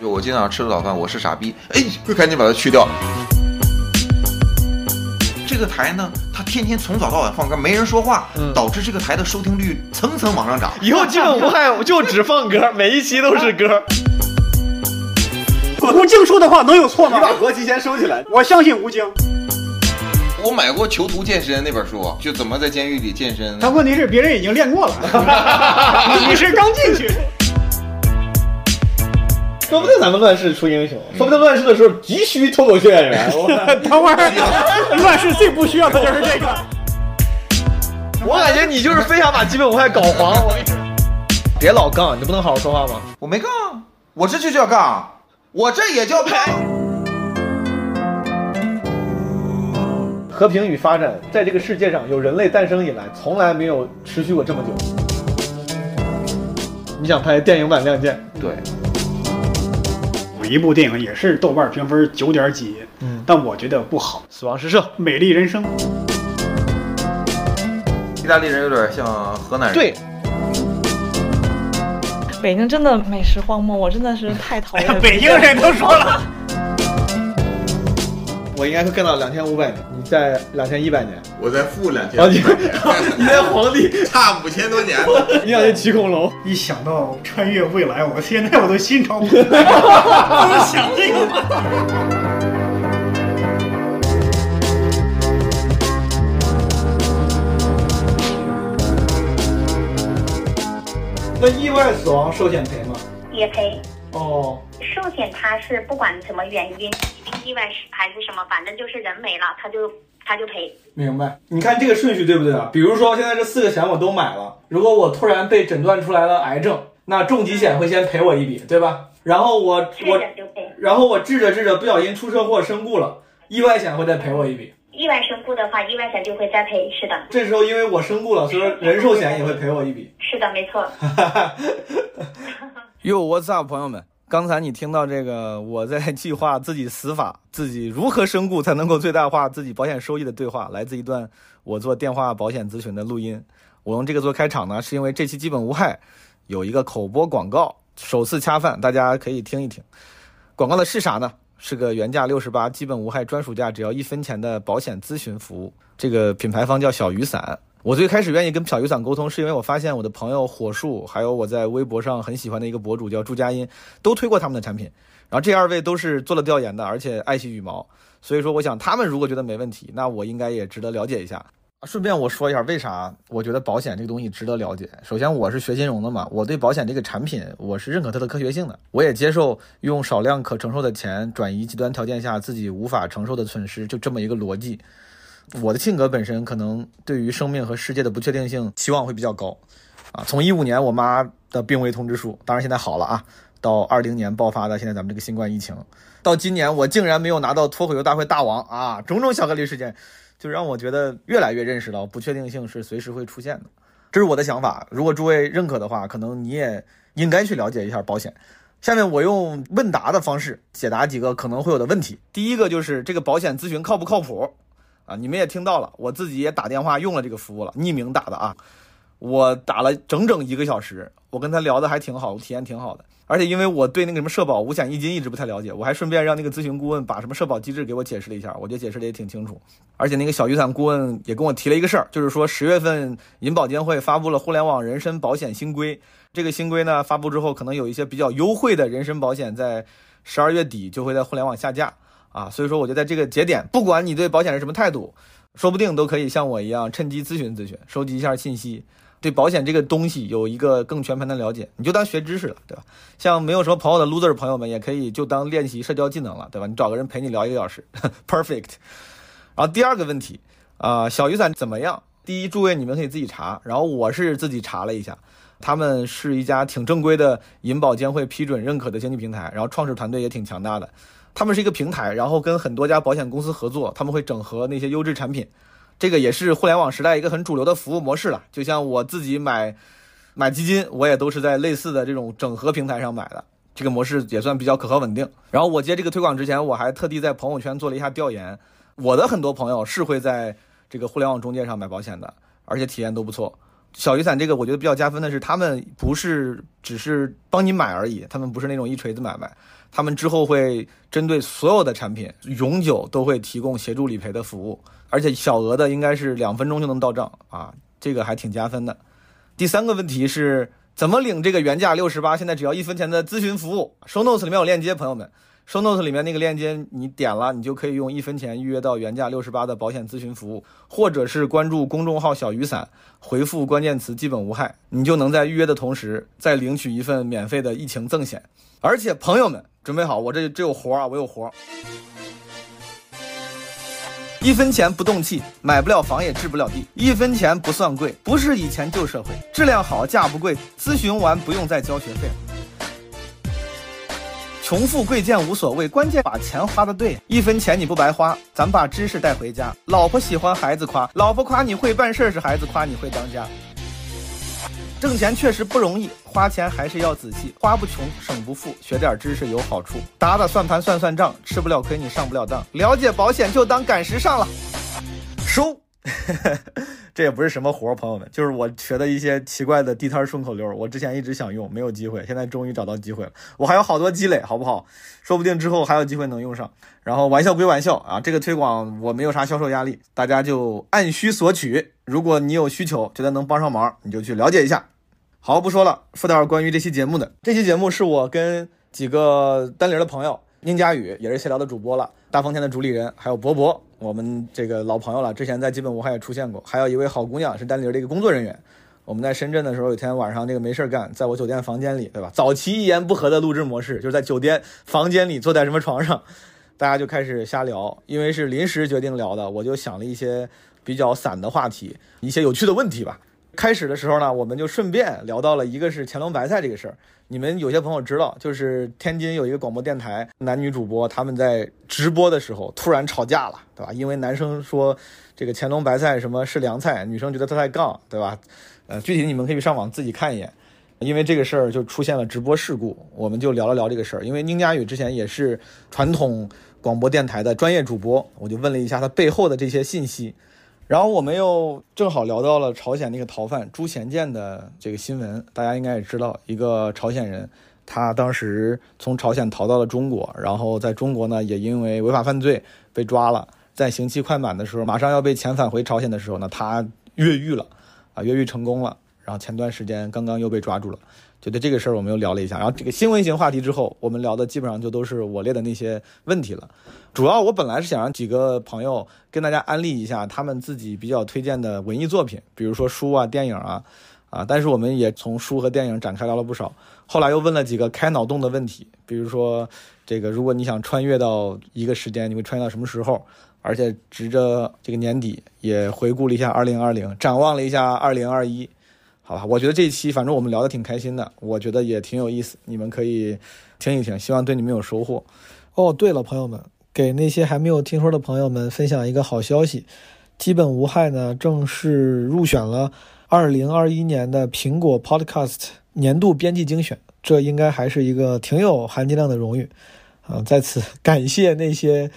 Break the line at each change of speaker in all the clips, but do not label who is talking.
就我今天早上吃的早饭，我是傻逼，哎，就赶紧把它去掉。这个台呢，它天天从早到晚放歌，没人说话，导致这个台的收听率蹭蹭往上涨。
以后基本无害，我就只放歌，每一期都是歌。
吴京说的话能有错吗
你？把国旗先收起来。
我相信吴京。
我买过《囚徒健身》那本书，就怎么在监狱里健身。
但问题是，别人已经练过了，你是刚进去。
说不定咱们乱世出英雄，说不定乱世的时候急需脱口秀演 员。我
等会儿，乱世最不需要的就是这个。
我感觉你就是非想把基本无害搞黄。我跟你说，别老杠，你不能好好说话吗？
我没杠，啊我这就叫杠，啊我这也叫拍。
和平与发展，在这个世界上有人类诞生以来，从来没有持续过这么久。你想拍电影版《亮剑
对，
有一部电影也是豆瓣评分九点几，
嗯
但我觉得不好，《
死亡诗社》？
美丽人生》
意大利人有点像河南人。
对，，
北京真的美食荒漠，我真的是太讨厌了。
哎北京人都说了，
我应该会干到两千五百年，你在两千一百年，
我在负两千
然
哦
后你 你在皇帝，
差五千多年。
你想去骑恐龙，
一想到穿越未来，我现在我都心潮 澎湃，都想这个话题。
那意外死亡寿险赔吗？
也赔。
哦，
寿险它是不管什么原因，意外是还是什么，反正就是人没了，它就它就赔。
明白，你看这个顺序对不对啊？比如说现在这四个险我都买了，如果我突然被诊断出来了癌症，那重疾险会先赔我一笔，对吧？然后我
确
我，
诊就赔。
然后我治着治着不小心出车祸身故了，意外险会再赔我一笔。
意外身故的话，意外险就会再赔。是的，
这时候因为我身故了，所以说人寿险也会赔我一笔。
是的，没错。
哟，What's up，朋友们！刚才你听到这个，我在计划自己死法，自己如何身故才能够最大化自己保险收益的对话，来自一段我做电话保险咨询的录音。我用这个做开场呢，是因为这期基本无害有一个口播广告，首次恰饭，大家可以听一听。广告的是啥呢？是个原价六十八、基本无害、专属价只要一分钱的保险咨询服务。这个品牌方叫小雨伞。我最开始愿意跟小雨伞沟通，是因为我发现我的朋友火树，还有我在微博上很喜欢的一个博主叫朱佳音，都推过他们的产品。然后这二位都是做了调研的，而且爱惜羽毛，所以说我想他们如果觉得没问题，那我应该也值得了解一下。啊顺便我说一下，为啥我觉得保险这个东西值得了解？首先，我是学金融的嘛，我对保险这个产品我是认可它的科学性的，我也接受用少量可承受的钱转移极端条件下自己无法承受的损失，就这么一个逻辑。我的性格本身可能对于生命和世界的不确定性期望会比较高，啊，从一五年我妈的病危通知书，当然现在好了啊，到二零年爆发的现在咱们这个新冠疫情，到今年我竟然没有拿到脱口秀大会大王啊，种种巧克力事件，就让我觉得越来越认识到不确定性是随时会出现的，这是我的想法。如果诸位认可的话，可能你也应该去了解一下保险。下面我用问答的方式解答几个可能会有的问题。第一个就是这个保险咨询靠不靠谱？啊，你们也听到了，我自己也打电话用了这个服务了，匿名打的啊。我打了整整一个小时，我跟他聊的还挺好，体验挺好的。而且因为我对那个什么社保五险一金一直不太了解，我还顺便让那个咨询顾问把什么社保机制给我解释了一下，我觉得解释的也挺清楚。而且那个小雨伞顾问也跟我提了一个事儿，就是说十月份银保监会发布了互联网人身保险新规，这个新规呢发布之后，可能有一些比较优惠的人身保险在十二月底就会在互联网下架。啊，所以说我觉得在这个节点，不管你对保险是什么态度，说不定都可以像我一样趁机咨询咨询，收集一下信息，对保险这个东西有一个更全盘的了解，你就当学知识了，对吧？像没有什么朋友的 loser 朋友们，也可以就当练习社交技能了，对吧？你找个人陪你聊一个小时 ，perfect。然后第二个问题啊、小雨伞怎么样？第一，诸位你们可以自己查，然后我是自己查了一下。他们是一家挺正规的银保监会批准认可的经济平台，然后创始团队也挺强大的，他们是一个平台，然后跟很多家保险公司合作，他们会整合那些优质产品，这个也是互联网时代一个很主流的服务模式了。就像我自己买 买基金，我也都是在类似的这种整合平台上买的，这个模式也算比较可靠稳定。然后我接这个推广之前，我还特地在朋友圈做了一下调研，我的很多朋友是会在这个互联网中介上买保险的，而且体验都不错。小雨伞这个，我觉得比较加分的是，他们不是只是帮你买而已，他们不是那种一锤子买卖，他们之后会针对所有的产品，永久都会提供协助理赔的服务，而且小额的应该是两分钟就能到账啊，这个还挺加分的。第三个问题是怎么领这个原价六十八，现在只要一分钱的咨询服务？Show notes 里面有链接，朋友们，Show notes 里面那个链接你点了，你就可以用一分钱预约到原价六十八的保险咨询服务，或者是关注公众号“小雨伞”，回复关键词“基本无害”，你就能在预约的同时再领取一份免费的疫情赠险。而且朋友们，准备好，我这这有活儿啊，我有活儿。一分钱不动气，买不了房也治不了地，一分钱不算贵，不是以前旧社会，质量好，价不贵，咨询完不用再交学费。穷富贵贱无所谓，关键把钱花的对，一分钱你不白花，咱把知识带回家。老婆喜欢孩子夸，老婆夸你会办事儿是孩子夸你会当家。挣钱确实不容易，花钱还是要仔细，花不穷，省不富，学点知识有好处。打打算盘，算算账，吃不了亏你上不了当。了解保险就当赶时尚了。收， 这也不是什么活儿，朋友们，就是我学的一些奇怪的地摊儿顺口溜儿。我之前一直想用，没有机会，现在终于找到机会了。我还有好多积累，好不好？说不定之后还有机会能用上。然后玩笑归玩笑啊，这个推广我没有啥销售压力，大家就按需索取。如果你有需求，觉得能帮上忙，你就去了解一下。好，不说了，说点关于这期节目的。这期节目是我跟几个单林的朋友，宁佳宇也是闲聊的主播了，大风天的主理人，还有博博，我们这个老朋友了，之前在基本无害也出现过，还有一位好姑娘是单林的一个工作人员。我们在深圳的时候，有一天晚上这个没事儿干，在我酒店房间里，对吧？早期一言不合的录制模式，就是在酒店房间里坐在什么床上，大家就开始瞎聊，因为是临时决定聊的，我就想了一些比较散的话题，一些有趣的问题吧。开始的时候呢，我们就顺便聊到了一个是乾隆白菜这个事儿。你们有些朋友知道，就是天津有一个广播电台，男女主播他们在直播的时候突然吵架了，对吧？因为男生说这个乾隆白菜什么是凉菜，女生觉得他在杠，对吧？呃，具体你们可以上网自己看一眼。因为这个事儿就出现了直播事故，我们就聊了聊这个事儿。因为宁佳宇之前也是传统广播电台的专业主播，我就问了一下他背后的这些信息。然后我们又正好聊到了朝鲜那个逃犯朱贤建的这个新闻，大家应该也知道，一个朝鲜人，他当时从朝鲜逃到了中国，然后在中国呢也因为违法犯罪被抓了，在刑期快满的时候，马上要被遣返回朝鲜的时候呢，他越狱了，啊，越狱成功了，然后前段时间刚刚又被抓住了，就对这个事儿我们又聊了一下。然后这个新闻型话题之后，我们聊的基本上就都是我列的那些问题了。主要我本来是想让几个朋友跟大家安利一下他们自己比较推荐的文艺作品，比如说书啊、电影啊，啊，但是我们也从书和电影展开聊了不少。后来又问了几个开脑洞的问题，比如说这个，如果你想穿越到一个时间，你会穿越到什么时候？而且直着这个年底也回顾了一下2020，展望了一下2021。好吧，我觉得这一期反正我们聊得挺开心的，我觉得也挺有意思，你们可以听一听，希望对你们有收获。
哦，对了，朋友们，给那些还没有听说的朋友们分享一个好消息，基本无害呢正式入选了二零二一年的苹果 Podcast 年度编辑精选，这应该还是一个挺有含金量的荣誉啊！在此感谢那些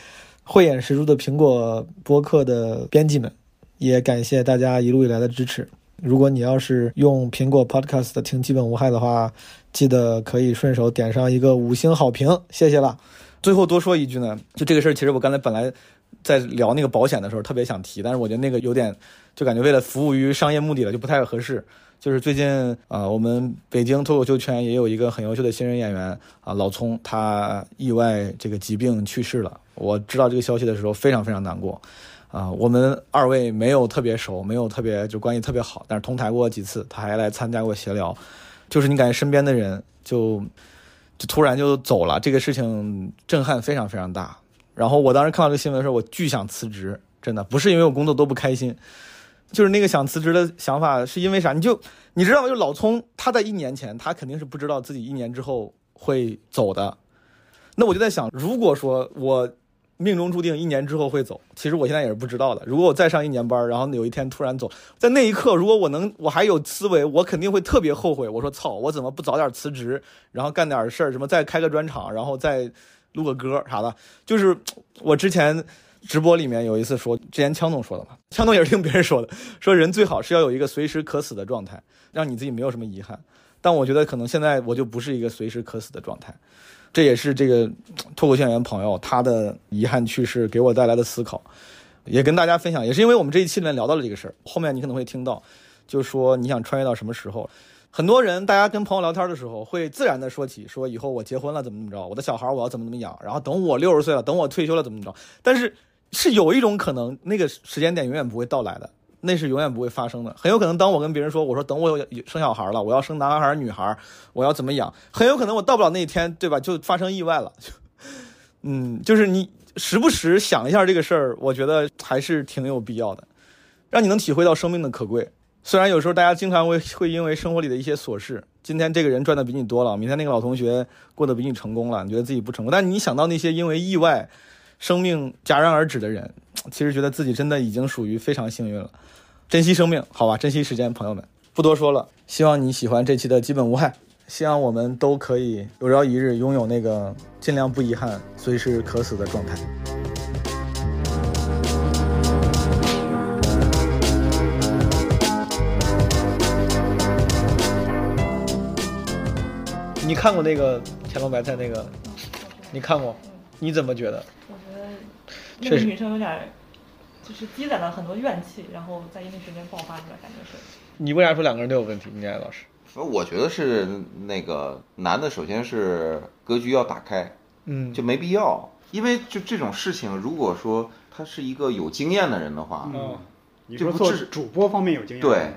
慧眼识珠的苹果播客的编辑们，也感谢大家一路以来的支持。如果你要是用苹果 Podcast 听基本无害的话，记得可以顺手点上一个五星好评，谢谢了。
最后多说一句呢，就这个事儿，其实我刚才本来在聊那个保险的时候特别想提，但是我觉得那个有点，就感觉为了服务于商业目的了，就不太合适。就是最近啊、呃我们北京脱口秀圈也有一个很优秀的新人演员啊、老聪，他意外这个疾病去世了。我知道这个消息的时候非常非常难过，啊、我们二位没有特别熟，没有特别就关系特别好，但是同台过几次，他还来参加过闲聊，就是你感觉身边的人就就突然就走了，这个事情震撼非常非常大。然后我当时看到这个新闻的时候，我巨想辞职，真的不是因为我工作多不开心，就是那个想辞职的想法是因为啥？你就你知道吗？就老聪他在一年前，他肯定是不知道自己一年之后会走的。那我就在想，如果说我命中注定一年之后会走，其实我现在也是不知道的。如果我再上一年班，然后有一天突然走，在那一刻，如果我能我还有思维，我肯定会特别后悔。我说操，我怎么不早点辞职，然后干点事儿，什么再开个专场，然后再录个歌啥的。就是我之前直播里面有一次说，之前枪总说的嘛，枪总也是听别人说的，说人最好是要有一个随时可死的状态，让你自己没有什么遗憾。但我觉得可能现在我就不是一个随时可死的状态，这也是这个脱口秀演员朋友他的遗憾去世给我带来的思考，也跟大家分享。也是因为我们这一期里面聊到了这个事儿，后面你可能会听到，就说你想穿越到什么时候。很多人，大家跟朋友聊天的时候，会自然的说起，说以后我结婚了怎么怎么着，我的小孩我要怎么怎么养，然后等我六十岁了，等我退休了怎么怎么着。但是是有一种可能，那个时间点永远不会到来的，那是永远不会发生的。很有可能，当我跟别人说，我说等我有有生小孩了，我要生男孩儿女孩儿，我要怎么养，很有可能我到不了那一天，对吧？就发生意外了。就嗯，就是你时不时想一下这个事儿，我觉得还是挺有必要的，让你能体会到生命的可贵。虽然有时候大家经常会会因为生活里的一些琐事，今天这个人赚的比你多了，明天那个老同学过得比你成功了，你觉得自己不成功，但你想到那些因为意外，生命戛然而止的人，其实觉得自己真的已经属于非常幸运了。珍惜生命，好吧，珍惜时间，朋友们，不多说了。希望你喜欢这期的基本无害，希望我们都可以有朝一日拥有那个尽量不遗憾、随时可死的状态。你看过那个《乾隆白菜》那个？你看过？你怎么觉得？
我觉得那
确
个
实
女生有点儿，就是积攒了很多怨气，然后在一定时间爆发出来，感觉是。
你为啥说两个人都有问题？你爱老师，
所以我觉得是那个男的，首先是格局要打开，
嗯
就没必要，因为就这种事情，如果说他是一个有经验的人的话，
嗯，你
这
说
不
做
是
主播方面有经验，
对，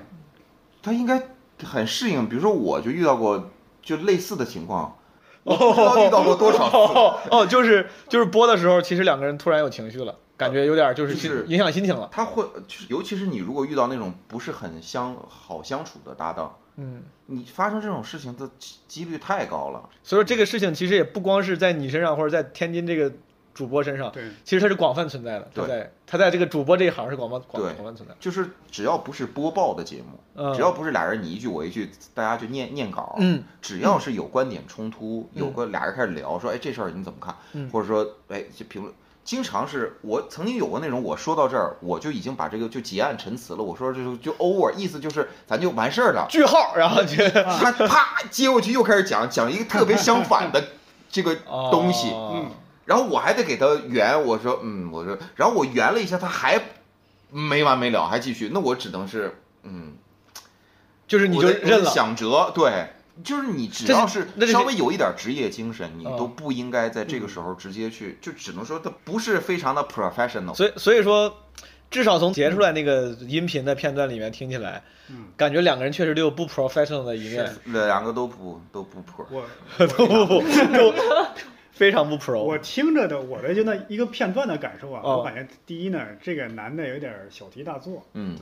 他应该很适应。比如说，我就遇到过就类似的情况，我不知道遇到过多少次。
哦哦，就是就是播的时候，其实两个人突然有情绪了，感觉有点就是
就
心
是
影响心情了。
他会，就是尤其是你如果遇到那种不是很相好相处的搭档，
嗯，
你发生这种事情的几几率太高了。
所以说这个事情其实也不光是在你身上，或者在天津这个主播身上，
对
其实它是广泛存在的。它
对
在它在这个主播这一行是广泛广
对
广泛存在的。
就是只要不是播报的节目，
嗯
只要不是俩人你一句我一句，大家就念念稿，
嗯，
只要是有观点冲突，有个俩人开始聊，说哎这事儿你怎么看，
嗯
或者说哎这评论，经常是我曾经有过那种我说到这儿我就已经把这个就结案陈词了，我说这就就 over，意思就是咱就完事儿了，
句号，然后就
他啪接过去又开始讲讲一个特别相反的这个 东西，嗯
哦
然后我还得给他圆，我说嗯，我说，然后我圆了一下，他还没完没了，还继续，那我只能是嗯，
就是你就
我得
认
我得
了。
想辙，对，就是你只要是
那是
稍微有一点职业精神，你
嗯
都不应该在这个时候直接去，就只能说他不是非常的 professional，
所以所以说，至少从截出来那个音频的片段里面听起来，
嗯，
感觉两个人确实都有不 professional 的一面，
两个都不都不 pro，
我
都不都非常不
我
pro。
听着的我的就那一个片段的感受啊，
哦
我感觉第一呢，这个男的有点小题大做，
嗯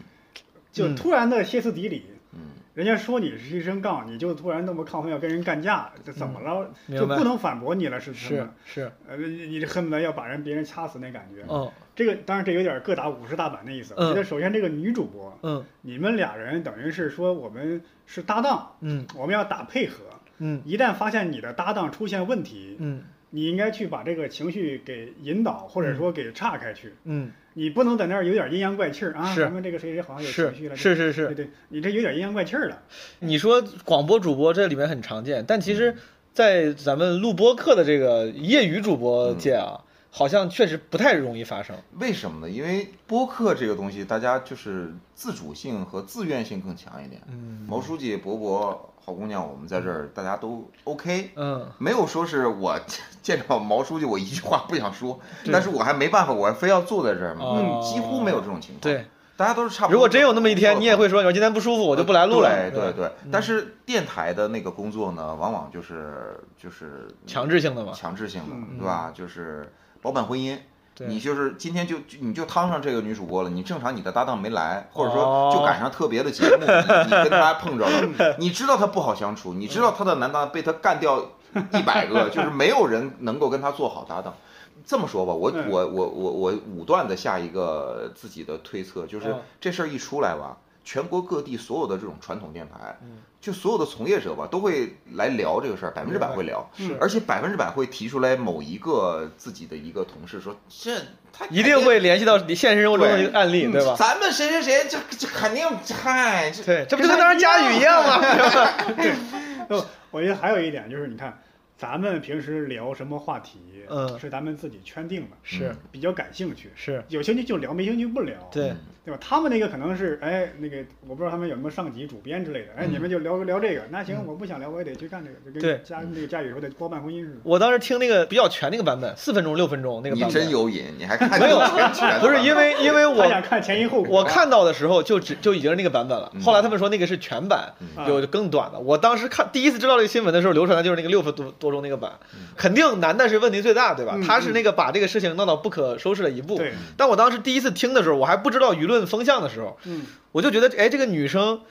就
嗯
突然的歇斯底里。
嗯，
人家说你是一声杠，你就突然那么亢奋要跟人干架，这怎么了？
嗯
就
明白
不能反驳你了，是不
是是，
呃，你你恨不得要把人别人掐死那感觉。
嗯
这个当然这有点各打五十大板的意思。
嗯
我觉得首先这个女主播，
嗯
你们俩人等于是说我们是搭档，
嗯
我们要打配合。
嗯
一旦发现你的搭档出现问题，
嗯
你应该去把这个情绪给引导，或者说给岔开去。
嗯，
你不能在那儿有点阴阳怪气儿啊，
是
咱们这个谁谁好像有情
是
绪了，
是是
对
是。
对，你这有点阴阳怪气儿了。
你说广播主播这里面很常见，但其
嗯
实，在咱们录播课的这个业余主播
嗯
界啊，好像确实不太容易发生。
为什么呢？因为播客这个东西，大家就是自主性和自愿性更强一点。
嗯
毛书记、博博、好姑娘，我们在这儿大家都 OK，
嗯，
没有说是我 见到毛书记我一句话不想说，但是我还没办法，我还非要坐在这儿嘛，
哦
几乎没有这种情况。
对，，
大家都是差不多。
如果真有那么一天，你也会说，你说今天不舒服，我就不来录了。嗯
对对
吧
对，但是电台的那个工作呢，往往就是就是
强制性的嘛。
强制性的，
嗯
对吧？就是包办婚姻。
对
你就是今天就就你就趟上这个女主播了，你正常你的搭档没来，或者说
哦
就赶上特别的节目，你你跟她碰着了，你知道她不好相处，你知道她的男搭档被她干掉一百个，就是没有人能够跟她做好搭档。这么说吧，我
嗯
我我我我武断的下一个自己的推测，就是
嗯
这事儿一出来吧，全国各地所有的这种传统电台，就所有的从业者吧，都会来聊这个事儿，百分之百会聊，
是
而且百分之百会提出来某一个自己的一个同事说，这他
一定会联系到现实生活中的一个案例，对吧？
咱们谁谁谁，这这肯定，嗨，这
对，这不就跟当时佳宇一样吗？
啊
我觉得还有一点就是，你看，咱们平时聊什么话题，
嗯
是咱们自己圈定的，
是
比较感兴趣，
是，
有兴趣就聊，没兴趣不聊，
嗯
对，
对吧？他们那个可能是，哎，那个我不知道他们有没有上级主编之类的，哎，你们就聊聊这个，那行，我不想聊，我也得去干这个，就
嗯对
跟佳那个佳宇说的包办婚姻似的。
我当时听那个比较全那个版本，四分钟、六分钟那个
你
版
真
本，
有瘾，你还看
没有
全全
不是 因为因为
他
我
想看前因后果，
嗯我看到的时候就只就已经是那个版本了，
嗯
后来他们说那个是全版，
嗯
有更短的。我当时看第一次知道这个新闻的时候，流传的就是那个六分多多钟那个版，
嗯
肯定男的是问题最大，对吧？
嗯
他是那个把这个事情闹到不可收拾的一步。
对，
但我当时第一次听的时候，我还不知道舆论风向的时候，
嗯，
我就觉得，哎，这个女生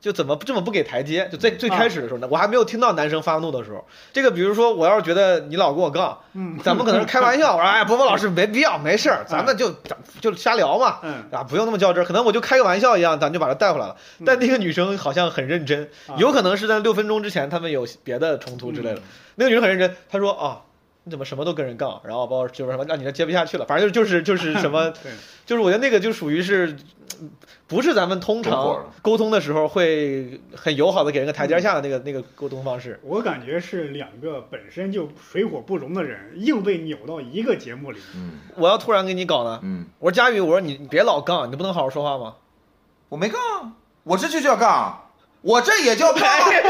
就怎么这么不给台阶？就最
嗯
最开始的时候呢，我还没有听到男生发怒的时候，这个比如说，我要是觉得你老跟我杠，
嗯，
咱们可能是开玩笑，我说，哎，波波老师没必要，没事儿，咱们就咱就瞎聊嘛。
嗯，
啊，不用那么较真儿，可能我就开个玩笑一样，咱们就把她带回来了。但那个女生好像很认真，
啊嗯
有可能是在六分钟之前他们有别的冲突之类的。那个女生很认真，她说啊，你怎么什么都跟人杠？然后包括就是什么，那你这接不下去了，反正就就是就是什么
对，
就是我觉得那个就属于是，嗯不是咱们通
同伙儿
常沟通的时候会很友好的给人个台阶下的那个那个沟通方式。
我感觉是两个本身就水火不容的人，硬被扭到一个节目里，
嗯
我要突然跟你搞呢，
嗯，
我说佳宇，我说你你别老杠，你不能好好说话吗？
我没杠，我这就叫杠。我这也 叫杠，
哎，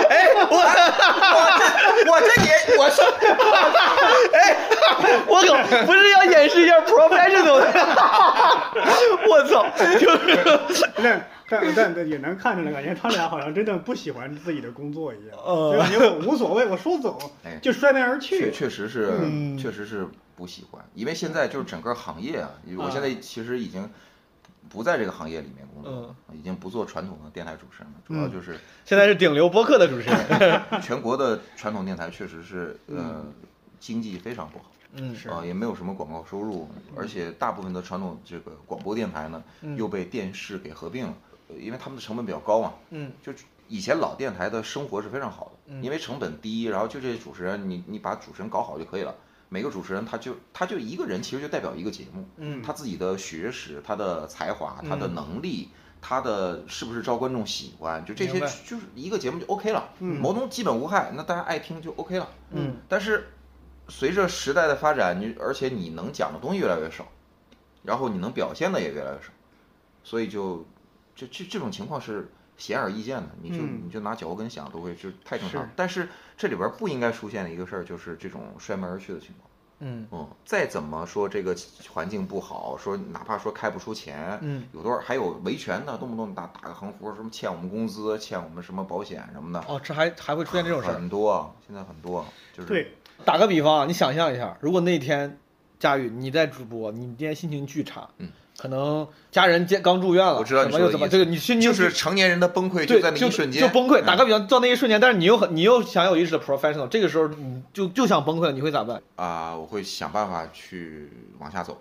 我
我这也我是
我靠，不是要演示一下 professional 的，我操，就是
但但但但也能看出来，感觉他俩好像真的不喜欢自己的工作一样，
呃
就感觉我无所谓，我说走
哎
就摔门而
确
去。
确实是
嗯
确实是不喜欢，因为现在就是整个行业啊，因为我
啊
现在其实已经不在这个行业里面工作了，
嗯
已经不做传统的电台主持人了，主要就是
现在是顶流播客的主持 人，
全国的传统电台确实是呃经济非常不好。
嗯，
嗯是嗯
啊，也没有什么广告收入，而且大部分的传统这个广播电台呢，又被电视给合并了，呃因为他们的成本比较高嘛。
嗯，
就以前老电台的生活是非常好的，因为成本低，然后就这些主持人，你你把主持人搞好就可以了。每个主持人他就他就一个人，其实就代表一个节目，
嗯
他自己的学识、他的才华、他的能力。他的是不是招观众喜欢，就这些
明白
就是一个节目就 OK 了，毛东基本无害，那大家爱听就 OK 了。
嗯，
但是随着时代的发展，你而且你能讲的东西越来越少，然后你能表现的也越来越少，所以就这这这种情况是显而易见的，你就、
嗯
你就拿脚后跟想都会，就太正常。
是
但是这里边不应该出现的一个事儿就是这种摔门而去的情况。
嗯
嗯，再怎么说这个环境不好，说哪怕说开不出钱，
嗯，
有多少还有维权呢，动不动打打个横幅，什么欠我们工资，欠我们什么保险什么的，
哦，这还还会出现这种事儿。
很多啊，现在很多啊，就是
对，
打个比方啊，你想象一下，如果那天佳宇你在直播，你今天心情巨差，
嗯，
可能家人健刚住院了，
我知道你
怎
说
么
的
又怎么，
意思
对，你心情
就是成年人的崩溃
嗯对
在，那
就
一瞬间
就崩溃。打个
嗯
比方，到那一瞬间，但是你又很你又想有意识的 professional，这个时候你就就想崩溃了，你会咋办？
啊、我会想办法去往下走，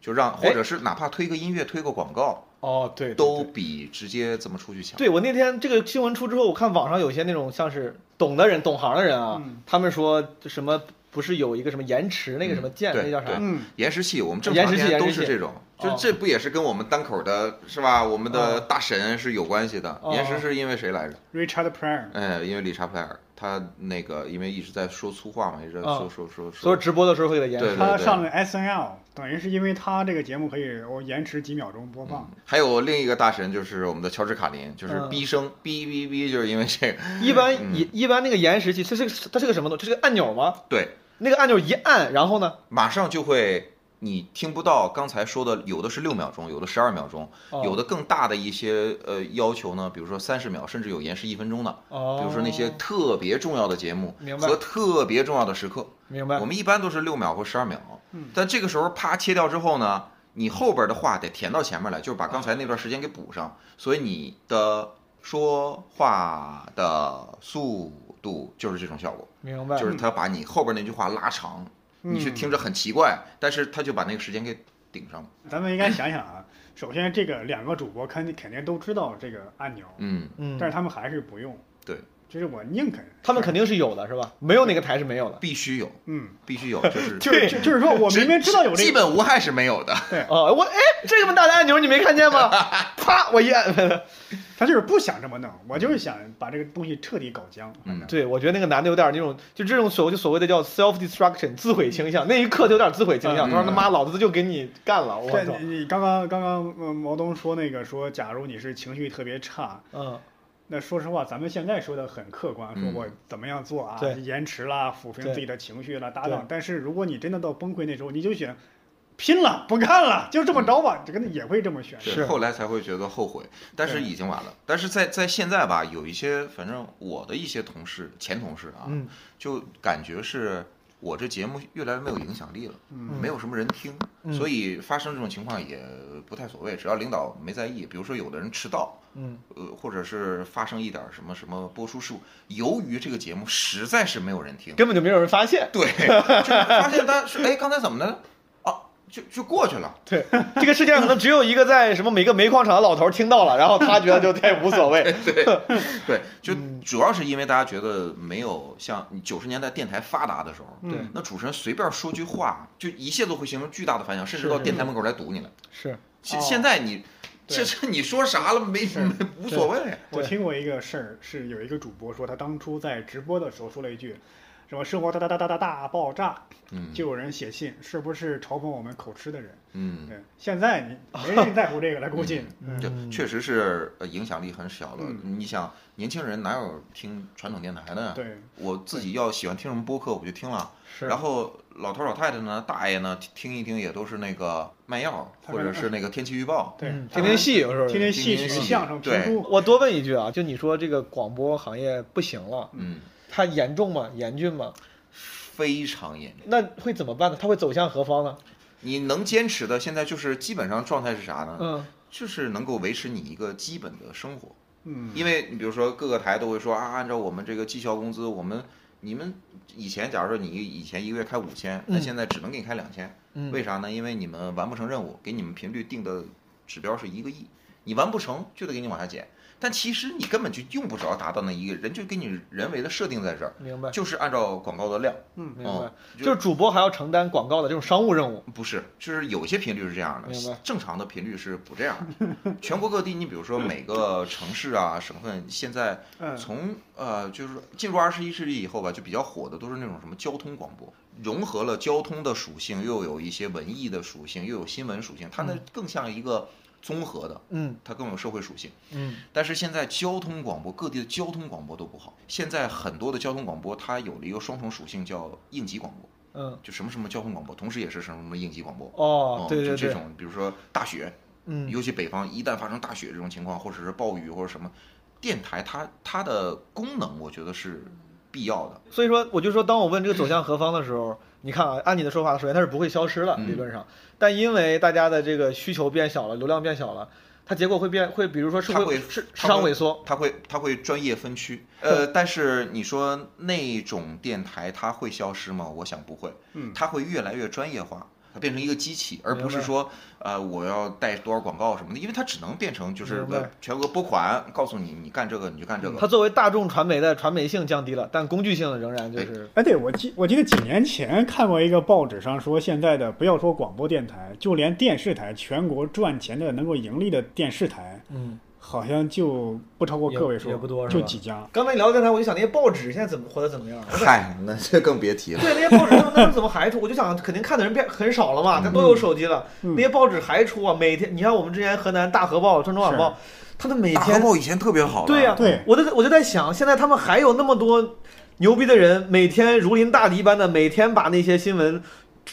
就让
哎
或者是哪怕推个音乐、推个广告，
哦，对，
都比直接这么出去强。
对我那天这个新闻出之后，我看网上有些那种像是懂的人、懂行的人啊，
嗯
他们说什么不是有一个什么延迟那个什么键，
对
那叫啥？
对
嗯，
延时器，我们正
延
常
时器
现在都
延时
是
器
这种，
哦
就这不也是跟我们单口的是吧？我们
哦
的大神是有关系的。
哦
延时是因为谁来着？
Richard Pryor，
哎，因为理查普莱尔，他那个因为一直在说粗话嘛，一直在
哦
说说说
所
说
以直播的时候会给他延
对
迟。
他上了 S N L，等于是因为他这个节目可以我延迟几秒钟播放。
嗯还有另一个大神就是我们的乔治卡林，就是
嗯
逼声，逼逼逼，就是因为这个。
一般
嗯
一一般那个延时器，它是个它是个什么东西？这是个按钮吗？
对，
那个按钮一按，然后呢？
马上就会，你听不到刚才说的，有的是六秒钟，有的十二秒钟，
哦
有的更大的一些呃要求呢，比如说三十秒，甚至有延时一分钟的。
哦，
比如说那些特别重要的节目
明白
和特别重要的时刻，
明白嗯
我们一般都是六秒或十二秒。但这个时候啪切掉之后呢，你后边的话得填到前面来，就是把刚才那段时间给补上，所以你的说话的速度就是这种效果。
明
嗯
白，
就是他把你后边那句话拉长，你去听着很奇怪，但是他就把那个时间给顶上。
咱们应该想想啊，首先这个两个主播肯定肯定都知道这个按钮，
嗯，
嗯
但，是他们还是不用。
对，
就是我宁肯，
他们肯定是有的，是吧？没有哪个台是没有的。
必须有，
嗯，
必须有， 就是
就是就就是说我明明知道有这
基
个，
本无害是没有的。
哦，我哎，这个么大的按钮你没看见吗？啪，我一按。
他就是不想这么弄，我就是想把这个东西彻底搞僵。反正，
对，我觉得那个男的有点那种，就这种所就所谓的叫 self destruction 自毁倾向，那一刻就有点自毁倾向。
嗯
他说他妈老子就给你干了，我操
对，！你你刚刚刚刚呃毛东说那个说，假如你是情绪特别差，
嗯，
那说实话，咱们现在说的很客观，说
嗯
我怎么样做啊，
对
延迟啦，抚平
对
自己的情绪啦，搭
对
档。但是如果你真的到崩溃那时候，你就选拼了，不干了，就
嗯
这么着吧，这个也会这么选。
对后来才会觉得后悔，但是已经晚了。但是在在现在吧，有一些反正我的一些同事前同事啊，
嗯
就感觉是我这节目越来越没有影响力了，没有什么人听，
嗯
所以发生这种情况也不太所谓，只要领导没在意。比如说有的人迟到，
嗯，
呃，或者是发生一点什么什么播出事故，由于这个节目实在是没有人听，
根本就没有人发现。
对，就是发现他是哎刚才怎么的，啊，就就过去了。
对，这个事件可能只有一个在什么每个煤矿厂的老头听到了，然后他觉得就太无所谓。
对，就
嗯
主要是因为大家觉得没有像九十年代电台发达的时
嗯
候，
对
那主持人随便说句话，就一切都会形成巨大的反响，甚至到电台门口来堵你了。
是，
现、
哦
现在你
对
这这你说啥了没没无所谓，
我听过一个事儿，是有一个主播说，他当初在直播的时候说了一句。什么生活大大大大大大爆炸，
嗯
就有人写信，是不是嘲讽我们口吃的人？
嗯。
对，现在你没人在乎这个了，估计。嗯
就确实是呃影响力很小了。
嗯
你想，年轻人哪有听传统电台的呀？
对，
我自己要喜欢听什么播客，我就听了。
是
然后老头儿老太太呢，大爷呢，听一听也都是那个卖药，
他
或
们
者是那个嗯天气预报。
对，嗯
听听嗯戏有时候。
天天戏曲、
听听戏
相声、评
对
书，
我多问一句啊，就你说这个广播行业不行了，
嗯，
它严重吗？严峻吗？
非常严重。
那会怎么办呢？它会走向何方呢？
你能坚持的，现在就是基本上状态是啥呢？
嗯，
就是能够维持你一个基本的生活。
嗯，
因为你比如说各个台都会说啊，按照我们这个绩效工资，我们你们以前假如说你以前一个月开五千，那现在只能给你开两千，
嗯
为啥呢？因为你们完不成任务，给你们频率定的指标是一个亿，你完不成就得给你往下减。但其实你根本就用不着达到那一个，人就给你人为的设定在这儿，
明白，
就是按照广告的量，
明白。
就
就是主播还要承担广告的这种商务任务。
不是，就是有些频率是这样
明白
的， 正常的频率是不这样的。全国各地，你比如说每个城市啊、省份，现在
嗯
从呃，就是进入二十一世纪以后吧，就比较火的都是那种什么交通广播，融合了交通的属性，又有一些文艺的属性，又有新闻属性，它那更像一个综合的，
嗯
它更有社会属性。
嗯，
但是现在交通广播，各地的交通广播都不好。现在很多的交通广播，它有了一个双重属性，叫应急广播，
嗯，
就什么什么交通广播，同时也是什么什么应急广播。
哦
嗯，
对
就
对
这
对，
种，比如说大雪，
嗯
尤其北方，一旦发生大雪这种情况，或者是暴雨或者什么，电台它它的功能，我觉得是必要的。
所以说我就说，当我问这个走向何方的时候，你看啊，按你的说法，首先它是不会消失了，
嗯
理论上，但因为大家的这个需求变小了，流量变小了，它结果会变，会比如说是
它
会
会
市市
它
场
会
萎缩，
它会它会专业分区，呃，
嗯
但是你说那种电台它会消失吗？我想不会，
嗯
它会越来越专业化，它变成一个机器，而不
明
是
白
说呃我要带多少广告什么的，因为它只能变成就是
明白嗯
呃全额拨款，告诉你你干这个你就干这个，
它作为大众传媒的传媒性降低了，但工具性仍然就是
哎，对，我记我记得几年前看过一个报纸上说，现在的不要说广播电台，就连电视台，全国赚钱的能够盈利的电视台，
嗯。
好像就不超过个位数，
也也不多是
就
吧
几家。
刚才你聊到电台，我就想那些报纸现在怎么活得怎么样了？
嗨，那这更别提了。
对，那些报纸他们他们怎么还出？我就想，肯定看的人变很少了嘛，他都有手机了，
嗯
那些报纸还出啊。每天，你看我们之前河南大河报、郑州晚报，他们每
大河
天，
报以前特别好的，
对呀、
对
我就我就在想，现在他们还有那么多牛逼的人，每天如临大敌般的，每天把那些新闻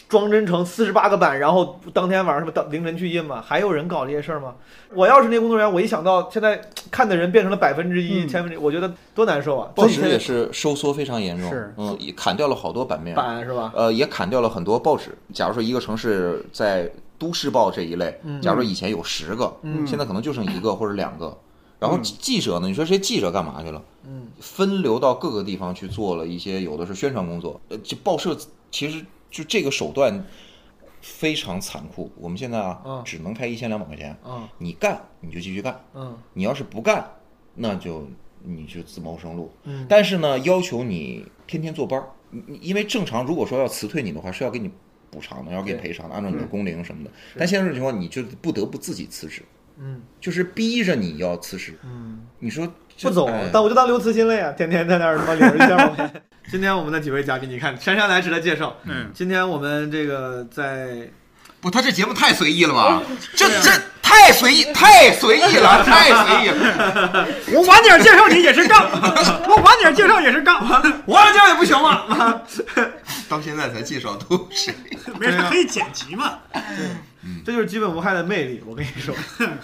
装帧成四十八个版，然后当天晚上什么当凌晨去印嘛，还有人搞这些事儿吗？我要是那些工作人员，我一想到现在看的人变成了百分之一、
嗯
千分之一，我觉得多难受啊！
报
这几
纸
天
也是收缩非常严重，
是
嗯，也砍掉了好多版面，
版是吧？
呃，也砍掉了很多报纸。假如说一个城市在都市报这一类，假如说以前有十个，
嗯
现在可能就剩一个或者两个。然后
嗯
记者呢？你说这些记者干嘛去了？
嗯，
分流到各个地方去做了一些，有的是宣传工作，呃，就报社其实就这个手段，非常残酷。我们现在啊
嗯，
只能开一千两百块钱，
嗯
你干你就继续干，
嗯
你要是不干，那就你就自谋生路。
嗯
但是呢，要求你天天坐班儿，你你因为正常如果说要辞退你的话，是要给你补偿的，要给你赔偿的，按照你的工龄什么的。但现在这种情况，你就不得不自己辞职，
嗯
就是逼着你要辞职。
嗯，
你说这
不走
哎，
但我就当刘慈欣了呀，天天在那儿他妈领着一千 块钱。今天我们的几位嘉宾，你看姗姗来迟的介绍。
嗯，
今天我们这个在
不，他这节目太随意了吧？这这太随意，太随意了，太随意了。
我晚点介绍你也是杠， 我晚点介绍也是杠，
我二教也不行吗？
到现在才介绍都是
没事
啊
可以剪辑嘛。
这就是基本无害的魅力。我跟你说，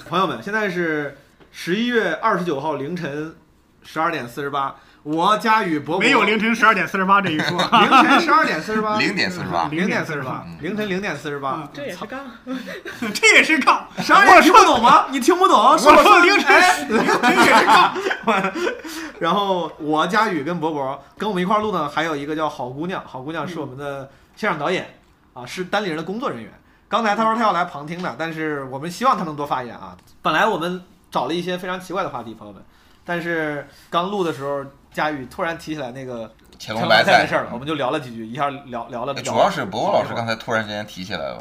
朋友们，现在是十一月二十九号凌晨十二点四十八，我佳宇博博
没有凌晨十二点四十八这一说啊，
凌晨十二点四十八，
零点四十八。
零点四十八，
嗯
凌晨零点四十八，
这也是杠。
这也是杠。
十二点你听不懂吗？你听不懂？是
我
说
说凌晨
哎
凌晨也是杠，
然后我佳宇跟博博跟我们一块儿录呢，还有一个叫好姑娘，好姑娘是我们的现场导演啊，是单立人的工作人员。刚才他说他要来旁听的，但是我们希望他能多发言啊。本来我们找了一些非常奇怪的话题，朋友们，但是刚录的时候，佳宇突然提起来那个
乾
天白菜的事儿了，我们就聊了几句，一下聊聊了。哎
哎主要是博博老
聊
师
了
刚才突然之间提起来了，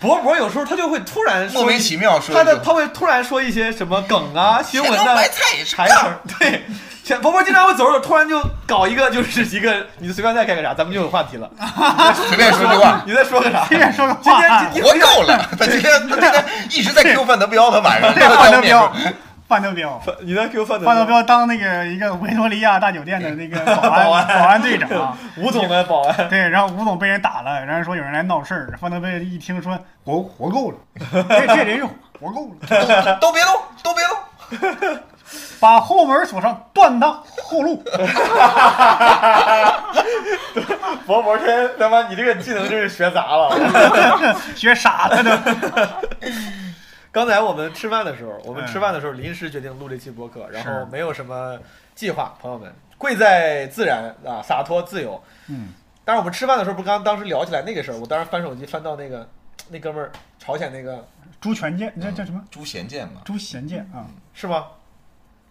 博博有时候他就会突然说
莫名
一
其妙说
他的
一句
他会突然说一些什么梗啊、新闻
乾
的
隆白菜也是
台词儿， 对，前伯伯经常会走着走，突然就搞一个，就是一个，你随便再开个啥，咱们就有话题了。
随便说句话，
你再说个啥？
随便说个
今
话啊
天今
活够 了。他今天他今天一直在 Q 范德彪，他 晚上
这范德
面说
彪，范德彪，
天你在 Q 范德
范德彪当那个一个维多利亚大酒店的那个保 安
保安
保安队长啊。
吴总的保 安，
对，然后吴总被人打了，然后说有人来闹事儿，范德彪一听说活活够了，这这人是活够了，
都都别动，都别动。
把后门锁上，断他后路。
博博天他妈，你这个技能真是学杂了。
学傻了都。
刚才我们吃饭的时候，我们
嗯
吃饭的时候临时决定录这期播客，然后
是
没有什么计划，朋友们，贵在自然啊，洒脱自由。
嗯，
但是我们吃饭的时候，不是刚当时聊起来那个事儿，我当时翻手机翻到那个那哥们儿朝鲜那个
朱全健，这叫什么？
朱贤建嘛，
朱贤健啊，
是吗？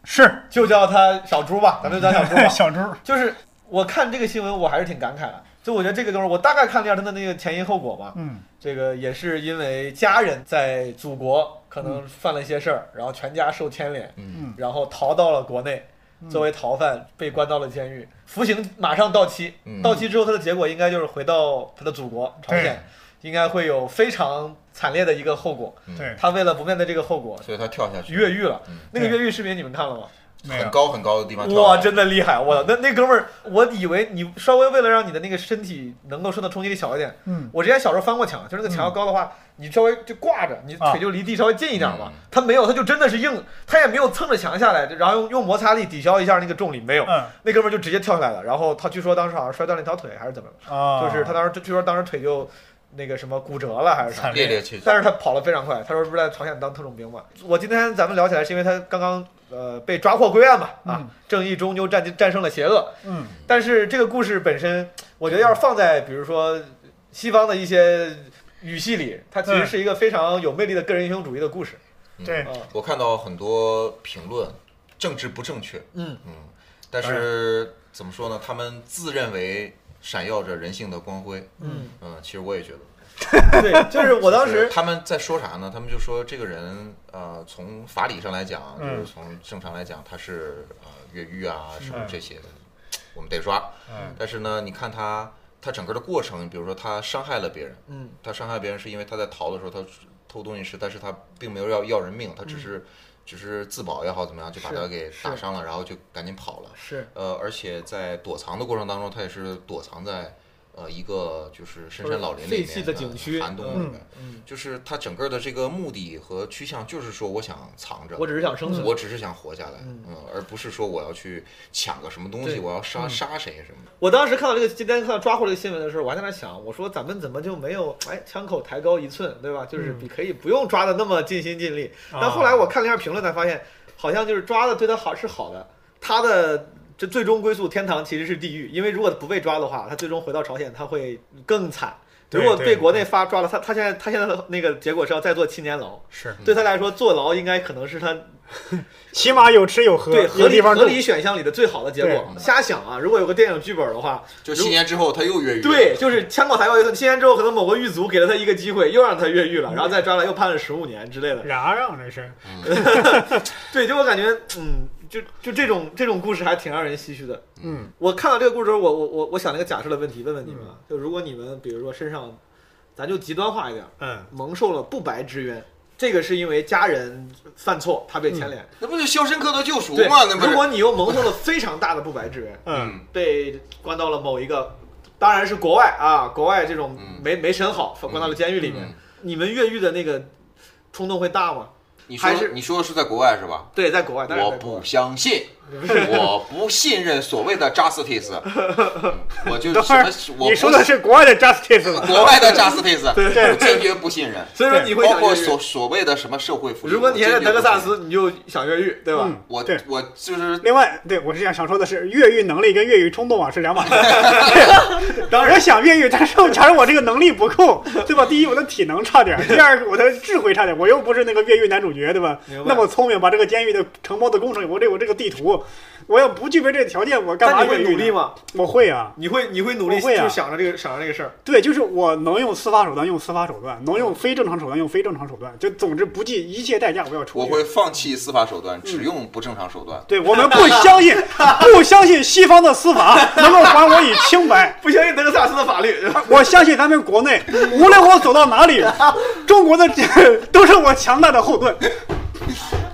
是
就叫他小猪吧，咱们就叫小啊猪吧。
小朱。
就是我看这个新闻，我还是挺感慨的。就我觉得这个哥们儿，我大概看了一下他的那个前因后果吧。
嗯，
这个也是因为家人在祖国可能犯了一些事儿，然后全家受牵连，
嗯
然后逃到了国内，作为逃犯被关到了监狱，服刑马上到期，
嗯
到期之后他的结果应该就是回到他的祖国朝鲜，应该会有非常惨烈的一个后果。
对，
他为了不面对这个后果，
所以他跳下去，
越狱了
嗯。
那个越狱视频你们看了吗？
没
很
有。
高很高的地方跳
哇，
下去
真的厉害！我操，那那哥们儿，我以为你稍微为了让你的那个身体能够受到冲击力小一点，
嗯，
我之前小时候翻过墙，就是那个墙要高的话，你稍微就挂着，你
啊
腿就离地稍微近一点嘛
嗯。
他没有，他就真的是硬，他也没有蹭着墙下来，然后用用摩擦力抵消一下那个重力，没有。
嗯
那哥们儿就直接跳下来了，然后他据说当时好像摔断了一条腿还是怎么了，
啊，
就是他当时据说当时腿就那个什么骨折了还是啥，
惨
猎猎气
但是他跑得非常快。他说不是在朝鲜当特种兵嘛？我今天咱们聊起来是因为他刚刚呃被抓获归案嘛，啊，
嗯
正义终究战战胜了邪恶。
嗯，
但是这个故事本身，我觉得要是放在比如说西方的一些语系里，它其实是一个非常有魅力的个人英雄主义的故事。
对，
我看到很多评论，政治不正确，
嗯
嗯，但是怎么说呢？他们自认为闪耀着人性的光辉，
嗯，
嗯，其实我也觉得。
对，就是我当
就是
时
他们在说啥呢？他们就说这个人，呃，从法理上来讲，
嗯
就是从正常来讲，他是呃越狱啊什么这些的，我们得抓。
嗯
但是呢，你看他他整个的过程，比如说他伤害了别人，
嗯
他伤害别人是因为他在逃的时候他偷东西吃，但是他并没有要要人命，他只是、只是自保也好怎么样，就把
是
他给打
嗯是
伤了，然后就赶紧跑了。
是
呃，而且在躲藏的过程当中，他也是躲藏在呃一个就是深山老林里
废
面
弃的景区
寒冬里面。
嗯，
就是他整个的这个目的和趋向，就是说我想藏着，
嗯我只是想生存
我只是想活下来，
嗯
嗯，而不是说我要去抢个什么东西，
对嗯
我要杀、杀谁什么的。
我当时看到这个今天看到抓获这个新闻的时候，我还在那想，我说咱们怎么就没有哎枪口抬高一寸，对吧？就是比可以不用抓的那么尽心尽
啊
力。但后来我看了一下评论，才发现好像就是抓的对他好是好的，他的这最终归宿天堂其实是地狱，因为如果不被抓的话，他最终回到朝鲜他会更惨。
对
如果
对
被国内发抓了，他他现在他现在的那个结果是要再坐七年牢，
是
对他来说坐牢应该可能是他
起码有吃有喝，
对合
有
理
地方
合
住。
理选项里的最好的结果。瞎想啊，如果有个电影剧本的话，
就七年之后他又越狱，
对，，就是枪口台湾，七年之后可能某个狱卒给了他一个机会，又让他越狱了，然后再抓了又判了十五年之类的。
嚷嚷啊这是，
对，就我感觉，嗯，就就这种这种故事还挺让人唏嘘的。
嗯，
我看到这个故事的时候，我我我我想了一个假设的问题，问问你们啊，就如果你们比如说身上，咱就极端化一点，
嗯，
蒙受了不白之冤，这个是因为家人犯错，他被牵连。
那不就《肖申克的救赎》
对
吗？那，不
如
是
果你又蒙受了非常大的不白之冤，
嗯，
被关到了某一个，当然是国外啊，国外这种
嗯
没、没审好，关到了监狱里面。
嗯
你们越狱的那个冲动会大吗？
你
还是
说你说的是在国外是吧？
对，在国外，当然
我
在国外
不相 信，我不信任所谓的 justice，嗯我就
等会
什
儿
么我
你
不
说的是国外的 justice 吗？
国外的 justice，我坚决不信任。
所以说你会
包
想
括
越
所
狱。
所谓的什么社会福利，
如果你现在
我坚决
德
不
克
信
萨
任，
斯，你就想越狱，对吧？
嗯
我
对
我就是
另外，对我是想想说的是，越狱能力跟越狱冲动啊是两码事。 当然想越狱，但是我假如我这个能力不够，对吧？第一，我的体能 差点儿；第二，我的智慧差点儿。我又不是那个越狱男主角，对吧
明白？
那么聪明，把这个监狱的城堡的工程，我这我这个地图，我要不具备这个条件，我干
但
嘛
你
越
会
狱
努
呢
力？吗？
我会啊，
你会你会努力，
我会啊
就想着这个想着这个事儿。
对，就是我能用司法手段用司法手段，能
嗯
用非正常手段用非正常手段，就总之不计一切代价我要出
我
去。
会放弃司法手段，只用不正常手段。
对我们 不相信，不相信西方的司法能够还我以清白。
不相信德克萨斯的法 律，
我相信咱们国内，无论我走到哪 里，中国的都是我强大的后盾。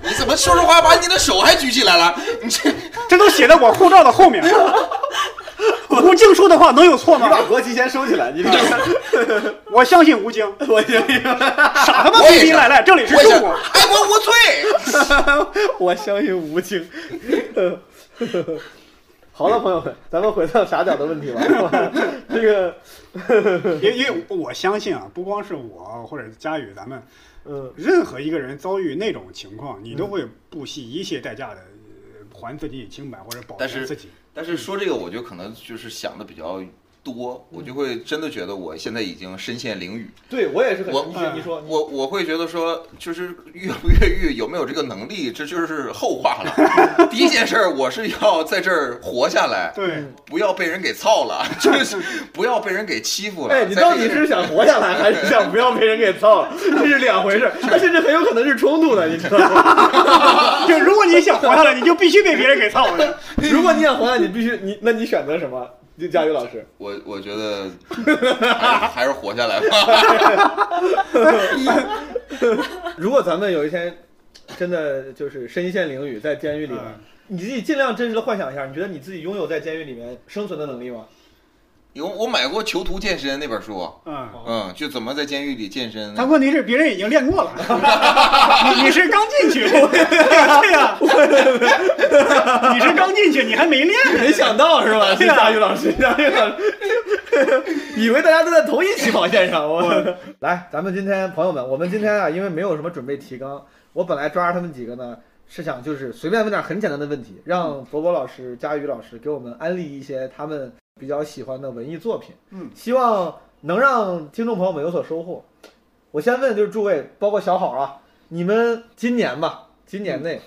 你怎么说着话把你的手还举起来了？你这
这都写在我护照的后面。 吴京说的话能有错
你把
吗？
国旗先收起来， 你这个
我相信吴京。
我已经，
傻他妈
我
逼
也
逼
是
赖赖，这里是
我也
中
想
国。
爱国无罪。
我相 信吴京。 好了，朋友们，咱们回到傻屌的问题吧。 这个，
因因为我相信啊，不光是我或者佳宇，咱们
嗯，
任何一个人遭遇那种情况，你都会不惜一切代价的还自己以清白或者保
但
全
是
自己。
但是说这个，我就可能就是想的比较多，我就会真的觉得我现在已经身陷囹圄。
对我也是很，
我
你先你说，你
我我会觉得说，就是越不越狱有没有这个能力，这就是后话 了。第一件事儿，我是要在这儿活下来，
对，
不要被人给操 了，就是不要被人给欺负了。
哎，你
在
到
这
底
个
是想活下来，还是想不要被人给造了？ 这是两回事，它甚至很有可能是冲突的，你知道吗？
就如果你想活下来，你就必须被别人给操了。 嗯
如果你想活下来，你必须你，那你选择什么？就佳宇老师，
我我觉得还是还是活下来吧。
如果咱们有一天真的就是身陷囹圄，在监狱里面，
嗯
你自己尽量真实的幻想一下，你觉得你自己拥有在监狱里面生存的能力吗？
有我买过《囚徒健身》那本书，
哦
嗯。
嗯，就怎么在监狱里健身。
但问题是，别人已经练过了，你你是刚进去， 对呀、 你是刚进去，你还没练呢。
没想到是吧？
对
是
啊
佳宇老师，佳宇老师， 以为大家都在同一起跑线上。我来，咱们今天朋友们，我们今天啊，因为没有什么准备提纲，我本来抓着他们几个呢，是想就是随便问点很简单的问题，让博博老师、佳宇老师给我们安利一些他们比较喜欢的文艺作品，
嗯，
希望能让听众朋友们有所收获。我先问，就是诸位，包括小好啊，你们今年吧，今年内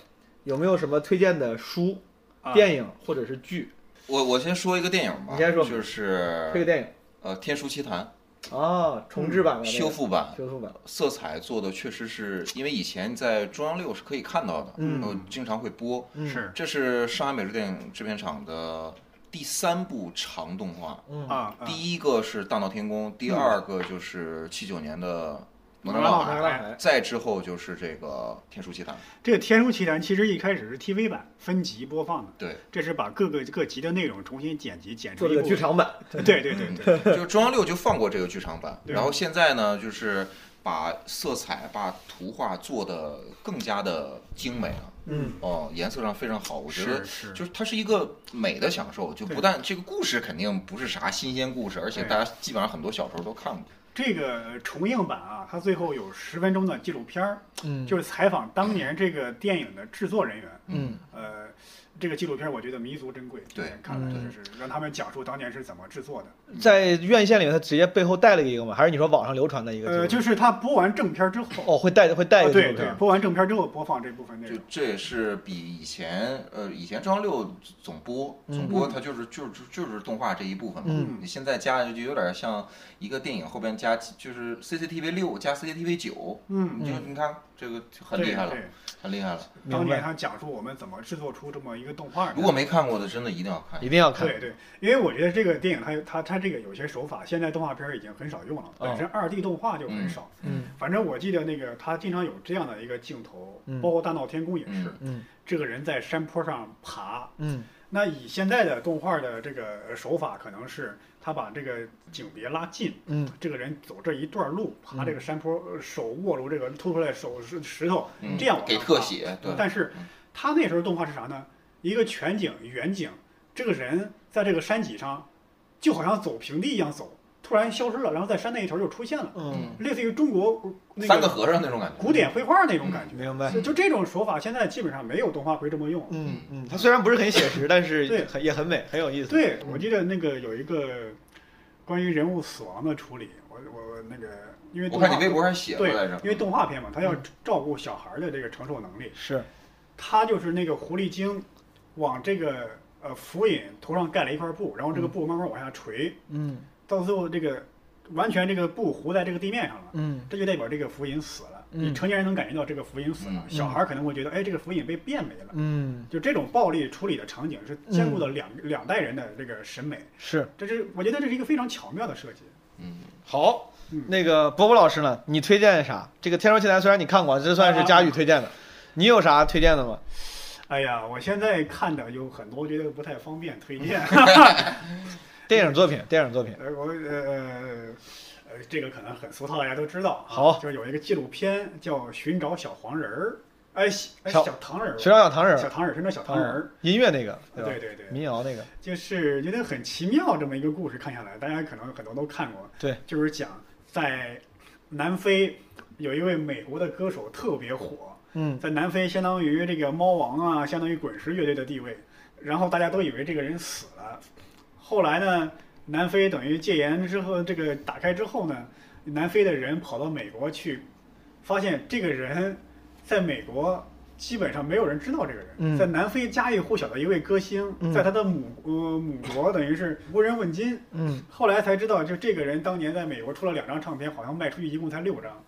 有没有什么推荐的书、
啊
电影或者是剧？
我我先说一个电影吧，
你先说
就是
推个电影。
呃《天书奇谭
哦，重置版》的、那
嗯
个
修复版，
修复版，
色彩做的确实是因为以前在中央六是可以看到的，
嗯
呃，经常会播。
嗯
是
这是上海美术电影制片厂的第三部长动画，
嗯
啊，啊
第一个是《大闹天宫》，第二个就是七九年的《
嗯
哪吒闹
哪吒闹
海
海》，
再之后就是这个《天书奇谭》。
这个《天书奇谭》其实一开始是 TV 版分级播放的，
对，
这是把各个各集的内容重新剪辑，剪
做
出
了
一
个
部
剧。场版，
对对对对，
就中央六就放过这个剧场版，
对啊
然后现在呢，就是把色彩、把图画做的更加的精美了。
嗯，
哦，颜色上非常好，我觉得
是是
就是它是一个美的享受，就
对
不但这个故事肯定不是啥新鲜故事，而且
对啊
大家基本上很多小时候都看过。
这个重映版啊，它最后有十分钟的纪录片儿，
嗯
就是采访当年这个电影的制作人员，
嗯
呃，这个纪录片我觉得弥足珍贵，
对，
看了就是让他们讲述当年是怎么制作的。
在院线里面，他直接背后带了一个吗？还是你说网上流传的一个？
呃，就是他播完正片之后，
哦，会带会带一
啊
个
对
这
对
种，
播完正片之后播放这部分内
就
容。
这也是比以前，呃，以前中央六总播总播，它就是就是就是动画这一部分嘛。
嗯
你现在加就有点像一个电影后边加，就是 CCTV 六加 CCTV 九，
嗯，
你就你看这个很厉害了
对，对
很厉害了。
当年他讲述我们怎么制作出这么一个动画的。
如果没看过的，真的一定要看
一。定要看。
对对，因为我觉得这个电影它有它它这个有些手法，现在动画片儿已经很少用了，
哦
本身二 D 动画就很少。
嗯，
反正我记得那个他经常有这样的一个镜头，
嗯
包括《大闹天宫》也是，
嗯，
这个人在山坡上爬。
嗯，
那以现在的动画的这个手法，可能是他把这个景别拉近，
嗯，
这个人走这一段路，爬这个山坡，呃手握住这个凸出来手石石头，
嗯
这样往
给
上
特
爬
写，对，
嗯但是他那时候动画是啥呢？一个全景、远景，这个人在这个山脊上，就好像走平地一样走，突然消失了，然后在山那一头又出现了，
嗯，
类似于中国那
三个嗯
个
和尚那种感觉。
古典绘画那种感觉。
明白。
就就这种手法，现在基本上没有动画会这么用。
嗯嗯，它虽然不是很写实，但是
对
很也很美，很有意思。
对，
嗯
我记得那个有一个关于人物死亡的处理，我我那个因为
我
动画
看你微博上写过
对
来着，，嗯
因为动画片嘛，他要照顾小孩儿的这个承受能力，
是，
他就是那个狐狸精往这个呃浮影头上盖了一块布，然
嗯
后这个布慢慢往下垂，
嗯
到最后这个完全这个布糊在这个地面上了，
嗯
这就代表这个浮影死了。
嗯
你成年人能感觉到这个浮影死了，
嗯
小孩儿可能会觉得，哎，这个浮影被变没了。
嗯，
就这种暴力处理的场景是兼
嗯
顾了两、两代人的这个审美，
是
这是我觉得这是一个非常巧妙的设计。
嗯，
好
嗯。
那个波波老师呢？你推荐啥？这个《天书奇谭》虽然你看过，这算是佳宇推荐的，你有啥推荐的吗？
哎呀，我现在看的有很多，觉得不太方便推荐。
电影作品，电影作品。
呃，我呃呃，这个可能很俗套，大家都知道啊。
好
就有一个纪录片叫《寻找小黄人儿》，哎，小哎
小
小糖人儿吧，
寻找小唐人
小
儿，
糖人儿，寻找小糖人儿。
嗯音乐那个，
对
吧？
对对，
民谣那个，
就是觉得很奇妙这么一个故事，看下来，大家可能很多都看过。
对，
就是讲在南非有一位美国的歌手特别火，
嗯
在南非相当于这个猫王啊，相当于滚石乐队的地位。然后大家都以为这个人死了，后来呢，南非等于戒严之后，这个打开之后呢，南非的人跑到美国去，发现这个人在美国基本上没有人知道这个人，
嗯
在南非家喻户晓的一位歌星，
嗯
在他的母呃母国等于是无人问津。
嗯
后来才知道，就这个人当年在美国出了两张唱片，好像卖出去一共才六张，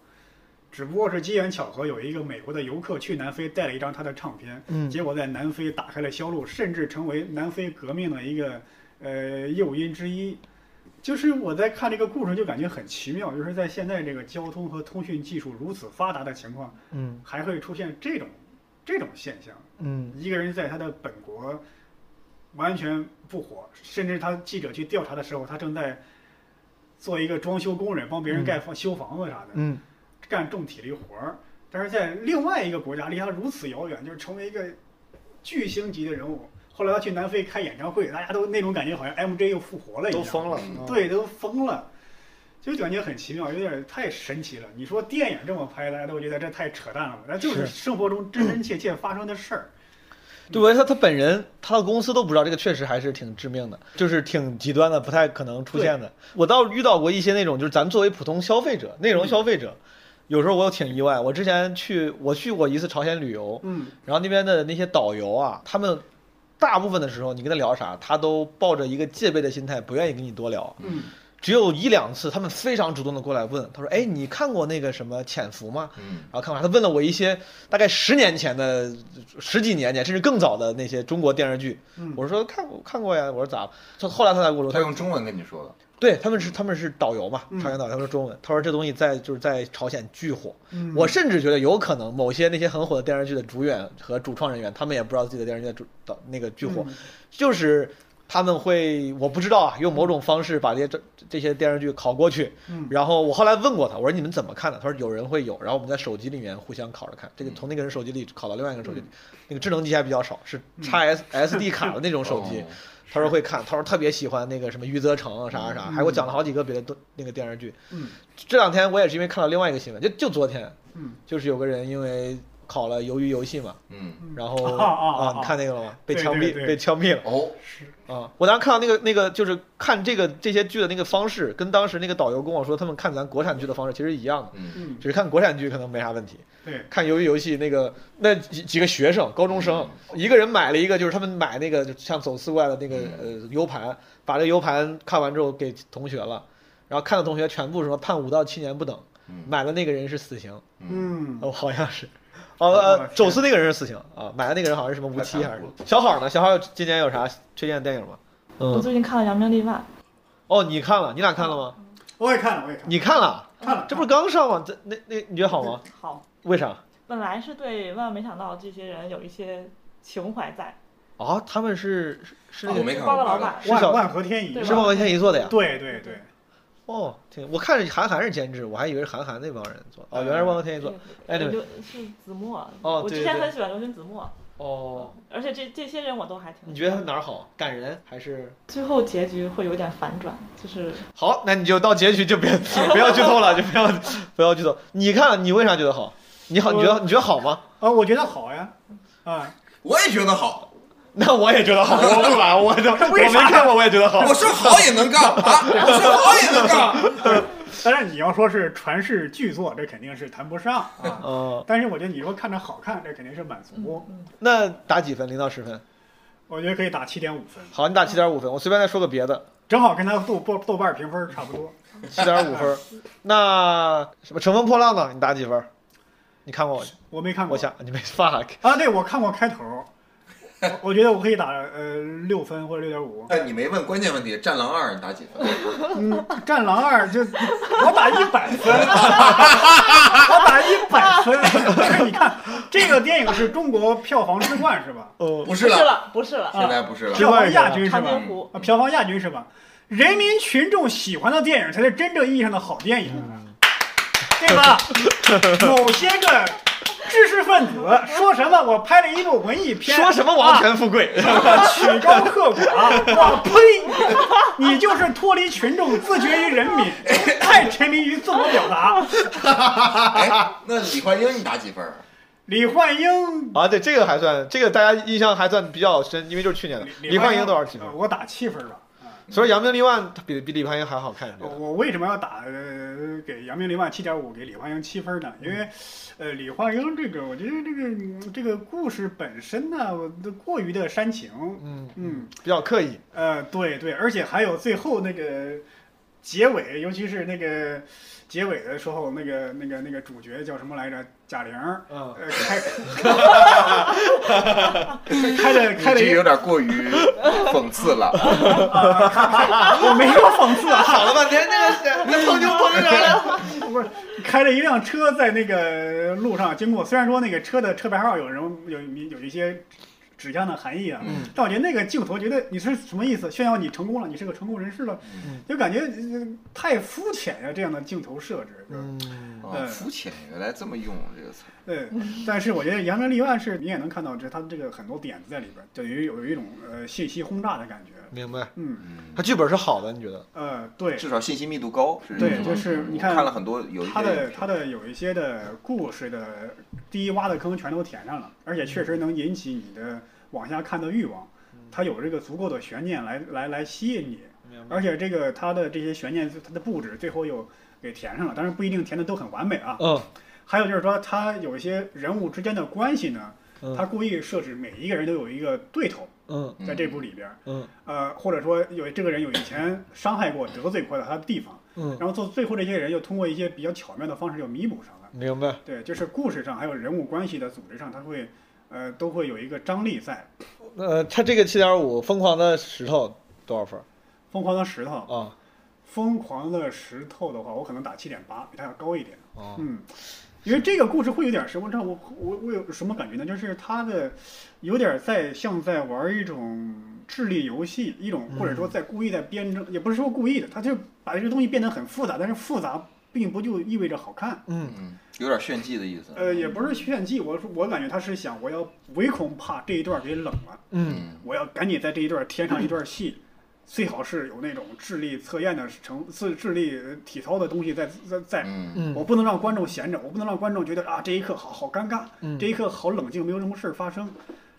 只不过是机缘巧合，有一个美国的游客去南非带了一张他的唱片，
嗯
结果在南非打开了销路，甚至成为南非革命的一个呃诱因之一。就是我在看这个故事，就感觉很奇妙，就是在现在这个交通和通讯技术如此发达的情况，
嗯
还会出现这种这种现象。
嗯
一个人在他的本国完全不火，甚至他记者去调查的时候，他正在做一个装修工人，帮别人盖房、修房子啥的，
嗯
干重体力活儿。但是在另外一个国家，离他如此遥远，就是成为一个巨星级的人物。后来他去南非开演唱会，大家都那种感觉，好像 MJ 又复活了一
都
样，
疯了，
对，都疯了，就感觉很奇妙，有点太神奇了。你说电影这么拍，大家都觉得这太扯淡了吧，那就
是
是生活中真真切切发生的事儿。
对，我觉得他他本人他的公司都不知道，这个确实还是挺致命的，就是挺极端的，不太可能出现的。我倒遇到过一些那种，就是咱们作为普通消费者、内容消费
嗯
者，有时候我有挺意外。我之前去我去过一次朝鲜旅游，
嗯，
然后那边的那些导游啊，他们大部分的时候你跟他聊啥，他都抱着一个戒备的心态，不愿意跟你多聊。
嗯，
只有一两次，他们非常主动的过来问，他说：“哎，你看过那个什么《潜伏》吗？”
嗯，
然后看完，他问了我一些大概十年前的、十几年前甚至更早的那些中国电视剧，
嗯
我说看过看过呀，我说咋？他后来他才跟我说，
他
他说
用中文跟你说的，
对他们是他们是导游嘛，
嗯
朝鲜导游，他说中文，他说这东西在就是在朝鲜巨火，
嗯
我甚至觉得有可能某些那些很火的电视剧的主演和主创人员，他们也不知道自己的电视剧的主导那个巨
嗯
火，就是他们会我不知道啊，用某种方式把这些这这些电视剧拷过去。
嗯
然后我后来问过他，我说你们怎么看的？他说有人会有，然后我们在手机里面互相拷着看，这
嗯
个从那个人手机里拷到另外一个人手机里，那个智能机还比较少，是
嗯
x S S D 卡的那种手机。
哦
他说会看，他说特别喜欢那个什么余则成啊啥啥啥，还给我讲了好几个别的都那个电视剧。
嗯
这两天我也是因为看到另外一个新闻，就就昨天，
嗯
就是有个人因为考了鱿鱼游戏嘛，
嗯，
然后
啊啊啊
你看那个了吗？被
对
枪
对
毙，
对
被枪毙了。
哦，
啊，我当时看到那个那个，就是看这个这些剧的那个方式，跟当时那个导游跟我说他们看咱国产剧的方式其实一样的，
嗯，
嗯，
只是看国产剧可能没啥问题。
对，
看鱿鱼游戏那个那几几个学生高中生，一个人买了一个，就是他们买那个就像走私过来的那个呃 U 盘，把这 U 盘看完之后给同学了，然后看的同学全部什么判五到七年不等
嗯，
买的那个人是死刑，
嗯，
哦好像是。哦呃，
是
走私那个人是死刑啊，买的那个人好像是什么无期还是什么？小好呢？小好今年有啥推荐的电影吗？
我
嗯，
最近看了《扬名立万》，
哦，你看了，你俩看了吗？
我也看了，我也看了，
你看了，
看了，
这不是刚上吗？这那那你觉得好吗？
好，
为啥？
本来是对万万没想到这些人有一些情怀在，
啊，他们是是是那
哦我
个
没看
报
过
告
报
老
告
板，
是小
万万和天宜
对
是
吧
孟和天宜做的呀？
对对对，
哦，挺，我看着韩寒是监制，我还以为是韩寒那帮人做的。哦，原来是孟和天
这
宜做的。
个
哎对
刘是子墨，
哦
我
对对
之前
对
很喜欢刘军子墨，
哦，
而且这这些人我都还挺喜欢。
你觉得他哪儿好？感人还是
最后结局会有点反转，就是
好？那你就到结局就别 不要剧透了，就不要 不要剧透。你看你为啥觉得好？你好，你觉得你觉得好吗？
啊，我觉得好呀，啊，
我也觉得好，
那我也觉得好，我不管，我都我没看过，我也觉得好。
我说好也能 干啊，我说好也能干，
当然你要说是传世巨作，这肯定是谈不上 啊，
嗯，
但是我觉得你说看着好看，这肯定是满足，
那打几分？零到十分？
我觉得可以打七点五分，
好，你打七点五分。我随便再说个别的，
正好跟他豆豆豆瓣评分差不多，
七点五分。那什么《乘风破浪》呢？你打几分？你看过我？
我没看过
我，想你没 fuck。
啊，对我看过开头，我我觉得我可以打呃六分或者六点五，
但你没问关键问题，《战狼二》你打几 分？
嗯，战狼二就 我打一百分， 我打一百 分。但是你看，这个电影是中国票房之冠是吧？
哦，
不
不
是
是
了，
了，不是了，
现在不是了，
票房亚军是
长
吧
津？湖
啊，票房亚军是吧？人民群众喜欢的电影才是真正意义上的好电影，对 吧？某些个知识分子说什么我拍了一部文艺片，
说什么
啊
王权富贵？
曲高和寡，我呸！你就是脱离群众，自绝于人民，太沉迷于自我表达。
哎，那李焕英你打几分？
李焕英，
啊，对，这个还算，这个大家印象还算比较深，因为就是去年的李焕英多嗯少几分
呃？我打七分吧。啊
所以扬名立万比比李焕英还好看，你觉得？
我为什么要打呃给杨明林万七点五，给李焕英七分呢？因为，呃，李焕英这个，我觉得这个嗯这个故事本身呢，我都过于的煽情。
嗯，
嗯，
比较刻意。
呃，对对，而且还有最后那个结尾，尤其是那个结尾的时候，那个那个那个主角叫什么来着？贾玲儿，
嗯，
呃，开开的
你
开的
这
一
有
个，
点过于讽刺 了。
我没说讽 刺啊，
好了半天，这个这碰就碰上了。
不是开了一辆车在那个路上经过，虽然说那个车的车牌号有什么有有一些指向的含义啊，
嗯
但我觉得那个镜头觉得你是什么意思？炫耀你成功了，你是个成功人士了，
嗯
就感觉呃太肤浅呀、这样的镜头设置。就是
嗯，
哦，肤浅，原来这么用这个词儿。
对，但是我觉得《扬名立万》是你也能看到，这它这个很多点子在里边儿，等于有一种呃信息轰炸的感觉。
明白。
嗯，
他剧本是好的，你觉得？
呃，对，
至少信息密度高，是
对
吗
就是你
我
看
看了很多有一些
它的它的有一些的故事的第一挖的坑全都填上了，而且确
嗯
实能引起你的往下看的欲望。它有这个足够的悬念来来来吸引你，
嗯
明白。
而且这个它的这些悬念它的布置最后又给填上了，当然不一定填的都很完美啊。
嗯，
还有就是说，它有一些人物之间的关系呢，
嗯
它故意设置每一个人都有一个对头。
嗯
嗯
在这部里边，
嗯，
呃，或者说有这个人有以前伤害过、得罪过他的地方，
嗯
然后做最后这些人又通过一些比较巧妙的方式又弥补上了。
明白。
对，就是故事上还有人物关系的组织上，他会，呃，都会有一个张力在。
呃，他这个七点五，疯狂的石头多少分
疯狂的石头，
啊？
疯狂的石头的话，我可能打七点八，比他要高一点。
哦
嗯，因为这个故事会有点什么？让我我我有什么感觉呢？就是他的有点在像在玩一种智力游戏，一种或者说在故意在编程，也不是说故意的，他就把这个东西变得很复杂，但是复杂并不就意味着好看。
嗯，
嗯，有点炫技的意思。
呃，也不是炫技，我我感觉他是想我要唯恐怕这一段给冷了，
嗯
嗯，
我要赶紧在这一段添上一段戏。最好是有那种智力测验的成智智力体操的东西在在在。
嗯，
嗯
我不能让观众闲着，我不能让观众觉得啊这一刻好好尴尬，
嗯
这一刻好冷静，没有什么事儿发生。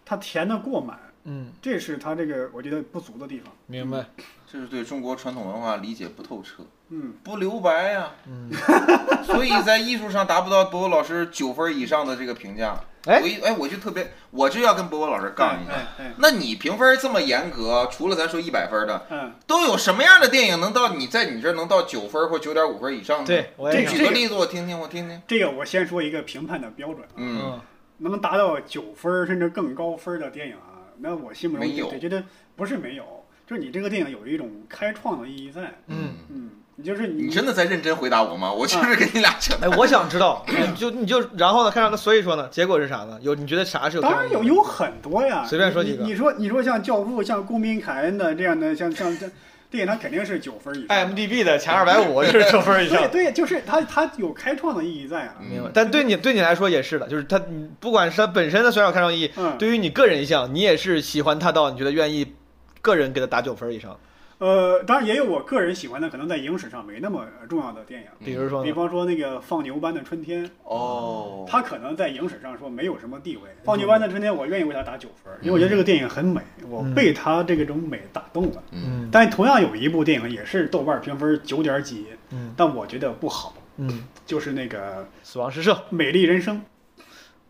他填的过满，
嗯，
这是他这个我觉得不足的地方。
明白。
这是对中国传统文化理解不透彻，
嗯，
不留白呀、
嗯，
所以在艺术上达不到博文老师九分以上的这个评价。
哎
我一哎，我就特别，我就要跟博文老师杠一下。
哎哎，
那你评分这么严格，除了咱说一百分的，
嗯，
都有什么样的电影能到你在你这儿能到九分或九点五分以上呢？
对，，我
这
也
这
想
举
个
个例子我听听，我听听。
这个我先说一个评判的标准啊，
嗯，
能达到九分儿甚至更高分儿的电影啊，那我心目中
没有
对觉得不是没有，就是你这个电影有一种开创的意义在。
嗯，
嗯，你就是你
你真的在认真回答我吗？我就是跟你俩扯。
哎，我想知道，你就你就然后呢，看上他，所以说呢，结果是啥呢？有你觉得啥是有？
当然有，有很多呀，
随便说几个
你你说你说像《教父》、像《公民凯恩》的这样的，像像像电影，它肯定是九分以上。
IMDB 的前二百五就是九分以
对
上。
对，就是它它有开创的意义在啊。
明白
嗯，
但对你对你来说也是的，就是它，你不管是它本身的虽然有看上意义，
嗯，
对于你个人印象，你也是喜欢它到你觉得愿意个人给它打九分以上。
呃，当然也有我个人喜欢的，可能在影史上没那么重要的电影，
比如说
比
呢，
方说那个《放牛班的春天》，
哦，
它可能在影史上说没有什么地位，《放牛班的春天》我愿意为它打九分，因为我觉得这个电影很美，我被它这个种美打动了。
嗯
但同样有一部电影也是豆瓣评分九点几，
嗯
但我觉得不好，
嗯，
就是那个
死亡诗社
《美丽人生》。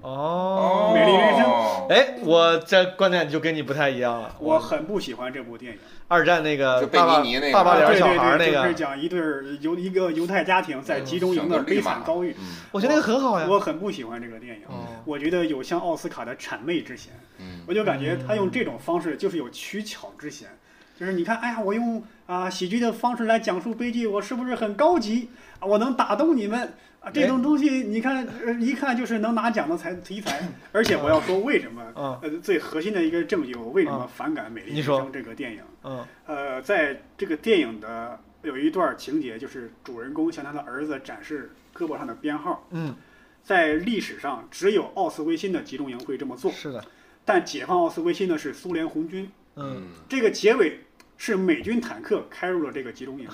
哦，
美丽人生
哎，我这观点就跟你不太一样了。
我很不喜欢这部电影。
二战那个
就贝
爸爸
尼尼那个
爸爸
啊
脸
对
小
对
孩儿那
对，就是
个，
讲一对儿犹一个犹太家庭在集中营的悲惨遭遇。
嗯
我觉得那个很嗯哦好呀。嗯
我很不喜欢这个电影，我觉得有像奥斯卡的谄媚之嫌。
嗯
我就感觉他用这种方式就是有取巧之嫌，就是你看，哎呀，我用啊、喜剧的方式来讲述悲剧，我是不是很高级啊？我能打动你们啊？这
哎
种东西你看，呃一看就是能拿奖的才题材。而且我要说为什么，
嗯
呃，最核心的一个证据，我为什么反感《美丽
啊你
人
说
生》这个电影？
嗯
呃，在这个电影的有一段情节，就是主人公向他的儿子展示胳膊上的编号。
嗯，
在历史上，只有奥斯维辛的集中营会这么做，
是的，
但解放奥斯维辛的是苏联红军。
嗯，
这个结尾是美军坦克开入了这个集中营，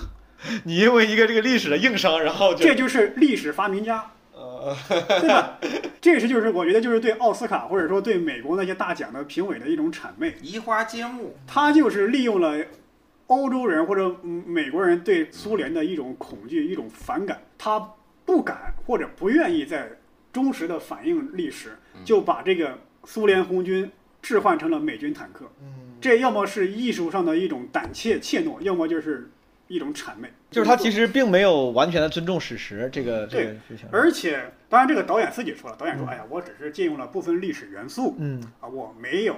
你因为一个这个历史的硬伤，然后就
这就是历史发明家，
呃
对吧？这是就是我觉得就是对奥斯卡或者说对美国那些大奖的评委的一种谄媚。
移花接木，
他就是利用了欧洲人或者嗯美国人对苏联的一种恐惧、一种反感，他不敢或者不愿意再忠实的反映历史，
嗯
就把这个苏联红军置换成了美军坦克。这要么是艺术上的一种胆怯怯懦，要么就是一种谄媚。
就是他其实并没有完全的尊重史实这个这
对
个事情。
而且，当然这个导演自己说了，导演说：“哎呀，我只是借用了部分历史元素
嗯，
啊，我没有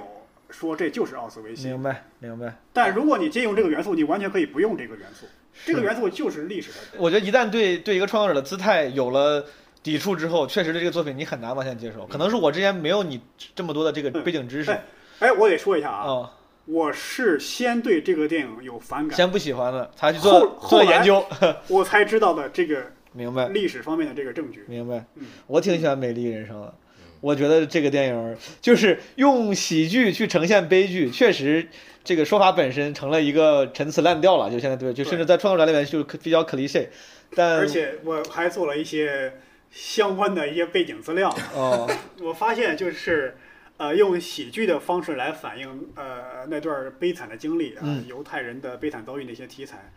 说这就是奥斯维辛。”
明白明白。
但如果你借用这个元素，你完全可以不用这个元素，这个元素就是历史的。
我觉得一旦对对一个创作者的姿态有了抵触之后，确实对这个作品你很难往下接受。可能是我之前没有你这么多的这个背景知识
哎哎，我得说一下啊，
啊，
我是先对这个电影有反感，
先不喜欢的，才去
后
做
后
做
来
研究。
我才知道的这个
明白
历史方面的这个证据。
明白
嗯，
我挺喜欢《美丽人生》的。我觉得这个电影就是用喜剧去呈现悲剧，确实这个说法本身成了一个陈词滥调了。就现在对，就甚至在创作者里面就是比较 cliche，但
而且我还做了一些相关的一些背景资料，
哦，
我发现就是。呃，用喜剧的方式来反映呃那段悲惨的经历啊、
嗯
犹太人的悲惨遭遇那些题材，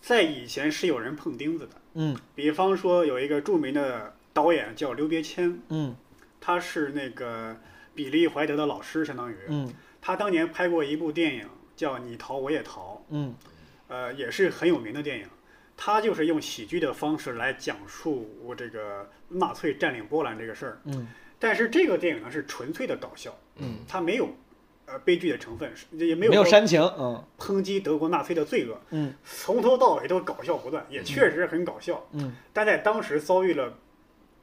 在以前是有人碰钉子的。
嗯
比方说，有一个著名的导演叫刘别谦，
嗯
他是那个比利怀德的老师，相当于
嗯
他当年拍过一部电影叫《你逃我也逃》，
嗯
呃，也是很有名的电影。他就是用喜剧的方式来讲述我这个纳粹占领波兰这个事儿，
嗯
但是这个电影呢是纯粹的搞笑，
嗯，
它没有呃悲剧的成分，是也没
没
有
有
说
煽情，嗯
抨击德国纳粹的罪恶，
嗯
从头到尾都搞笑不断，也确实很搞笑。
嗯
但在当时遭遇了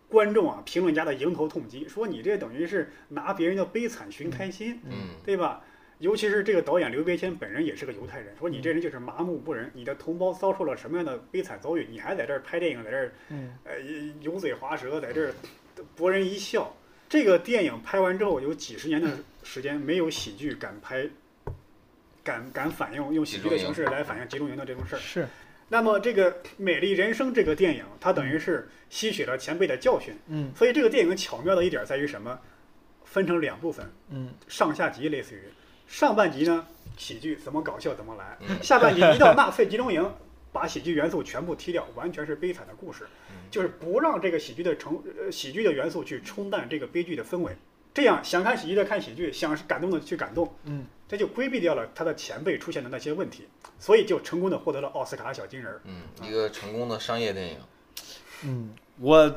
观众啊、评论家的迎头痛击，说你这等于是拿别人的悲惨寻开心，
嗯
对吧？尤其是这个导演刘别谦本人也是个犹太人，说你这人就是麻木不仁，你的同胞遭受了什么样的悲惨遭遇，你还在这儿拍电影，在这儿
嗯
呃油嘴滑舌，在这儿博人一笑。这个电影拍完之后，有几十年的时间没有喜剧敢拍敢敢反映用喜剧的形式来反映集中营的这种事儿。
是，
那么这个《美丽人生》这个电影，它等于是吸取了前辈的教训，
嗯
所以这个电影巧妙的一点在于什么？分成两部分，
嗯，
上下集类似于上半集呢，喜剧怎么搞笑怎么来，
嗯
下半集一到纳粹集中营，把喜剧元素全部踢掉，完全是悲惨的故事，就是不让这个喜剧的成呃喜剧的元素去冲淡这个悲剧的氛围。这样想看喜剧的看喜剧，想感动的去感动，
嗯，
这就规避掉了他的前辈出现的那些问题，所以就成功的获得了奥斯卡小金人儿。
嗯，一个成功的商业电影，
嗯，我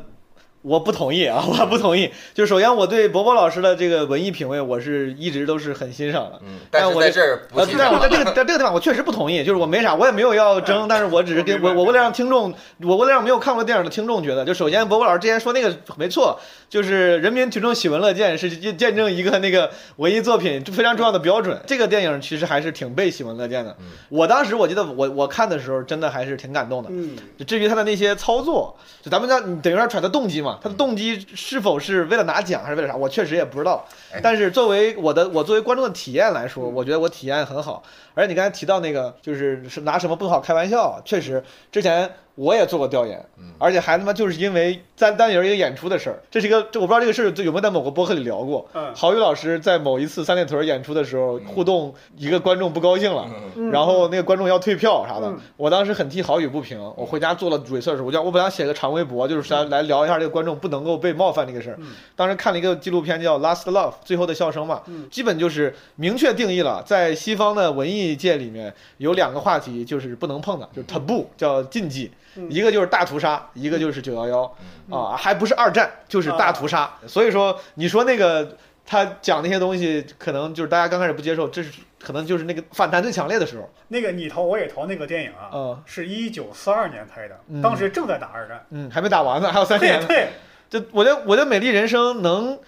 我不同意啊，我不同意。就首先我对伯伯老师的这个文艺品味，我是一直都是很欣赏的。
嗯，
但
但是
我
在
这
这儿不
呃，
记
但是我
账
在这个在这个地方我确实不同意，就是我没啥，我也没有要
嗯
争，但是我只是给我我为了让听众，我为了让没有看过电影的听众觉得，就首先伯伯老师之前说那个没错，就是人民群众喜闻乐见是见见证一个那个文艺作品非常重要的标准。这个电影其实还是挺被喜闻乐见的
嗯。
我当时我记得我我看的时候真的还是挺感动的。
嗯，
至于他的那些操作，就咱们要你等于说揣他动机嘛，他的动机是否是为了拿奖还是为了啥，我确实也不知道
哎。
但是作为我的我作为观众的体验来说，我觉得我体验很好。而且你刚才提到那个，就是是拿什么不好开玩笑，确实之前我也做过调研
嗯，
而且还他妈就是因为单单有一个演出的事儿，这是一个这我不知道这个事儿有没有在某个播客里聊过。
嗯
郝宇老师在某一次三里屯演出的时候，
嗯
互动一个观众不高兴了，
嗯
然后那个观众要退票啥的，
嗯
我当时很替郝宇不平。我回家做了 research，我就我本来想写个长微博，就是来来聊一下这个观众不能够被冒犯这个事儿。
嗯
当时看了一个纪录片叫《Last Love》最后的笑声嘛，
嗯
基本就是明确定义了，在西方的文艺界里面有两个话题就是不能碰的，就是 taboo 叫禁忌，
嗯
一个就是大屠杀，一个就是九幺幺
嗯啊
啊，还不是二战，就是大屠杀。所以说你说那个。他讲那些东西，可能就是大家刚开始不接受，这是可能就是那个反弹最强烈的时候。
那个你投我也投那个电影啊，
嗯
是一九四二年拍的
嗯，
当时正在打二战。
嗯，还没打完呢，还有三
对
年呢。
对，
这我觉得，我觉得《美丽人生》能，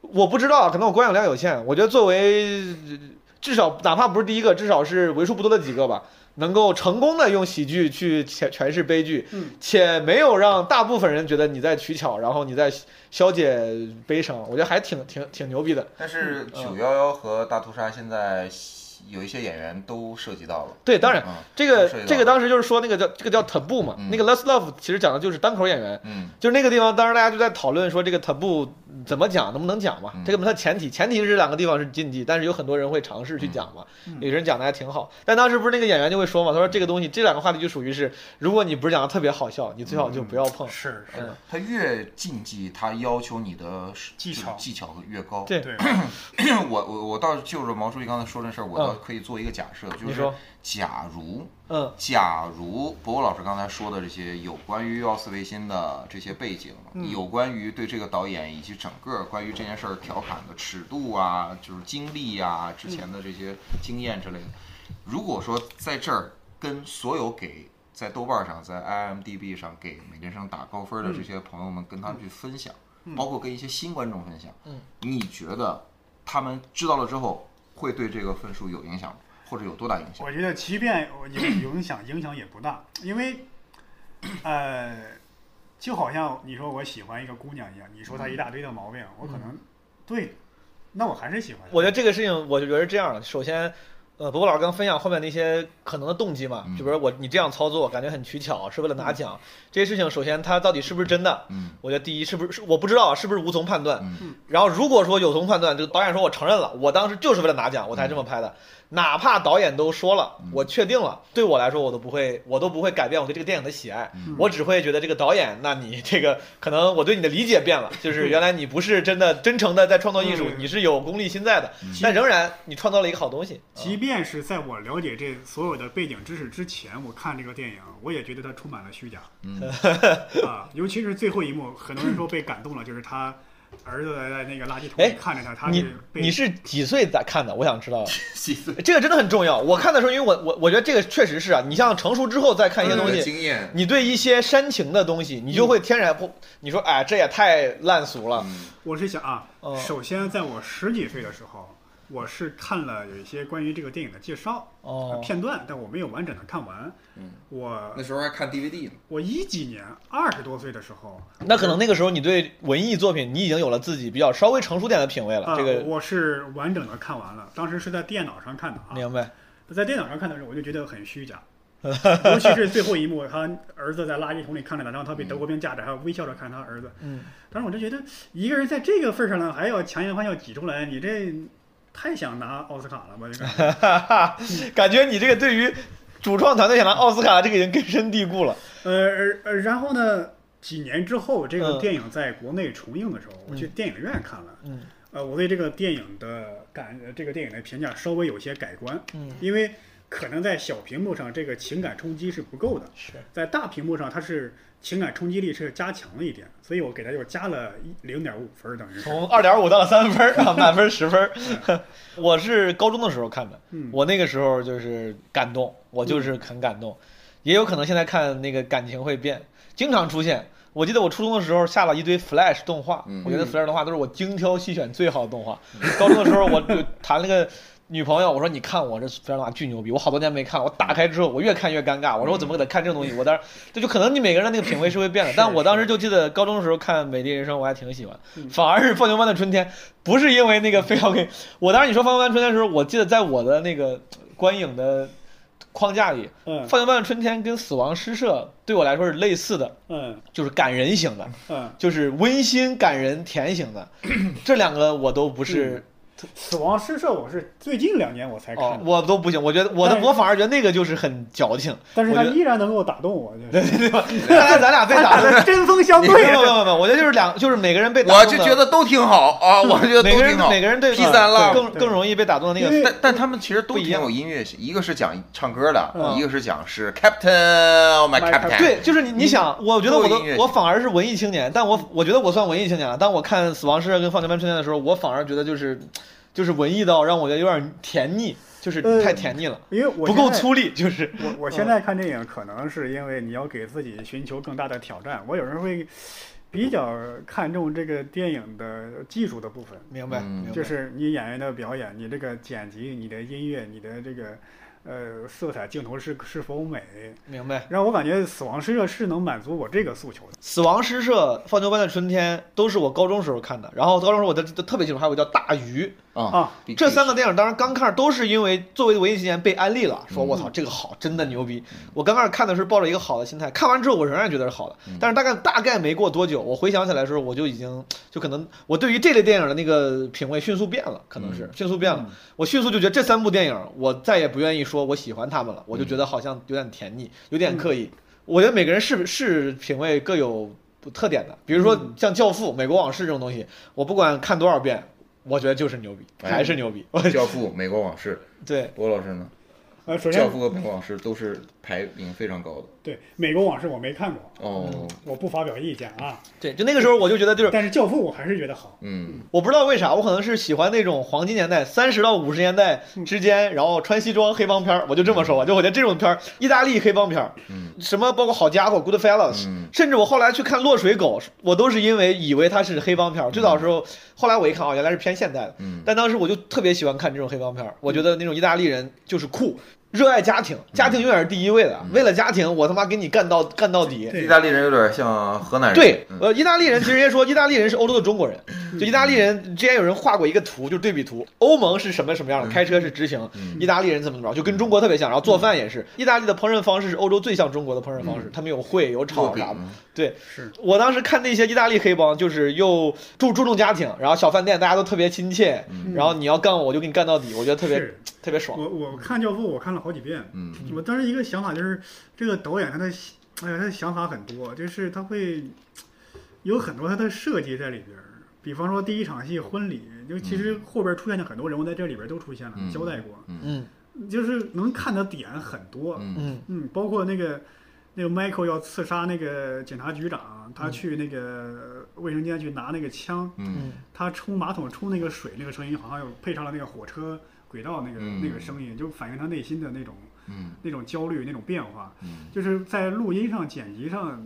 我不知道，可能我观影量有限。我觉得作为呃至少哪怕不是第一个，至少是为数不多的几个吧，能够成功的用喜剧去诠诠释悲剧，
嗯
且没有让大部分人觉得你在取巧，然后你在消解悲伤，我觉得还挺挺挺牛逼的。
但是九幺幺和大屠杀现在有一些演员都涉及到了，
对，当然。
嗯
这个
涉及到
这个当时就是说那个叫这个叫 taboo 嘛，
嗯
那个 Less Love 其实讲的就是单口演员，
嗯
就是那个地方，当时大家就在讨论说这个 taboo 怎么讲，能不能讲嘛
嗯？
这个它前提，前提是这两个地方是禁忌，但是有很多人会尝试去讲嘛。
嗯
有人讲的还挺好，但当时不是那个演员就会说嘛，他说这个东西，这两个话题就属于是，如果你不是讲的特别好笑，你最好就不要碰。
是是，
嗯，
他越禁忌，他要求你的
技巧
技巧越高。
对
对，
我我我倒是就着毛书记刚才说这事儿，我倒
嗯
可以做一个假设，就
你
是
说，
假如
嗯
假如博博老师刚才说的这些有关于奥斯维辛的这些背景，有关于对这个导演以及整个关于这件事儿调侃的尺度啊，就是经历啊，之前的这些经验之类的，如果说在这儿跟所有给在豆瓣上、在 IMDB 上给《美联生》打高分的这些朋友们，跟他们去分享，包括跟一些新观众分享，
嗯
你觉得他们知道了之后会对这个分数有影响吗？或者有多大影响？
我觉得即便有影响，影响也不大，因为，呃，就好像你说我喜欢一个姑娘一样，你说她一大堆的毛病，我可能对，那我还是喜欢她。
嗯我觉得这个事情，我就觉得是这样的。首先，呃，伯伯老师刚分享后面那些可能的动机嘛
嗯，
就比如我你这样操作，感觉很取巧，是为了拿奖。这些事情，首先它到底是不是真的？
嗯。
我觉得第一是不是是我不知道啊是不是无从判断，
嗯
然后如果说有从判断，这个导演说我承认了，我当时就是为了拿奖我才这么拍的，哪怕导演都说了
嗯，
我确定了，对我来说我都不会，我都不会改变我对这个电影的喜爱，
嗯
我只会觉得这个导演，那你这个可能我对你的理解变 了，就是原来你不是真的真诚的在创作艺术，
嗯
你是有功利心在的
嗯，
但仍然你创造了一个好东西。
即便是在我了解这所有的背景知识之前，我看这个电影，我也觉得它充满了虚假。
嗯
啊，尤其是最后一幕，很多人说被感动了，就是他儿子在那个垃圾桶
哎
里看着他，他
你
是被
你是几岁在看的？我想知道。
细碎
这个真的很重要。我看的时候，因为我我我觉得这个确实是啊，你像成熟之后再看一些东西，
经验，
你对一些煽情的东西，你就会天然不，你说哎，这也太烂俗了。
嗯
我是想啊
哦，
首先在我十几岁的时候，我是看了有一些关于这个电影的介绍、呃
哦，
片段，但我没有完整的看完。
嗯，
我
那时候还看 DVD 呢，
我一几年二十多岁的时候，
那可能那个时候你对文艺作品，你已经有了自己比较稍微成熟点的品味了。
啊、
这个
我是完整的看完了，当时是在电脑上看的啊。
明白？
在电脑上看的时候，我就觉得很虚假。尤其是最后一幕，他儿子在垃圾桶里看着他，然后他被德国兵架着，还要微笑着看他儿子。
嗯，
当时我就觉得，一个人在这个份儿上呢，还要强颜欢笑挤出来，你这太想拿奥斯卡了吧？这个
感觉你这个对于主创团队想拿奥斯卡这个已经根深蒂固了。
呃，呃然后呢，几年之后，这个
嗯
电影在国内重映的时候，我去电影院看了。
嗯，
呃，我对这个电影的感，呃这个电影的评价稍微有些改观。
嗯，
因为可能在小屏幕上，这个情感冲击是不够的。
嗯是
在大屏幕上，它是情感冲击力是加强了一点，所以我给它又加了零点五分儿，等于是。
从二点五到了三分儿啊，满分十分儿。 我是高中的时候看的，
嗯，
我那个时候就是感动，我就是很感动，也有可能现在看那个感情会变，经常出现。我记得我初中的时候下了一堆 Flash 动画，
嗯
我觉得 Flash 动画都是我精挑细选最好的动画。高中的时候我就谈了个女朋友，我说你看我这 Flash 动画巨牛逼，我好多年没看了，我打开之后我越看越尴尬，我说我怎么给他看这种东西？我当时这就可能你每个人的那个品味是会变的，但我当时就记得高中的时候看《美丽人生》，我还挺喜欢，反而是《放牛班的春天》，不是因为那个非要给我当时你说《放牛班春天》的时候，我记得在我的那个观影的框架里，《
嗯
放牛班的春天》跟《死亡诗社》对我来说是类似的，
嗯
就是感人型的，
嗯，
就是温馨感人甜型的，这两个我都不是，
死亡诗社我是最近两年我才看
哦，
的，
我都不行，我觉得我的
但是
我反而觉得那个就是很矫 情，
但是
我
它
觉得
依然能够打动我，就是
看来咱俩被打的。
针锋相啊
没有没有没有没有，我觉得就是两，就是每个人被打
我
动
就
的
觉得都挺好 啊，我觉得
每
都挺
个人
好。
每个人对
P 三了
更
对
更容易被打动的那
因
个
为
但但他们其实都
不一
挺
样
有音乐性，一个是讲唱歌的，
嗯
一个是讲是 Captain Oh My
My
Captain。
对，就是你，你想，我觉得我
都
都
有音乐，性
我反而是文艺青年，但我我觉得我算文艺青年了。当我看《死亡诗社》跟《放牛班春天》的时候，我反而觉得就是，就是文艺到让我觉得有点甜腻，就是
呃
太甜腻了，
因为我
不够。粗嗯粝，就是
嗯
我我现在看电影，可能是因为你要给自己寻求更大的挑战。我有时候会比较看重这个电影的技术的部分，
明白，
嗯
明白
就是你演员的表演，你这个剪辑，你的音乐，你的这个呃色彩镜头是是否美，
明白。
让我感觉《死亡诗社》是能满足我这个诉求的。
死亡诗社、放牛班的春天都是我高中时候看的，然后高中时候我的都特别清楚，还有一个叫大鱼，
啊
啊，
比
这三
个
个电影当时刚看都是因为作为文艺青年被安利了，说我操这个好，真的牛逼。我刚开始看的时候抱着一个好的心态，看完之后我仍然觉得是好的，但是大概大概没过多久，我回想起来的时候，我就已经就可能我对于这类电影的那个品味迅速变了，可能是迅速变了。我迅速就觉得这三部电影我再也不愿意说我喜欢他们了，我就觉得好像有点甜腻，有点刻意。我觉得每个人是是品味各有不特点的，比如说像《教父》《美国往事》这种东西，我不管看多少遍。我觉得就是牛逼，
哎
还是牛 逼。
教父、美国往事，
对，
罗老师呢？
呃，首
教
先
父和美国往事都是排名非常高的
对《美国往事》我没看过，
哦，
我不发表意见啊。
对，就那个时候我就觉得，就是
但是《教父》我还是觉得好。
嗯，
我不知道为啥，我可能是喜欢那种黄金年代，三十到五十年代之间，然后穿西装黑帮片儿，我就这么说吧，就我觉得这种片儿，意大利黑帮片儿，
嗯
什么包括好家伙、Goodfellas，、
嗯
甚至我后来去看《落水狗》，我都是因为以为它是黑帮片儿，最早的时候，后来我一看啊，原来是偏现代的，
嗯
但当时我就特别喜欢看这种黑帮片儿，我觉得那种意大利人就是酷。热爱家庭，家庭永远是第一位的。为了家庭，我他妈给你干到干到底。
意大利人有点像河南人，
对，
嗯
呃，意大利人其实人家说意大利人是欧洲的中国人，就意大利人之前有人画过一个图，就是对比图，欧盟是什么什么样
嗯
的，开车是直行，意大利人怎么怎么着，就跟中国特别像，然后做饭也是，意大利的烹饪方式是欧洲最像中国的烹饪方式，他们有烩有
做
炒啥的
嗯饼，
对，
是
我当时看那些意大利黑帮，就是又注注重家庭，然后小饭店大家都特别亲切，
嗯
然后你要干我我就给你干到底，我觉得特别
是
特别爽。
我我看《教父》我看了好几遍。
嗯，
我当时一个想法就是，这个导演他的，哎呀，他的想法很多，就是他会有很多他的设计在里边儿。比方说第一场戏婚礼，就其实后边出现的很多人物在这里边都出现了，
嗯
交代过，
嗯
就是能看的点很多。
嗯
嗯
嗯，包括那个那个 Michael 要刺杀那个警察局长，他去那个卫生间去拿那个枪，
嗯
他冲马桶冲那个水那个声音，好像有配上了那个火车轨道那个、
嗯
那个声音，就反映他内心的那种
嗯
那种焦虑那种变化，
嗯，
就是在录音上、剪辑上、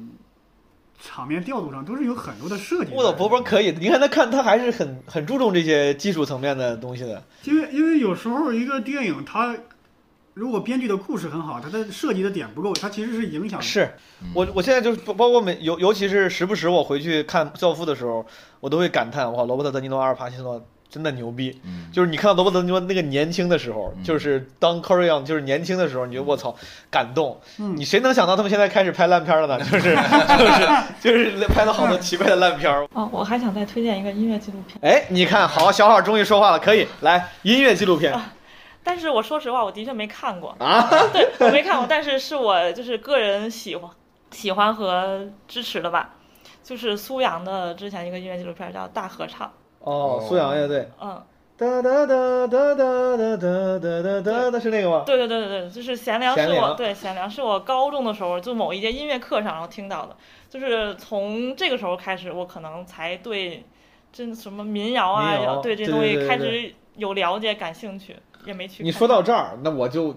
场面调度上都是有很多的设计在的。
我的嗯伯伯可以，你看他看他还是很很注重这些技术层面的东西的，
因为因为有时候一个电影它。如果编剧的故事很好，它的设计的点不够，它其实是影响
是我，我现在就是包包括每尤尤其是时不时我回去看《教父》的时候，我都会感叹哇，罗伯特·德尼罗、阿尔帕西诺真的牛逼。
嗯
就是你看到罗伯特尼摩那个年轻的时候，就是当 c o r y o n 就是年轻的时候，你觉得我操感动。
嗯
你谁能想到他们现在开始拍烂片了呢？就是 就是就是拍了好多奇怪的烂片儿。
哦，我还想再推荐一个音乐纪录片，
哎，你看好，小好终于说话了，可以来音乐纪录片
但是我说实话，我的确没看过，呃
啊。
对我没看过，但是是我就是个人喜欢、喜欢和支持的吧。就是苏阳的之前一个音乐纪录片叫《大合唱》，
哦，苏阳乐队，
嗯，
哒哒哒哒哒哒哒哒哒哒哒，是那个吗？
对对对对对，就是贤良
贤
是我
良
对贤良是我高中的时候就某一节音乐课上然后听到的，就是从这个时候开始，我可能才对这什么民谣啊，
民谣
对这
对
东
对
西
对
开
对
始有了解、感兴趣，也没去看。
你说到这儿，那我就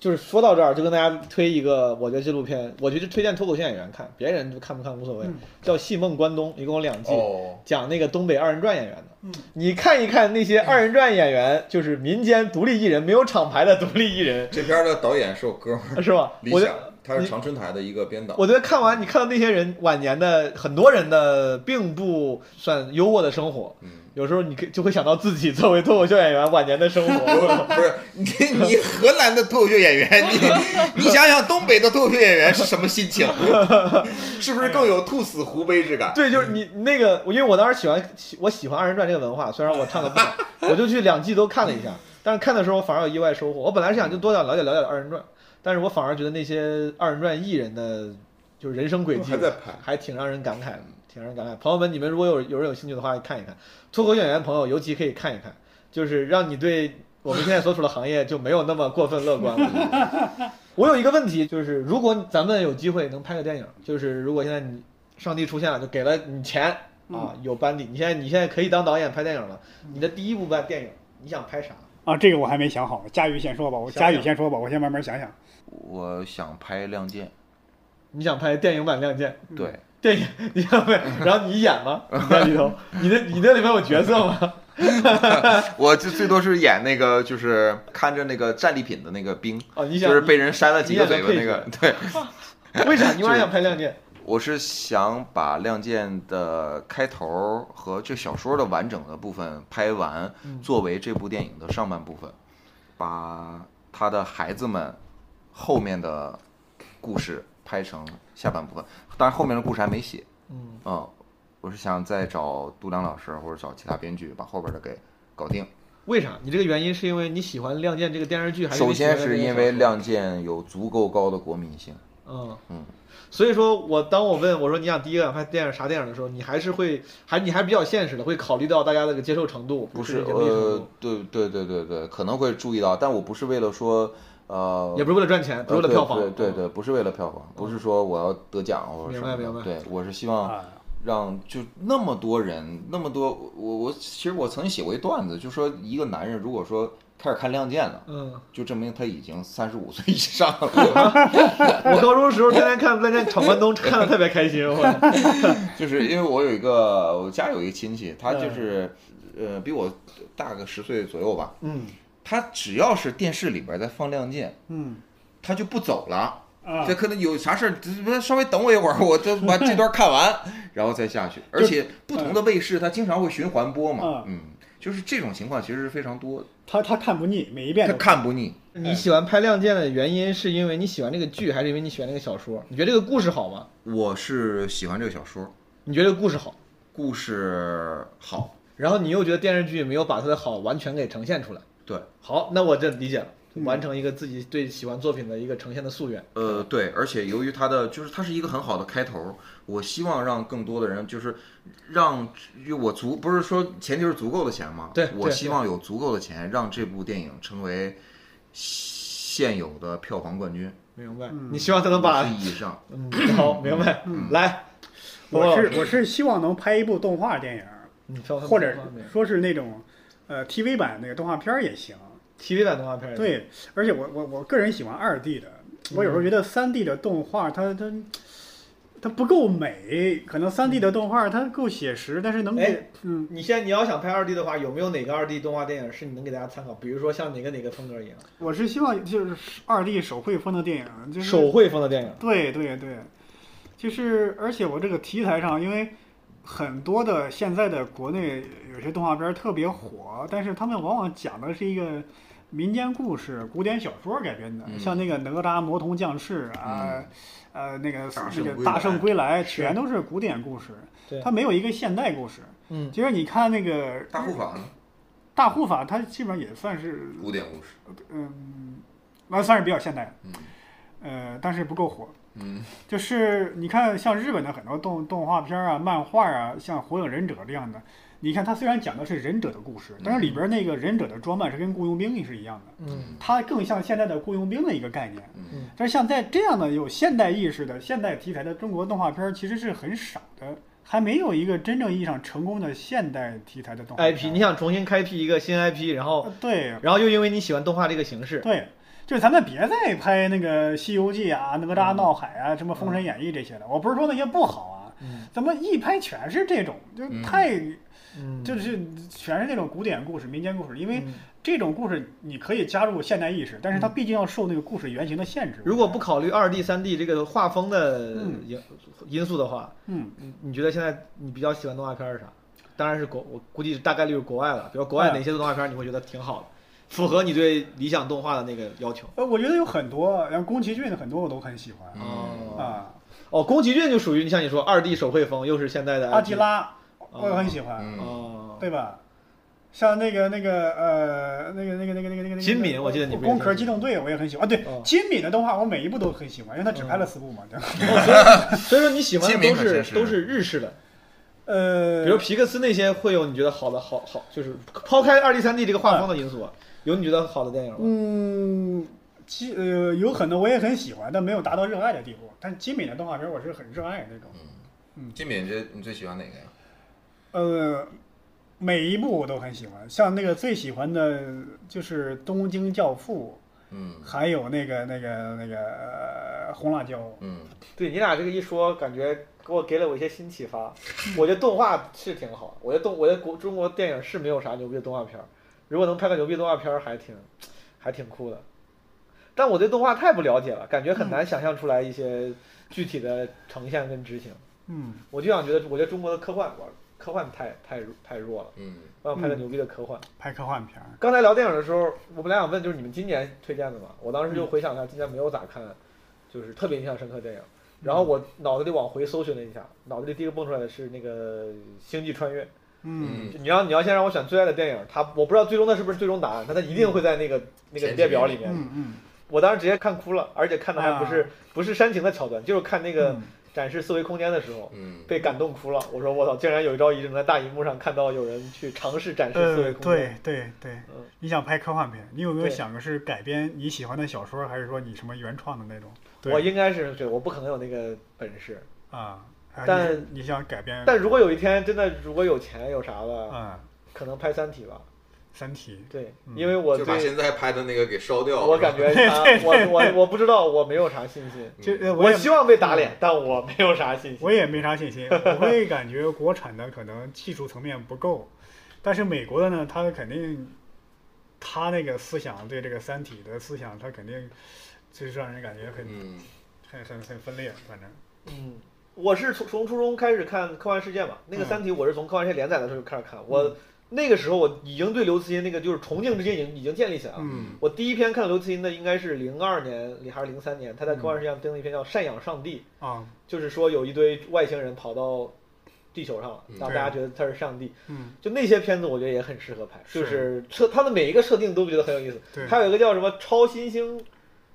就是说到这儿，就跟大家推一个，我觉得纪录片，我觉得推荐脱口秀演员看，别人就看不看无所谓。叫《戏梦关东》，一共有两季，
哦，
讲那个东北二人转演员的。
嗯
你看一看那些二人转演员，就是民间独立艺人，没有厂牌的独立艺人，
这片儿的导演是我哥们儿
是吧？
李
我觉
想
得，
他是
你
长春台的一个编导。
我觉得看完你看到那些人晚年的很多人的并不算优渥的生活，
嗯，
有时候你可就会想到自己作为脱口秀演员晚年 的生活。
不是你，你荷兰的脱口秀演员，你你想想东北的脱口秀演员是什么心情？ 是不是更有兔死狐悲之感？
对，就是你那个，我因为我当时喜欢喜我喜欢二人转这个文化，虽然我唱的不好， 我就去两季都看了一下，但是看的时候反而有意外收获。我本来是想就多想了解了解二人转，但是我反而觉得那些二人转艺人的就是人生轨迹
还在拍
还挺让人感慨的，挺让人感慨。朋友们，你们如果有有人有兴趣的话，看一看脱口秀演员朋友，尤其可以看一看，就是让你对我们现在所处的行业就没有那么过分乐观了。 我有一个问题，就是如果咱们有机会能拍个电影，就是如果现在你上帝出现了，就给了你钱
嗯
啊，有班底，你现在你现在可以当导演拍电影了，你的第一部拍电影你想拍啥？
啊，这个我还没想好，佳宇先说吧，我
想想
佳宇先说吧，我先慢慢想想。
我想拍《亮剑
你想拍电影版《亮剑》？》，
对，
电影你想拍，然后你 演吗？
啊
你在里头，你那你那里面有角色吗？
我就最多是演那个，就是看着那个战利品的那个兵，
哦，你想
就是被人扇了几个嘴巴
你
那
演的
个。对，
为啥你
就
为啥
是
想拍《亮剑
我是想把《亮剑》的开头和这小说的完整的部分拍完，
嗯
作为这部电影的上半部分，把他的孩子们后面的故事拍成下半部分。当然，后面的故事还没写。
嗯
我是想再找杜良老师或者找其他编剧把后边的给搞定。》？
为啥？你这个原因是因为你喜欢《亮剑》这个电视剧，还是
首
你喜欢
先
这个
是因
小
为
说
《亮剑》有足够高的国民性。
嗯
嗯，
所以说我当我问我说你想第一个想拍电影啥电影的时候，你还是会还你还比较现实的，会考虑到大家的这个接受程度，
不
是
是，
影迷程
呃
度，，
对对对对对，可能会注意到，但我不是为了说，呃，
也不是为了赚钱，不
呃
是为了
对
票房，
对对对，不是为了票房，不是说我要得奖或者
明
什
白
么
明白
的，对，我是希望
啊，
让就那么多人，那么多，我我其实我曾经写过一段子，就说一个男人如果说开始看《亮剑》了，
嗯，
就证明他已经三十五岁以上 了，
我高中的时候天天看《那天闯关东》，看的特别开心，我
就是因为我有一个我家有一个亲戚，他
嗯
就是呃比我大个十岁左右吧，
嗯，
他只要是电视里边在放《亮剑》，
嗯
他就不走了。
啊
这，可能有啥事儿，这这稍微等我一会儿， 我就把这段看完，然后再下去。而且不同的卫视它经常会循环播嘛
嗯，
嗯，就是这种情况其实是非常多的，
他他看不腻，每一遍
他
都哎
看不腻。
你喜欢拍《亮剑》的原因是因为你喜欢这个剧，还是因为你喜欢这个小说？你觉得这个故事好吗？
我是喜欢这个小说，
你觉得这个故事好，
故事好，
然后你又觉得电视剧没有把它的好完全给呈现出来。
对，
好，那我这理解了，完成一个自己对喜欢作品的一个呈现的夙愿。
呃，对，而且由于它的就是它是一个很好的开头，我希望让更多的人就是让我足不是说前提是足够的钱嘛，
对
我
对
希望有足够的钱让这部电影成为现有的票房冠军，
明白，
嗯
你希望他能 把
50以上。
嗯，好，明白。来，
我是我是希望能拍一部动画电影，
你挑他们
或者
哦动画片
说是那种呃 TV 版那个动画片儿也行。
TV 版动画片儿，
对，而且我我我个人喜欢二 D 的，我有时候觉得三 D 的动画它它它不够美，可能三 D 的动画它够写实，但是能
哎
给嗯
你现在你要想拍二 D 的话，有没有哪个二 D 动画电影是你能给大家参考？比如说像哪个哪个风格一样，
我是希望就是二 D 手绘风的电影，就是
手绘风的电影。
对对对，就是而且我这个题材上，因为很多的现在的国内有些动画片儿特别火，但是他们往往讲的是一个民间故事、古典小说改编的，
嗯
像那个哪吒魔童降世啊，呃，那个
大
那
圣
个
归
大
来
圣归来，全都是古典故事
对，
它没有一个现代故事。
嗯，
其实你看那个
大护法呢？
大护法，它基本上也算是
古典故事，
嗯，那算是比较现代的，
嗯
呃，但是不够火。
嗯
就是你看，像日本的很多动动画片啊、漫画啊，像《火影忍者》这样的，你看它虽然讲的是忍者的故事，但是里边那个忍者的装扮是跟雇佣兵是一样的，
嗯，
它更像现在的雇佣兵的一个概念。
嗯
但是像在这样的有现代意识的现代题材的中国动画片，其实是很少的，还没有一个真正意义上成功的现代题材的动画片
哎 IP，你想重新开辟一个新 IP，然后
呃对，
然后又因为你喜欢动画这个形式，
对，就是咱们别再拍那个《西游记》啊、哪吒闹海啊、什么《封神演义》这些了。我不是说那些不好啊，怎么一拍全是这种，就
嗯
太、
嗯，
就是全是那种古典故事、民间故事。因为
嗯
这种故事你可以加入现代意识，但是它毕竟要受那个故事原型的限制。
如果不，考虑二 D、三 D 这个画风的
嗯
因因素的话，
嗯，
你你觉得现在你比较喜欢动画片儿是啥？当然是国，我估计大概率是国外了。比如国外
哎
哪些动画片儿你会觉得挺好的，符合你对理想动画的那个要求？
呃，我觉得有很多，像宫崎骏的很多我都很喜欢、
哦
啊，
哦，宫崎骏就属于你像你说二 D 手绘风，又是现在的
阿基
IP。
拉我也很喜欢，
嗯，
哦，
对吧？像那个那个呃那个那个那个那个那个那个
金敏我记得你不是也
工壳机动队我也很喜欢啊。对
哦，
金敏的动画我每一部都很喜欢，因为他只拍了四部嘛。对吧
所以说你 喜欢的
金
都
明可
是
真是
都是日式的，
呃，
比如皮克斯那些会有你觉得好的好好，就是抛开二 D、三 D 这个画风的因素啊，有你觉得好的电影吗？
嗯，基呃有很多我也很喜欢，但没有达到热爱的地步。但金敏的动画片我是很热爱的那种。
嗯
金敏，你这你最喜欢哪个呀？
呃，每一部我都很喜欢，像那个最喜欢的就是《东京教父
嗯》，
还有那个那个那个、呃、红辣椒。
嗯，
对你俩这个一说，感觉给我给了我一些新启发。我觉得动画是挺好，我觉得动我觉得国中国电影是没有啥牛逼的动画片儿，如果能拍个牛逼动画片儿，还挺还挺酷的。但我对动画太不了解了，感觉很难想象出来一些具体的呈现跟执行。
嗯
我就想觉得，我觉得中国的科幻玩科幻太太弱太弱了，
嗯，
我想拍个牛逼的科幻。
拍科幻片儿。
刚才聊电影的时候，我本来想问就是你们今年推荐的嘛，我当
嗯
时就回想一下，今年没有咋看，就是特别印象深刻的电影。然后我脑子里往回搜寻了一下，脑子里第一个蹦出来的是那个《星际穿越》。
嗯
嗯
就你要你要先让我选最爱的电影，它我不知道最终那是不是最终答案，但它一定会在那个那个
嗯前几
列表
名
里面。
嗯嗯，
我当时直接看哭了，而且看的还不
啊
是、不是煽情的桥段，就是看那个
嗯
展示四维空间的时候。
嗯，
被感动哭了，我说我操，竟然有一朝一日能在大荧幕上看到有人去尝试展示
嗯
四维
呃，
空间。
对对对
嗯，
你想拍科幻片，你有没有
对
想过是改编你喜欢的小说，还是说你什么原创的那种？对
我应该是对，我不可能有那个本事。
啊，还是
但
你想改编，
但如果有一天真的如果有钱有啥的，
啊，
可能拍《三体》吧。
《三体
对，
嗯
因为我
就把
对
现在拍的那个给烧掉。
我感觉 他，我我我不知道，我没有啥信心。》
嗯
这呃我
我
也
希望被打脸，但我没有啥信心。
我也没啥信心，我会感觉国产的可能技术层面不够，但是美国的呢，他肯定他那个思想对这个《三体》的思想，他肯定就是让人感觉很
嗯
很很很分裂，反正
嗯，我是从从初中开始看《科幻世界》嘛，那个《
嗯
三体》我是从《科幻世界》连载的时候就开始看，我那个时候我已经对刘慈欣那个就是崇敬之心已经已经建立起来了。
嗯
我第一篇看刘慈欣的应该是零二年里还是零三年，他
嗯
在《科幻世界》上登了一篇叫《赡养上帝》，
啊
就是说有一堆外星人跑到地球上了，
嗯
让大家觉得他是上帝。
嗯
就那些片子，我觉得也很适合拍，
是
就是设他的每一个设定都觉得很有意思。
对，
还有一个叫什么超新星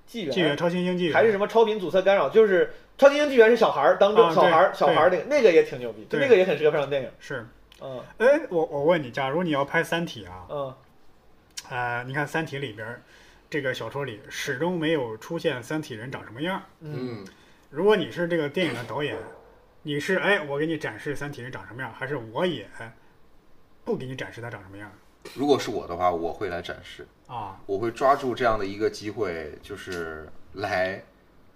纪
纪元
元，
超新星纪元
还是什么超频阻塞干扰，就是超新星纪元是小孩儿当中
啊
小孩儿
对
小孩儿那个那个也挺牛逼，就
对
那个也很适合拍成电影。
是
嗯
哎，我我问你，假如你要拍《三体》啊，
嗯，
呃，你看《三体》里边儿这个小说里始终没有出现三体人长什么样儿。
嗯
如果你是这个电影的导演，你是哎，我给你展示三体人长什么样儿，还是我也不给你展示他长什么样
如果是我的话，我会来展示，
儿啊？
我会抓住这样的一个机会，就是来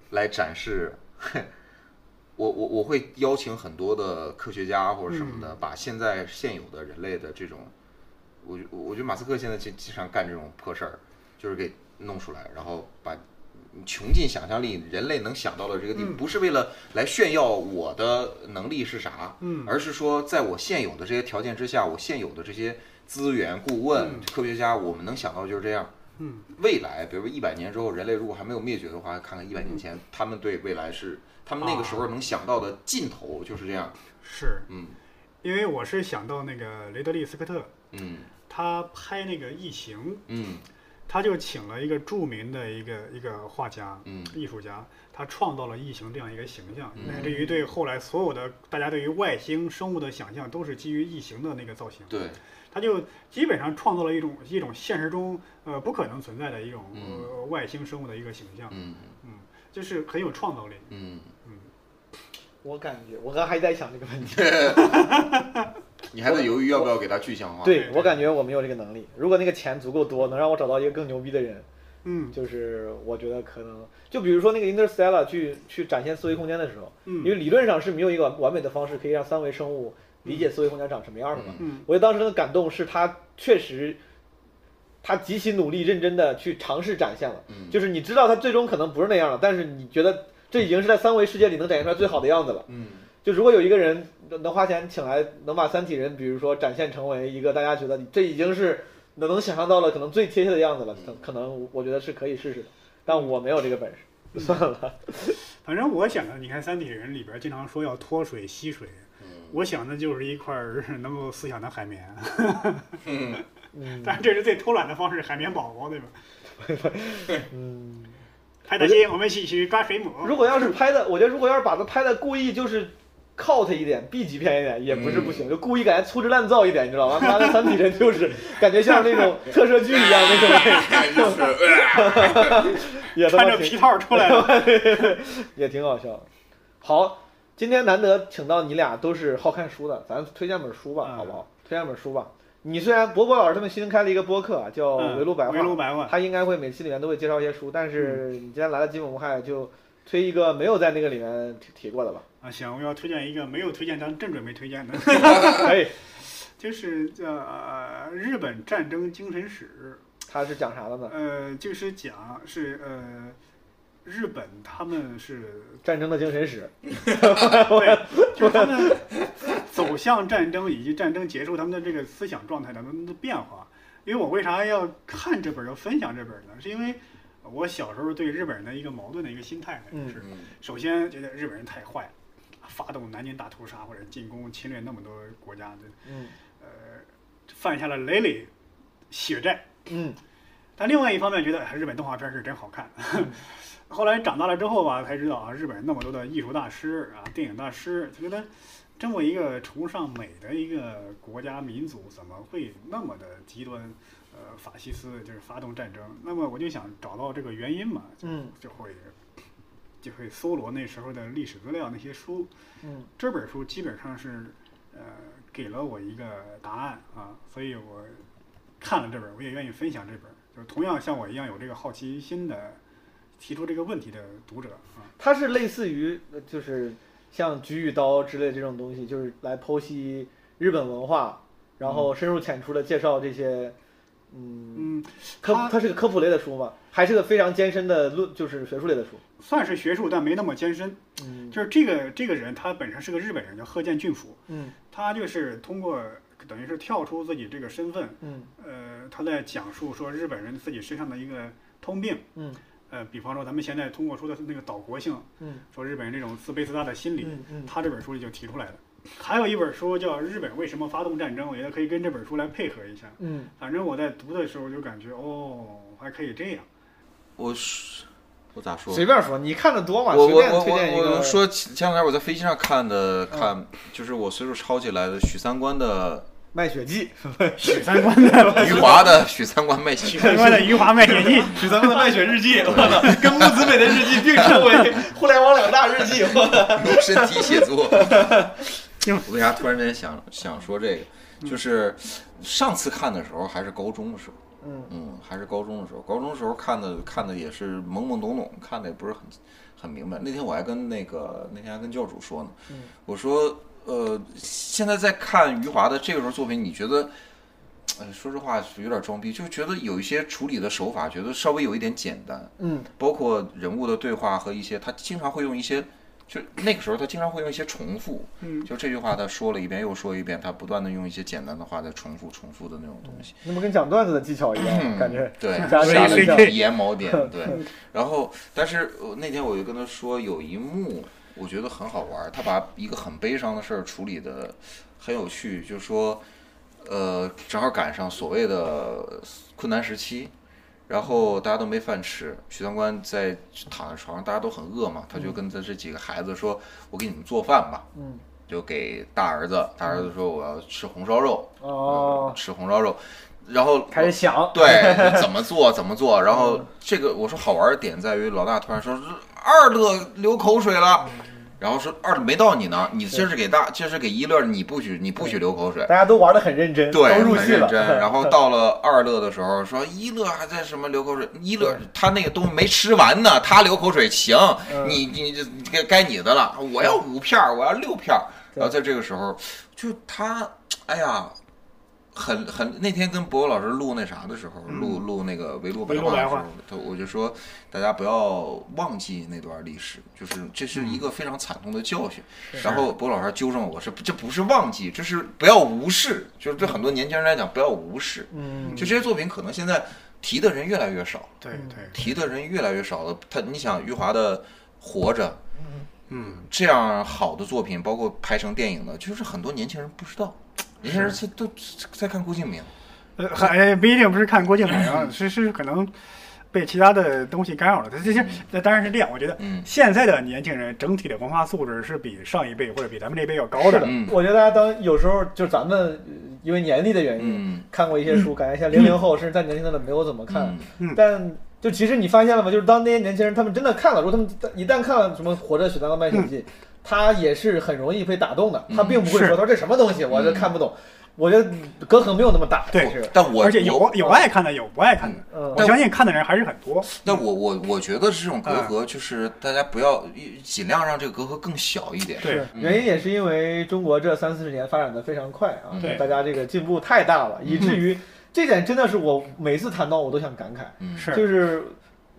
来展示。我我我会邀请很多的科学家或者什么的，把现在现有的人类的这种，我我我觉得马斯克现在经经常干这种破事儿，就是给弄出来，然后把穷尽想象力，人类能想到的这个地步，不是为了来炫耀我的能力是啥，
嗯
而是说在我现有的这些条件之下，我现有的这些资源、顾问、科学家，我们能想到就是这样。
嗯，
未来，比如说一百年之后，人类如果还没有灭绝的话，看看一百年前、他们对未来是他们那个时候能想到的尽头就是这样。
是
嗯
因为我是想到那个雷德利·斯科特，
嗯
他拍那个《异形》，
嗯
他就请了一个著名的一个一个画家、
嗯
艺术家，他创造了异形这样一个形象，乃至于对后来所有的大家对于外星生物的想象都是基于异形的那个造型。
对，
他就基本上创造了一种一种现实中呃不可能存在的一种、
嗯
呃外星生物的一个形象，
嗯
就是很有创造力。
嗯，
我感觉我刚还在想这个问题。
你还在犹豫要不要给它具象化？
对我感觉我没有这个能力。如果那个钱足够多，能让我找到一个更牛逼的人，
嗯
就是我觉得可能，就比如说那个 Interstellar 去去展现思维空间的时候，
嗯
因为理论上是没有一个完美的方式可以让三维生物理解思维空间长什么样的嘛。
嗯
我觉得当时的感动是他确实，他极其努力认真的去尝试展现了，
嗯
就是你知道他最终可能不是那样了，但是你觉得这已经是在三维世界里能展现出来最好的样子了。
嗯
就如果有一个人能花钱请来，能把《三体人》比如说展现成为一个大家觉得这已经是能能想象到了可能最贴切的样子了，可可能我觉得是可以试试的，但我没有这个本事，算了。
反正我想的，你看《三体人》里边经常说要脱水吸水，
嗯
我想的就是一块儿 能够思想的海绵，
嗯
但这是最偷懒的方式，海绵 宝宝对吧？
嗯，
派大星，我们一起去抓水母。
如果要是拍的，我觉得如果要是把它拍的故意就是。cult 一点，B 级片一点也不是不行，就故意感觉粗制滥造一点，你知道吗？ 他妈的《三体人》就是感觉像那种特摄剧一样那种，也他妈
穿着
挺
皮套出 来了，
也挺好笑。好，今天难得请到你俩都是好看书的，咱推荐本书吧，
嗯
好不好？推荐本书吧。你虽然博博老师他们新开了一个播客啊，叫
嗯
围炉白话，
围炉嗯白话，
他应该会每期里面都会介绍一些书，但是你今天来了基本无害，就推一个没有在那个里面提提过的 吧。
啊，行，我要推荐一个没有推荐，但正准备推荐的，
可以，
就是叫、呃、日本战争精神史》。
他是讲啥的呢？
呃，就是讲是呃，日本他们 是
战争的精神史。
对，就是他们走向战争以及战争结束他们的这个思想状态当中的变化。因为我为啥要看这本儿要分享这本儿呢？是因为我小时候对日本人的一个矛盾的一个心态，
嗯
是首先觉得日本人太坏了，发动南京大屠杀或者进攻侵略那么多国家，这
嗯
呃，犯下了累累血债。
嗯
但另外一方面觉得哎日本动画片是真好看。后来长大了之后吧，才知道啊，日本那么多的艺术大师啊、电影大师，就觉得这么一个崇尚美的一个国家民族，怎么会那么的极端？呃，法西斯就是发动战争。那么我就想找到这个原因嘛，就
嗯
就会就会搜罗那时候的历史资料那些书。
嗯，
这本书基本上是呃给了我一个答案啊，所以我看了这本，我也愿意分享这本，就是同样像我一样有这个好奇心的提出这个问题的读者啊。
它是类似于呃就是像《菊与刀》之类这种东西，就是来剖析日本文化，然后深入浅出的介绍这些，嗯，
嗯，
科
它
它是个科普类的书嘛，还是个非常艰深的论，就是学术类的书。
算是学术，但没那么艰深。
嗯
就是这个这个人，他本身是个日本人，叫贺见俊夫，
嗯
他就是通过等于是跳出自己这个身份，
嗯
呃，他在讲述说日本人自己身上的一个通病，
嗯
呃，比方说咱们现在通过说的那个岛国性，
嗯
说日本人这种自卑自大的心理，
嗯嗯
他这本书里就提出来了。还有一本书叫《日本为什么发动战争》，我觉得可以跟这本书来配合一下。
嗯
反正我在读的时候就感觉，哦，还可以这 样。
我是我咋说？
随便说，你看的多嘛，
我
随
我
便
我
推荐一
我
个。嗯
我说前前两天我在飞机上看的，看就是我随手抄起来的许三观的
卖血 记，
许三观的
余华的许三观卖血
许，三观的 余华卖血记，
许三观的卖血日 记，我操，跟木子美的日记并称为互联网两大日记。我操
用 身体写作。 我为啥突然之间想想说这个？就是上次看的时候还是高中的时候，
嗯
嗯，还是高中的时候。高中的时候看的看的也是懵懵懂懂，看的也不是很很明白。那天我还跟那个那天还跟教主说呢，
嗯
我说呃，现在在看余华的这个时候作品，你觉得呃说实话有点装逼，就觉得有一些处理的手法，觉得稍微有一点简单。
嗯，
包括人物的对话和一些，他经常会用一些，就那个时候他经常会用一些重复。
嗯，
就这句话他说了一遍又说一遍，他不断的用一些简单的话在重复重复的那种东西。
那么跟讲段子的技巧一样，感觉
对，
加
下
了一下
了一眼锚点，对。然后，但是呃那天我就跟他说，有一幕我觉得很好玩儿，他把一个很悲伤的事儿处理的很有趣，就是说，呃，正好赶上所谓的困难时期，然后大家都没饭吃，许三观在躺在床上，大家都很饿嘛，
嗯
他就跟他这几个孩子说：“我给你们做饭吧。”嗯。就给大儿子，大儿子说我要吃红烧肉，
哦
呃，吃红烧肉，然后
开始 想，
对，怎么做怎么做。然
嗯
后这个我说好玩的点在于老大突然说二乐流口水了，然后说二乐没到你呢，你这是给大这是给一乐，你不许你不许流口水。
大家都玩的很认真，
对，
都入
很
戏
认
了。
真。然后到了二乐的时候，说一乐还在什么流口水，一乐他那个东西没吃完呢，他流口水行，
嗯
嗯
你你这该该你的了，我要五片儿，我要六片儿。然后在这个时候，就他，哎呀。很很，那天跟博友老师录那啥的时候，录录那个围炉白
围炉
话的
嗯白
时候
话，
他我就说，大家不要忘记那段历史，就是这是一
嗯
个非常惨痛的教训。然后博老师纠正我说，这不是忘记，这是不要无视，就是对很多年轻人来讲不要无视。
嗯，
就这些作品可能现在提的人越来越少，
对对，
提的人越来越少了。他你想余华的《活着
嗯》，
这样好的作品，包括拍成电影的，就是很多年轻人不知道，年轻人是都在看郭敬明。
呃，还不一定不是看郭敬明啊，是是可能被其他的东西干扰了。这些那当然是这样，我觉得
嗯
现在的年轻人整体的文化素质是比上一辈或者比咱们这辈要高
是
的
的。
嗯，
我觉得大家当有时候就是咱们呃因为年龄的原因，
嗯
看过一些书，感觉像零零后甚至再年轻的没有怎么看
嗯，，
但就其实你发现了吗？就是当那些年轻人他们真的看了，如果他们一旦看了什么《活着》《许三观卖血
嗯
记》，他也是很容易被打动的。他并不会说
是
他说这什么东西，我
嗯
就看不懂。我觉得隔阂没有那么大，
对
其实，
但我
而且有有爱看的，有不爱看的。
嗯
我相信看的人还是很多。
那我我我觉得这种隔阂就是大家不要尽量让这个隔阂更小一点。
对，
嗯
原因也是因为中国这三四十年发展的非常快啊，
对
大家这个进步太大
嗯
了，以至于这点真的是我每次谈到我都想感慨。
嗯
是
就是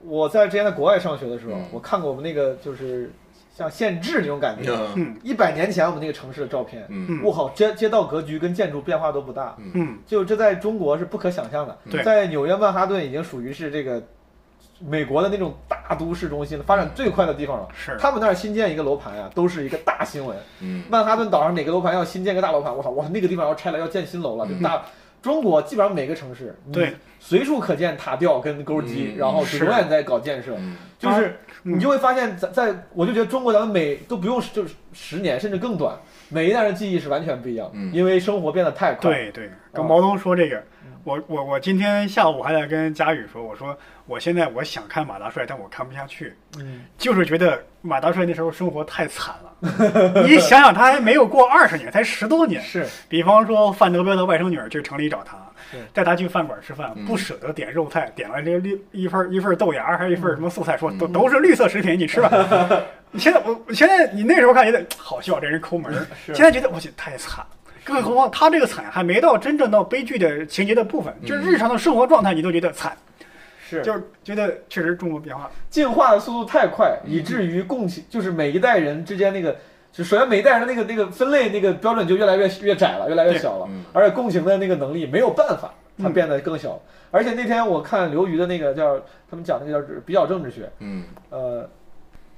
我在之前在国外上学的时候
嗯，
我看过我们那个就是像县志那种感觉，
嗯
一百年前我们那个城市的照片，
嗯
我靠，街街道格局跟建筑变化都不大，
嗯，
就这在中国是不可想象的。
对
在纽约曼哈顿已经属于是这个美国的那种大都市中心发展最快的地方了。
是
他们那儿新建一个楼盘啊，都是一个大新闻。
嗯
曼哈顿岛上哪个楼盘要新建个大楼盘，我操，哇，那个地方要拆了，要建新楼了，就大。中国基本上每个城市，你
嗯对，
随处可见塔吊跟钩机，
嗯
然后就是永远在搞建设。
嗯
就是
嗯
你就会发现在，在我就觉得中国咱们每都不用十就是十年甚至更短，每一代人记忆是完全不一样，
嗯
因为生活变得太快。
对对，跟毛东说这个，我我我今天下午还在跟佳宇说，我说我现在我想看马大帅，但我看不下去，
嗯，
就是觉得马大帅那时候生活太惨了。你想想，他还没有过二十年，才十多年。
是
比方说范德彪的外甥女儿去城里找他
对，
带他去饭馆吃饭
嗯，
不舍得点肉菜，点了这绿一份一份豆芽，还有一份什么素菜，
嗯
说都都是绿色食品，你吃吧。 你现在我现在你那时候看觉得好笑，这人抠 门儿，现在觉得我去太惨了。更何况他这个惨还没到真正到悲剧的情节的部分，就是日常的生活状态你都觉得惨，
是，
就是觉得确实中国变化。
进化的速度太快，以至于共情就是每一代人之间那个，就首先每一代人的那个那个分类那个标准就越来越越窄了，越来越小了，
嗯
而且共情的那个能力没有办法，它
嗯
变得更小了。而且那天我看刘瑜的那个叫他们讲那个叫比较政治学，
嗯
呃，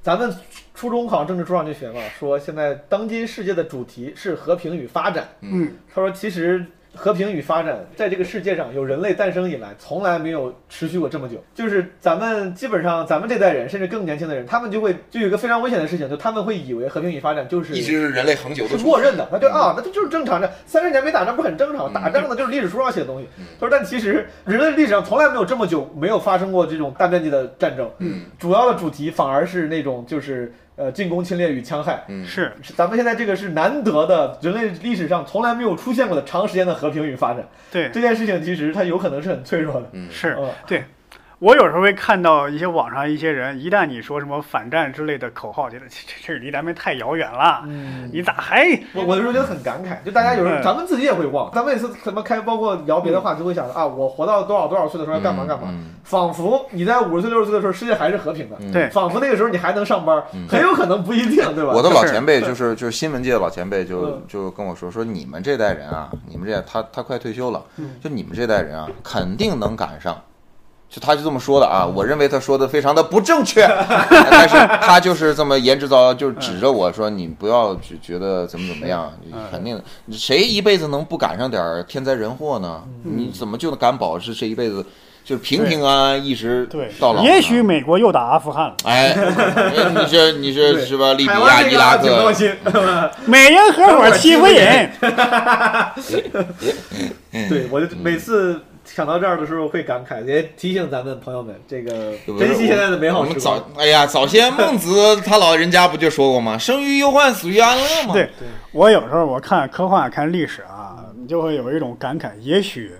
咱们初中好像政治书上就学嘛，说现在当今世界的主题是和平与发展。
嗯
他说，其实和平与发展在这个世界上，有人类诞生以来，从来没有持续过这么久。就是咱们基本上，咱们这代人，甚至更年轻的人，他们就会就有一个非常危险的事情，就他们会以为和平与发展就是
一直是人类恒久的
是默认的，他就啊，那这就是正常的，三十年没打仗不是很正常？打仗的就是历史书上写的东西。他说，但其实人类历史上从来没有这么久没有发生过这种大面积的战争，
嗯
主要的主题反而是那种就是呃进攻、侵略与戕害。
嗯
是，
是咱们现在这个是难得的，人类历史上从来没有出现过的长时间的和平与发展。
对，
这件事情其实它有可能是很脆弱的。
嗯
是
嗯
对。我有时候会看到一些网上一些人，一旦你说什么反战之类的口号，觉得这这这离咱们太遥远了，
嗯
你咋还
我我有时候觉得很感慨，就大家有时候
嗯
咱们自己也会忘，咱们每次什么开，包括聊别的话，就会想啊，我活到多少多少岁的时候要干嘛干嘛，
嗯
仿佛你在五十岁六十岁的时候，世界还是和平的，
嗯
对
仿佛那个时候你还能上班
嗯，
很有可能不一定，对吧？
我的
就
老
是
前辈就是就是新闻界的老前辈就
嗯
就跟我说说你们这代人啊，你们这他他快退休了，
嗯
就你们这代人啊，肯定能赶上。就他就这么说的啊，我认为他说的非常的不正 确，但是他就是这么言之凿凿，就是指
嗯
着我说你不要只觉得怎么怎么样，你肯定谁一辈子能不赶上点儿天灾人祸呢？
嗯
你怎么就敢保持这一辈子就是平平安安一直
对
到老？
也许。美国又打阿富汗了，
哎， 你这你这
对
是吧？利比
台
亚、
湾这
伊
个
拉
啊
克，
挺闹心，
美人合伙欺负人，
嗯
对我就每次。想到这儿的时候会感慨，也提醒咱们朋友们，这个
对不对
珍惜现在的美
我
好
们
时
早
光。，
哎呀，早先孟子他老人家不就说过吗？生于忧患，死于安乐 嘛。
对，我有时候我看科幻、看历史啊，你就会有一种感慨，也许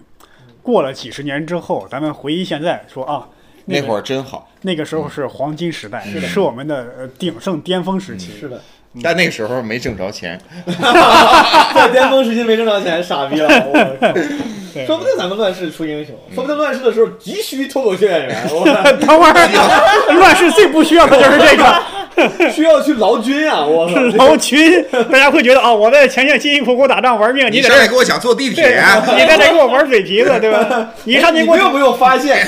过了几十年之后，咱们回忆现在，说啊，那
那
个
会儿真好，
那个时候是黄金时代，是我们的呃鼎盛巅峰时期。
是的，
但那时候没挣着 钱。
在巅峰时期没挣着钱，傻逼了！我靠，
对
说不定咱们乱世出英雄，说不定乱世的时候急需脱口秀演员，我靠
等会儿，乱世最不需要的就是这个嗯
需要去劳军啊！我靠，
劳群，大家会觉得啊，我在前线辛辛苦苦打仗玩命，你在
上
这
来
儿
给我讲坐地
对
铁，啊
你在这儿给我玩嘴皮子，对吧？哎你上去
你
给我
们有没有发现，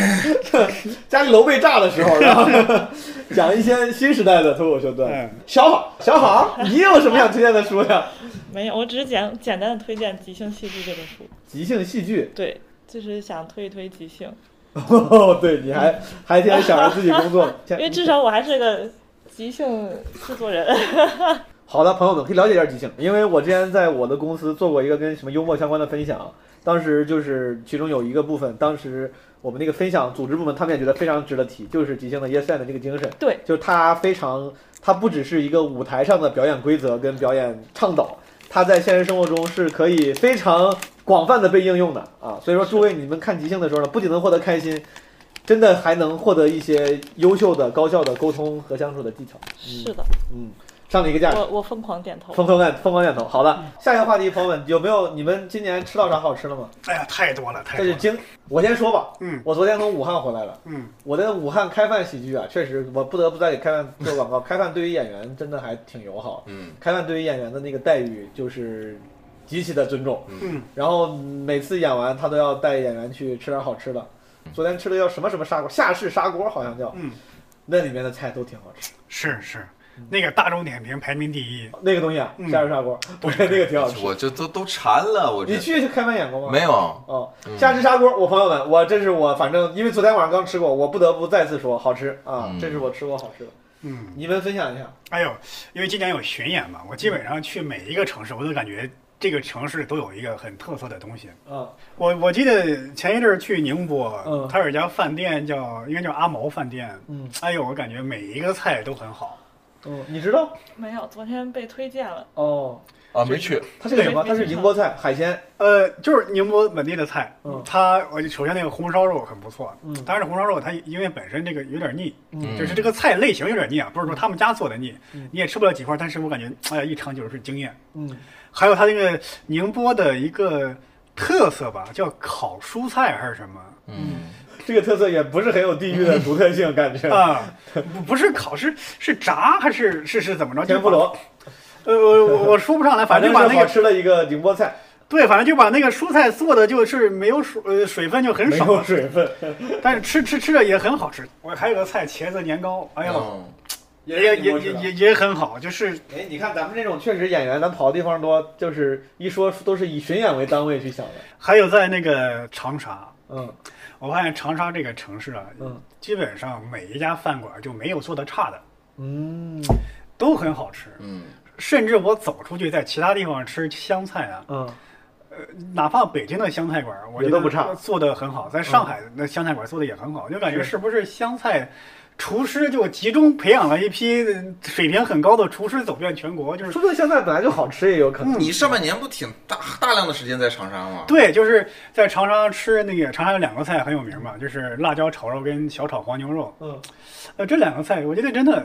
家里楼被炸的时候，然 后讲一些新时代的脱口秀段
嗯
子。小好，小好，你有什么想推荐的书呀？
没有，我只是简简单的推荐《即兴戏剧》这本书，
即兴戏剧，
对，就是想推一推即兴，
哦，对，你还还天天想着自己工作，
因为至少我还是个即兴制作人。
嗯好的，朋友们可以了解一下即兴，因为我之前在我的公司做过一个跟什么幽默相关的分享，当时就是其中有一个部分，当时我们那个分享组织部门他们也觉得非常值得提，就是即兴的 Yes and 的这个精神，
对，
就是它非常，它不只是一个舞台上的表演规则跟表演倡导，它在现实生活中是可以非常广泛的被应用的啊，所以说诸位你们看即兴的时候呢，不仅能获得开心。真的还能获得一些优秀的、高效的沟通和相处的技巧。
是的，
嗯，上了一个价值。
我我疯狂点头。
疯狂点疯狂点头。好的，下一个话题，朋友们，有没有你们今年吃到啥好吃的吗？
哎呀，太多了，太
这
多
是
了。
经，我先说吧。
嗯
我昨天从武汉回来了。
嗯，
我在武汉开饭喜剧啊，确实，我不得不在给开饭做广告。开饭对于演员真的还挺友好。
嗯，
开饭对于演员的那个待遇就是极其的尊重。
嗯，
然后每次演完，他都要带演员去吃点好吃的。昨天吃的叫什么什么砂锅，夏氏砂锅好像叫。
嗯，
那里面的菜都挺好吃。
是是，那个大众点评排名第一，
那个东西啊，
嗯
夏氏砂锅，我觉得那个挺好吃。
我这都都馋了，我
你
这
去开饭演过吗？
没有。
哦，夏至砂锅，我朋友们，我这是我反正因为昨天晚上刚吃过，我不得不再次说好吃啊，
嗯
这是我吃过好吃的，
嗯。
你们分享一下。
哎呦，因为今年有巡演嘛，我基本上去每一个城市，我都感觉这个城市都有一个很特色的东西。
啊，
我我记得前一阵儿去宁波
嗯，
它有一家饭店叫应该叫阿毛饭店。
嗯，
哎呦，我感觉每一个菜都很好。
嗯，你知道
没有，昨天被推荐了，
哦，
啊，没去。
它是个什么？
对
它是宁波菜，海鲜。
呃，就是宁波本地的菜
嗯，
它我就首先那个红烧肉很不错
嗯，
但是红烧肉它因为本身这个有点腻，
嗯
就是这个菜类型有点腻啊，不是说他们家做的腻，你也吃不了几块儿，但是我感觉哎呀一尝就是惊艳。
嗯，
还有它那个宁波的一个特色吧，叫烤蔬菜还是什么
嗯，
这个特色也不是很有地域的独特 性，感觉。
啊？不不是烤，是是炸还是是是怎么着？
天妇
就把。
罗，
呃，我我我说不上来，反
反
正
正是
就把那
好
个
吃的一个宁波菜，
对，反正就把那个蔬菜做的就是没有水呃水分就很
没
少，
有水分，
但是吃吃吃着也很好吃。我还有个菜茄子年糕，哎呦，
嗯
也也
哦也
也也也也很好，就是
哎，你看咱们这种确实演员，咱跑的地方多，就是一说都是以巡演为单位去想的。
还有在那个长沙，
嗯
我发现长沙这个城市啊，
嗯
基本上每一家饭馆就没有做的差的，
嗯
都很好吃。
嗯，
甚至我走出去，在其他地方吃湘菜啊，
嗯，
哪怕北京的湘菜馆儿，我觉
也
得
都不差嗯
做的很好。在上海的湘菜馆儿做的也很好，就感觉
是
是不是湘菜厨师就集中培养了一批水平很高的厨师，走遍全国，就是
说不定现在本来就好吃也有可能。
嗯
你上半年不挺大大量的时间在长沙吗？
对，就是在长沙吃那个长沙有两个菜很有名嘛，就是辣椒炒肉跟小炒黄牛肉。
嗯，
呃，这两个菜我觉得真的，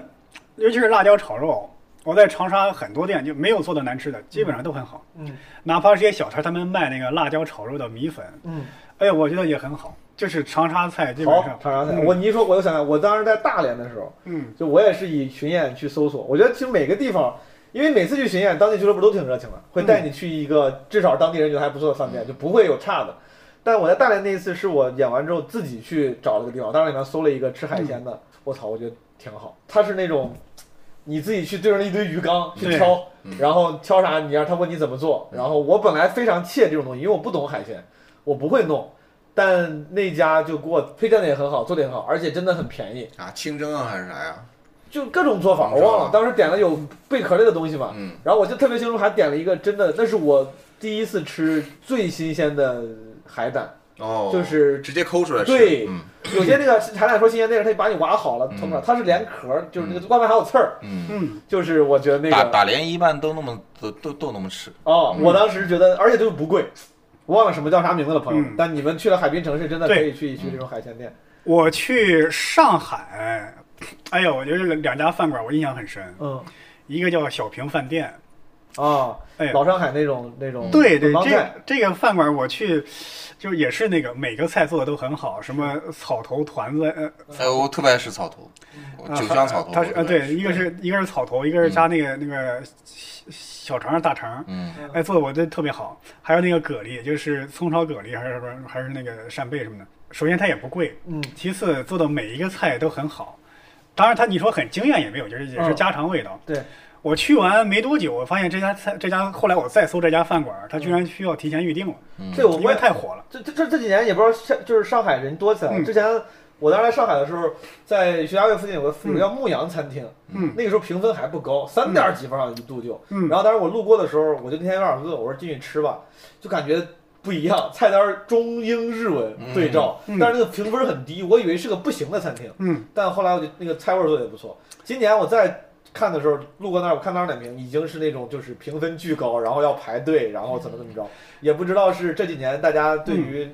尤其是辣椒炒肉，我在长沙很多店就没有做的难吃的，基本上都很好。
嗯
哪怕是些小摊儿，他们卖那个辣椒炒肉的米粉，
嗯，
哎呀，我觉得也很好。就是长沙菜基本
好
上，，
长沙菜。
嗯
我你一说，我又想想，我当时在大连的时候，
嗯，
就我也是以巡演去搜索。我觉得其实每个地方，因为每次去巡演，当地俱乐部都挺热情的，会带你去一个至少当地人觉得还不错的饭店，就不会有差的。但我在大连那一次是我演完之后自己去找了个地方，当时里面搜了一个吃海鲜的，我操，我觉得挺好。它是那种你自己去对着一堆鱼缸去
对
挑，然后挑啥你让他问你怎么做。然后我本来非常怯这种东西，因为我不懂海鲜，我不会弄。但那家就给我推荐的也很好，做的也很好，而且真的很便宜。
啊，清蒸啊还是啥呀？
就各种做法，我忘了。当时点了有贝壳类的东西嘛，
嗯
然后我就特别清楚，还点了一个真的，那是我第一次吃最新鲜的海 胆，
哦，
就是
直接抠出来吃。
对
嗯
有些那个海胆说新鲜，那个他把你挖好了，
嗯
腾出来，它是连壳儿，就是那个外面还有刺儿，
嗯，
嗯，
就是我觉得那
打
个
打连一半都那么都都都那么吃。
哦，我当时觉得，而且就是不贵，我忘了什么叫啥名字了，朋友们
嗯。
但你们去了海滨城市，真的可
对
以去一去这种海鲜店，
我去上海，哎呀，我觉得两家饭馆我印象很深，
嗯
一个叫小平饭店，
啊
哎呀，
老上海那种那种
对对，
帮
这
菜
个这个饭馆我去，就也是那个每个菜做的都很好，什么草头团子，呃，
哎，我特别爱吃草头，我
啊
九香草头。
它是
我嗯
啊，
特别爱
对，
吃
一个是一个是草头，一个是加那个那个小小肠儿大肠儿，
嗯
哎，做的我觉得特别好。还有那个蛤蜊，就是葱烧蛤蜊，还是什么，还是那个扇贝什么的。首先它也不贵，
嗯，
其次做的每一个菜都很好。当然，它你说很惊艳也没有，就是也是
嗯
家常味道。
对，
我去完没多久，我发现这家菜，这家后来我再搜这家饭馆，它居然需要提前预定了，
嗯
这我
因为
问
太火了。
这这这这几年也不知道上就是上海人多起来了。
嗯
之前我当时来上海的时候，在徐家汇附近有个有个叫牧羊餐厅，
嗯
那个时候评分还不高，三点几分上一度就。
嗯
然后当时我路过的时候，我就那天有点饿，我说进去吃吧，就感觉。不一样，菜单中英日文对照，
嗯嗯
但是那个评分很低，我以为是个不行的餐厅，
嗯，
但后来我就那个菜味儿做的也不错。今年我再看的时候，路过那儿，我看当时点评已经是那种就是评分巨高，然后要排队，然后怎么怎么
嗯
着，也不知道是这几年大家对于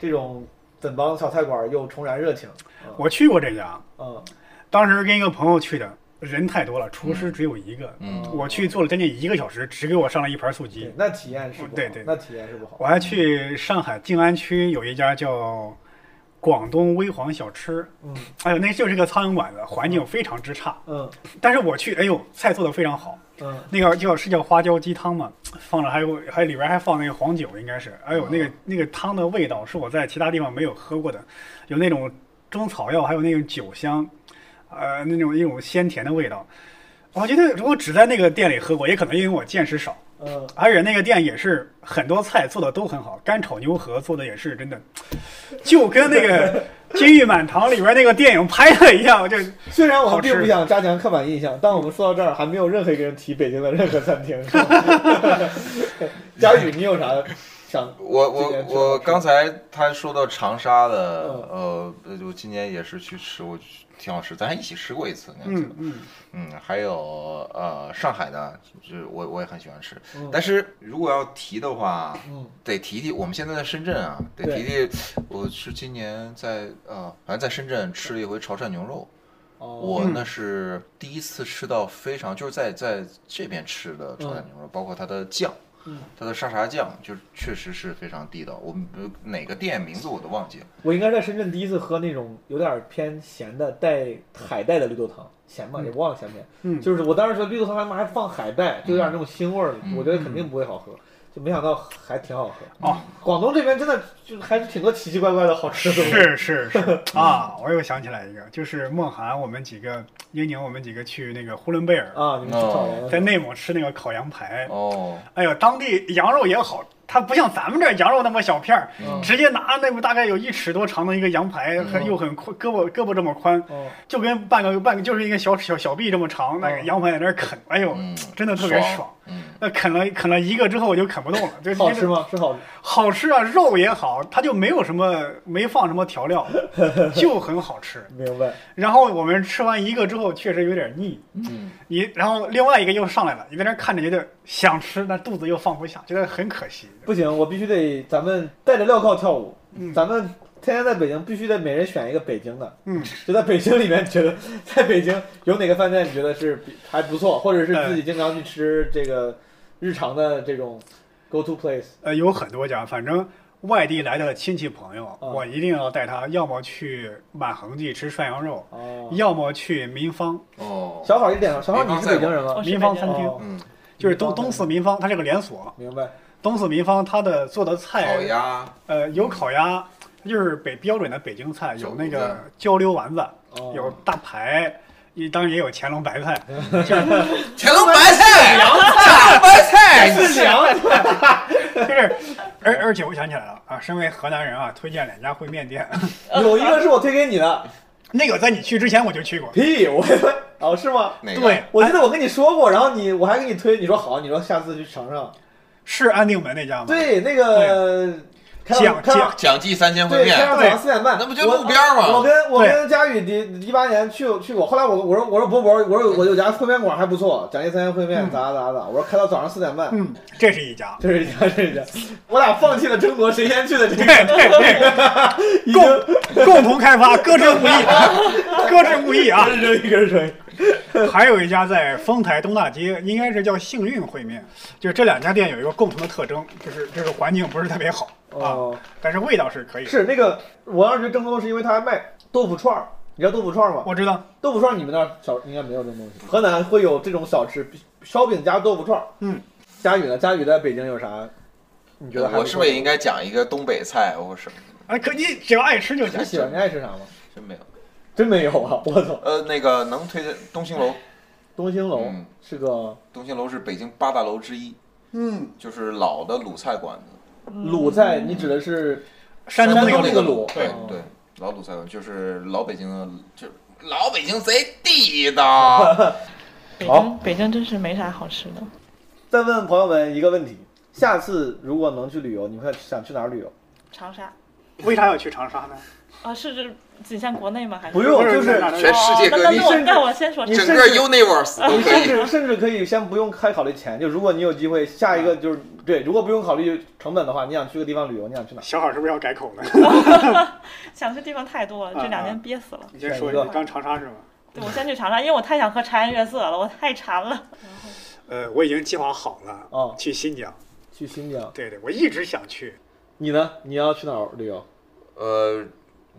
这种本帮小菜馆又重燃热情。
我去过这家，
嗯
当时跟一个朋友去的，人太多了，厨师只有一个，
嗯
我去做了将近一个小时，只给我上了一盘素鸡
对。，那体验是不好，
嗯对哦对
那体验是不好
我。还去上海静安区有一家叫广东微黄小吃，
嗯
哎呦，那就是个苍蝇馆子，环境非常之差。
嗯
但是我去，哎呦，菜做的非常好，
嗯
那个叫是叫花椒鸡汤嘛，放了还有还里边还放那个黄酒，应该是，哎呦，那个那个汤的味道是我在其他地方没有喝过的，有那种中草药，还有那种酒香，呃，那种一种鲜甜的味道。我觉得如果只在那个店里喝过，也可能因为我见识少，
嗯，
而且那个店也是很多菜做的都很好，干炒牛河做的也是真的，就跟那个 《金玉满堂》里边那个电影拍的一样，就
虽然我们
好吃
并不想加强刻板印象，但我们说到这儿，还没有任何一个人提北京的任何餐 厅。 是吧佳宇，你有啥想？
我
今
我
年吃
我
吃
刚才他说到长沙的
嗯，
呃，我今年也是去吃，我去挺好吃，咱还一起吃过一次，你还记得
嗯嗯
嗯，还有呃，上海的，就是我我也很喜欢吃。
嗯
但是如果要提的话，
嗯
得提提我们现在在深圳啊，得
对
提提。我是今年在呃，反正在深圳吃了一回潮汕牛肉，
哦
我那是第一次吃到非常就是在在这边吃的潮汕牛肉，包括它的酱
嗯。
它的沙茶酱就确实是非常地道，我们呃哪个店名字我都忘记了。
我应该是在深圳第一次喝那种有点偏咸的带海带的绿豆汤，咸吧，也忘了咸不咸。
嗯
就是我当时说绿豆汤他妈还放海带，就有点那种腥味儿，
嗯
我觉得肯定不会好喝。就没想到还挺好喝
哦！
广东这边真的就还是挺多奇奇怪怪的好吃的东西。
是是是啊！我又想起来一个，就是梦涵，我们几个英宁，我们几个去那个呼伦贝尔，
啊，你们去草原了
在内蒙吃那个烤羊排，
哦，
哎呦，当地羊肉也好，它不像咱们这儿羊肉那么小片儿，
嗯
直接拿那么大概有一尺多长的一个羊排，很又很宽，胳膊胳膊这么宽，
哦，
就跟半个半个就是一个小小小臂这么长，那个
嗯
羊排在那儿啃，哎呦，
嗯
真的特别
爽嗯
爽。那啃了啃了一个之后我就啃不动了，就
好吃？吗？是好吃。
好吃啊，肉也好，它就没有什么没放什么 调料，就很好吃。
明白。
然后我们吃完一个之后确实有点腻，
嗯，
你然后另外一个又上来了，你在那儿看着觉得想吃，但肚子又放不下，觉得很可惜。
不行，我必须得咱们带着镣铐跳舞。
嗯
咱们天天在北京，必须得每人选一个北京的。
嗯，
就在北京里面，觉得在北京有哪个饭店你觉得是比还不错，或者是自己经常去吃这个日常的这种 go to place。
呃，有很多家，反正外地来的亲戚朋友，
嗯
我一定要带他，要么去满恒记吃涮羊肉，
哦，哎
要么去民芳，
哦，
小好一点，小好你是北京人吗？
我
民
是
芳
北
餐
京，
厅，
哦
嗯，
就是
民
东
芳
东四民芳，它是个连锁，
哦明白。
东四民芳它的做的
烤
菜，
鸭，
呃，有烤鸭，就是北标准的北京菜，有那
饺
个
子
焦溜丸子，
哦
有大排。也当然也有乾隆白菜，
哎
乾隆白菜，洋白菜，你
凉了，
就是，而而且我想起来了啊，身为河南人啊，推荐两家烩面店，
有一个是我推给你的，
那个在你去之前我就去过，
屁，我哦是吗？
哪个？
对，
我记得我跟你说过，然后你我还给你推，你说好，你说下次去尝尝。
是安定门那家吗？
对，那个开到
讲
开到
讲
蒋记三千烩
对，天
面，
上早上四点半，
那不就路边儿
我
吗？
我跟我跟佳宇第一八年去去过，后来我我说我说伯伯，我说我有家烩面馆还不错，蒋记三鲜烩面咋咋咋，我说开到早上四点半，
嗯，这是一家，
这是一家这是一家，我俩放弃了争夺谁先去的这个，
对对对，
已经
共共同开发，搁置不易， 搁置不易啊！
扔一根水，
还有一家在丰台东大街，应该是叫幸运烩面，就是这两家店有一个共同的特征，就是就是环境不是特别好啊，
哦，
但是味道是可以。的。
是那个我当时觉得争夺是因为他还卖豆腐串儿。你知道豆腐串儿吗？
我知道，
豆腐串儿你们那儿小应该没有这种东西，河南会有这种小吃，烧饼加豆腐串儿。
嗯，
佳宇呢？佳宇在北京有啥？你觉得还
我是不是也应
该？
该讲一个东北菜？我是
哎，可你只要爱吃就行
你。喜欢你爱吃啥吗？
真没有。
真没有啊！我操，
呃，那个能推荐东兴楼，
东兴楼
嗯
是个
东兴楼是北京八大楼之一，
嗯，
就是老的鲁菜馆子。
鲁菜，你指的是
山
东
东
那
那
个
个
鲁
对
哦
对，老鲁菜馆就是老北京的，就是老北京贼地道。
北
好
京北京真是没啥好吃的。
再问朋友们一个问题：下次如果能去旅游，你会想去哪儿旅游？
长沙
为啥要去长沙呢？
啊，是指仅限国内吗？还是
不用，
不是
就是
哪儿
全世界
哦
各
那
地
那，我那我先 说
你
整
甚
个
至
universe 都
你
可
甚
以。
至甚至可以先不用太考虑钱，就如果你有机会，下一个就是对，如果不用考虑成本的话，你想去个地方旅游，你想去哪儿？
小好是不是要改口 呢？
想去地方太多了，这
啊
两年憋死了。
你先说，
选一个
你刚长沙是吗？
对，我先去长沙，因为我太想喝茶颜悦色了，我太馋了。
呃，我已经计划好了，
哦
去新疆。
去新疆。
对对，我一直想去。
你呢？你要去哪儿旅游？
呃，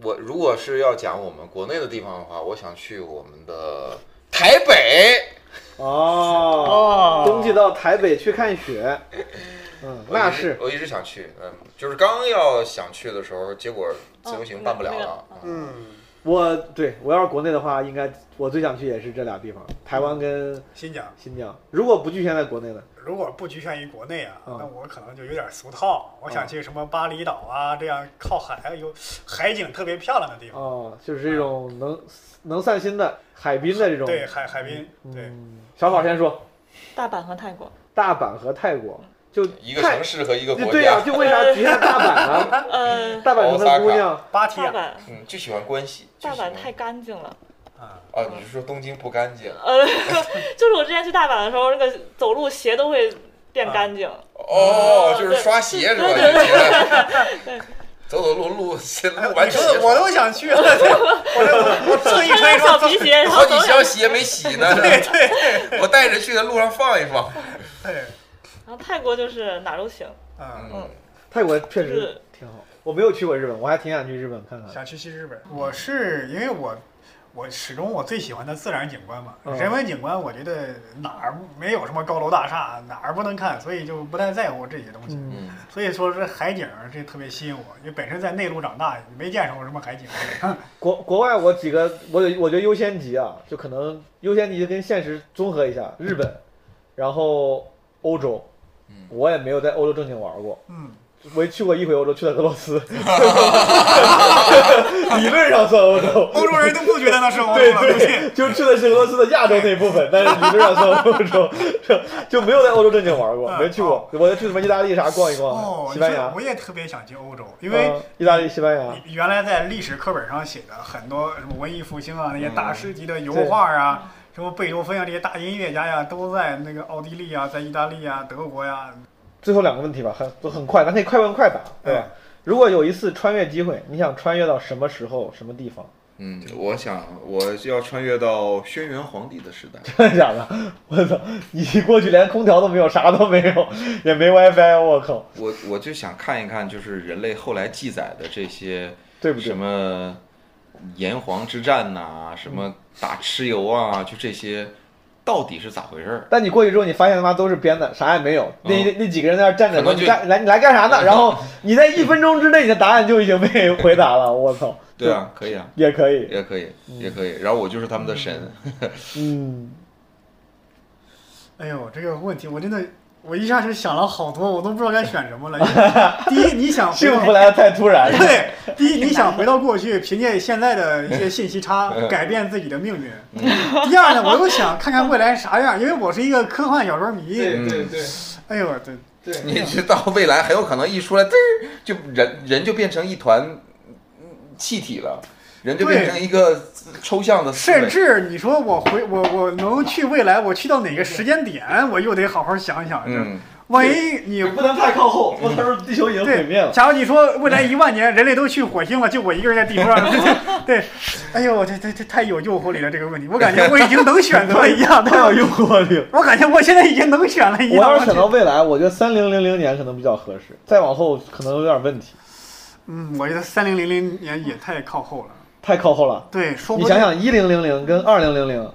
我如果是要讲我们国内的地方的话，我想去我们的台北。
哦，
哦
冬季到台北去看雪，嗯，那是
我一直我一直想去，嗯，就是刚要想去的时候，结果自由
哦
行办不了了。嗯
嗯，
我对我要是国内的话，应该我最想去也是这俩地方，台湾跟
新疆
新疆。如果不局限在国内呢？
如果不局限于国内啊，
嗯
那我可能就有点俗
啊
套。我想去什么巴厘岛啊，这样靠海有海景特别漂亮的地方。
哦，就是这种能能散心的海滨的这种。
对，海海滨，对，
嗯，小宝先说，
大阪和泰国，
大阪和泰国就
一个
泰
城市和一个国
对呀、
家，
就为啥局限大 阪呢？
呃，
大阪城的姑娘，
芭提
大
雅
阪
嗯，就喜欢关系。就
大
喜欢
阪太干净了。
啊，
啊，你是说东京不干净？
呃， 就是我之前去大阪的时候，那个走路鞋都会变干净。
哦，就是刷鞋是吧？
对
你觉得走走路路
哎
路完
你
鞋
说的我都想 去了，啊对我这我特意
穿
穿一双
双小皮，鞋，然后
好几
走两
箱鞋没洗呢，对对，我带着去的路上放一放。
对，
然后泰国就是哪儿都行，
嗯，
嗯，
泰国确
就
实
是
挺好。我没有去过日本，我还挺想去日本看看。
想去西日本。我是因为我。我始终我最喜欢的自然景观嘛，
嗯
人文景观我觉得哪儿没有什么高楼大厦，哪儿不能看，所以就不太在乎这些东西。
嗯，
嗯，
所以说这海景儿这特别吸引我，因为本身在内陆长大，没见识过什么海景。
国国外我几个，我有我觉得优先级啊，就可能优先级跟现实综合一下，日本，然后欧洲
嗯，
我也没有在欧洲正经玩过，
嗯，
我去过一回欧洲，去了俄罗 斯，理论上算欧洲。
欧洲人都不觉得那是欧洲
对
哦了，估计
对，就去的是俄罗斯的亚洲那部分，但是理论上算欧洲，就没有在欧洲正经玩过，没去过。我就去什么意大利啥逛一
哦
逛，，西
你
班
说
牙
我，也特别想去欧洲，因为
嗯意大利、西班牙，
原来在历史课本上写的很多什么文艺复兴啊，那些大师级的油画啊，什么贝多芬啊，这些大音乐家呀，都在那个奥地利啊，在意大利啊，德国呀，
最后两个问题吧，很都很快，咱可以快问快答，对
嗯
吧？如果有一次穿越机会，你想穿越到什么时候、什么地方？
嗯，我想我要穿越到轩辕皇帝的时代。
真的假的？ 我操！你过去连空调都没有，啥都没有， 也没 WiFi，我啊靠！
我我就想看一看，就是人类后来记载的这些，
对不对
什么炎黄之战呐、什么打蚩尤啊，就这些，到底是咋回事儿？
但你过去之后，你发现他妈都是编的，啥也没有。那、
嗯
那几个人在那儿站着，
可能
你
就嗯
干来你来干啥呢？然后你在一分钟之内，你的答案就已经被回 答了。我操！
对啊，
嗯
可以啊，
也可以，
也可以，也可以。然后我就是他们的神，
嗯，
哎呦，这个问题我真的，我一下就想了好多，我都不知道该选什么了。因 为第一，你想回
幸
到
福来的太突然了。
对，第一，你想回到过去，凭借现在的一些信息差改变自己的命运。第二呢，我又想看看未来啥样，因为我是一个科幻小说迷。
嗯
对对
哎呦，对，
对
你知道未来很有可能一出来，嘚儿就人人就变成一团嗯气体了，人就变
对
成一个抽象的思维
甚至你说我回我我能去未来，我去到哪个时间点，我又得好好想想。
嗯，
万一
你
你
不能太靠后，
我操！地球已经毁灭
对，
了。
假如你说未来一万年人类都去火星了，就我一个人在地球上， 对，对哎呦，这这这太有诱惑力了这个问题，我感觉我已经能选择了一样，
太有诱惑力了！
我感觉我现在已经能选了一
我
样
要
了
是。想到未来，我觉得三零零零年可能比较合适，再往后可能有点问题，
嗯，我觉得三零零零年也太靠后了。
太靠后了。
对，说
你
不
想
定
想，一零零零跟二零零零，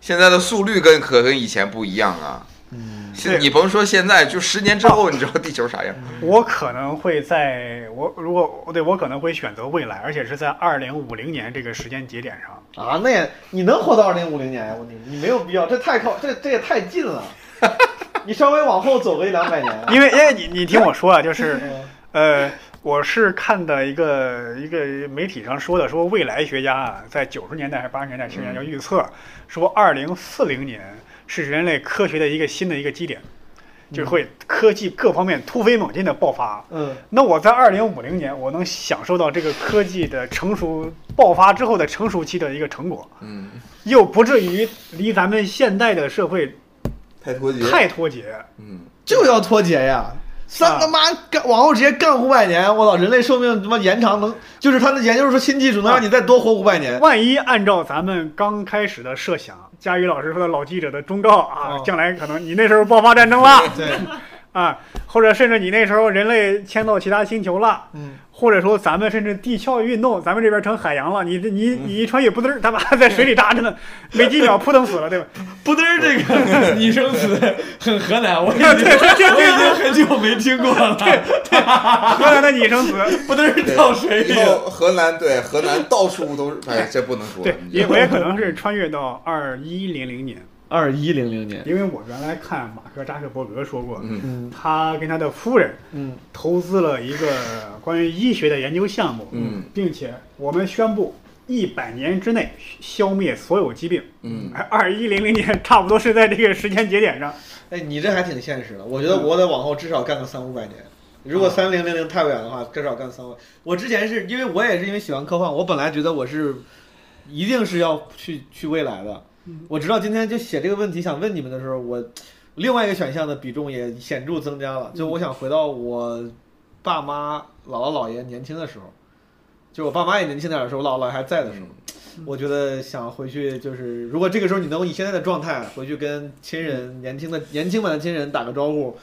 现在的速率跟可跟以前不一样啊。现你甭说现在，就十年之后，你知道地球啥样？
我可能会在我如果对我可能会选择未来，而且是在二零五零年这个时间节点上。
啊，那也你能活到二零五零年呀？我你你没有必要，这太靠这这也太近 了。你稍微往后走个一两百 年，
因为因为你你听我说啊， 就是，呃，我是看的一个一个媒体上说的，说未来学家啊，在九十年代还是八十年代、七十年代就预测，
嗯
说二零四零年是人类科学的一个新的一个基点，就是会科技各方面突飞猛进的爆发。
嗯，
那我在二零五零年，我能享受到这个科技的成熟爆发之后的成熟期的一个成果，
嗯，
又不至于离咱们现代的社会
太脱节
太 脱节。
嗯，
就要脱节呀。三他妈干往后直接干五百年，我操！人类寿命他妈延长能，就是他的研究说新技术能让你再多活五百年。
万一按照咱们刚开始的设想，佳宇老师说的老记者的忠告啊，
哦
将来可能你那时候爆发战争了
对，
啊，或者甚至你那时候人类迁到其他星球了，
嗯，
或者说咱们甚至地壳运动，咱们这边成海洋了，你这你
嗯
你一穿越，扑嘚儿，他妈在水里扎 着呢，没几秒扑腾死了，对吧？
不嘚儿这个拟声词很河南，我已经
对对对
我已经很久没听过了。
河南的拟声词，
不嘚儿到水里
以，后河南对河南到处都是，哎，这不能说。
对，
你
也我也可能是穿越到二一零零年，
二一零零年，
因为我原来看马克扎克伯格说过，
嗯
嗯
他跟他的夫人。
嗯，
投资了一个关于医学的研究项目，
嗯，
并且我们宣布一百年之内消灭所有疾病，
嗯，
二一零零年差不多是在这个时间节点上，
哎，你这还挺现实的。我觉得我得往后至少干个三五百年。
嗯
如果三零零零太远的话，至少干三五百。我之前是因为我也是因为喜欢科幻，我本来觉得我是一定是要去去未来的。我直到今天就写这个问题想问你们的时候，我另外一个选项的比重也显著增加了，就我想回到我爸妈、姥姥姥爷年轻的时候，就我爸妈也年轻点儿的时候，我姥姥姥爷还在的时候。
嗯
我觉得想回去，就是如果这个时候你能以现在的状态回去跟亲人、年轻的年轻版的亲人打个招呼，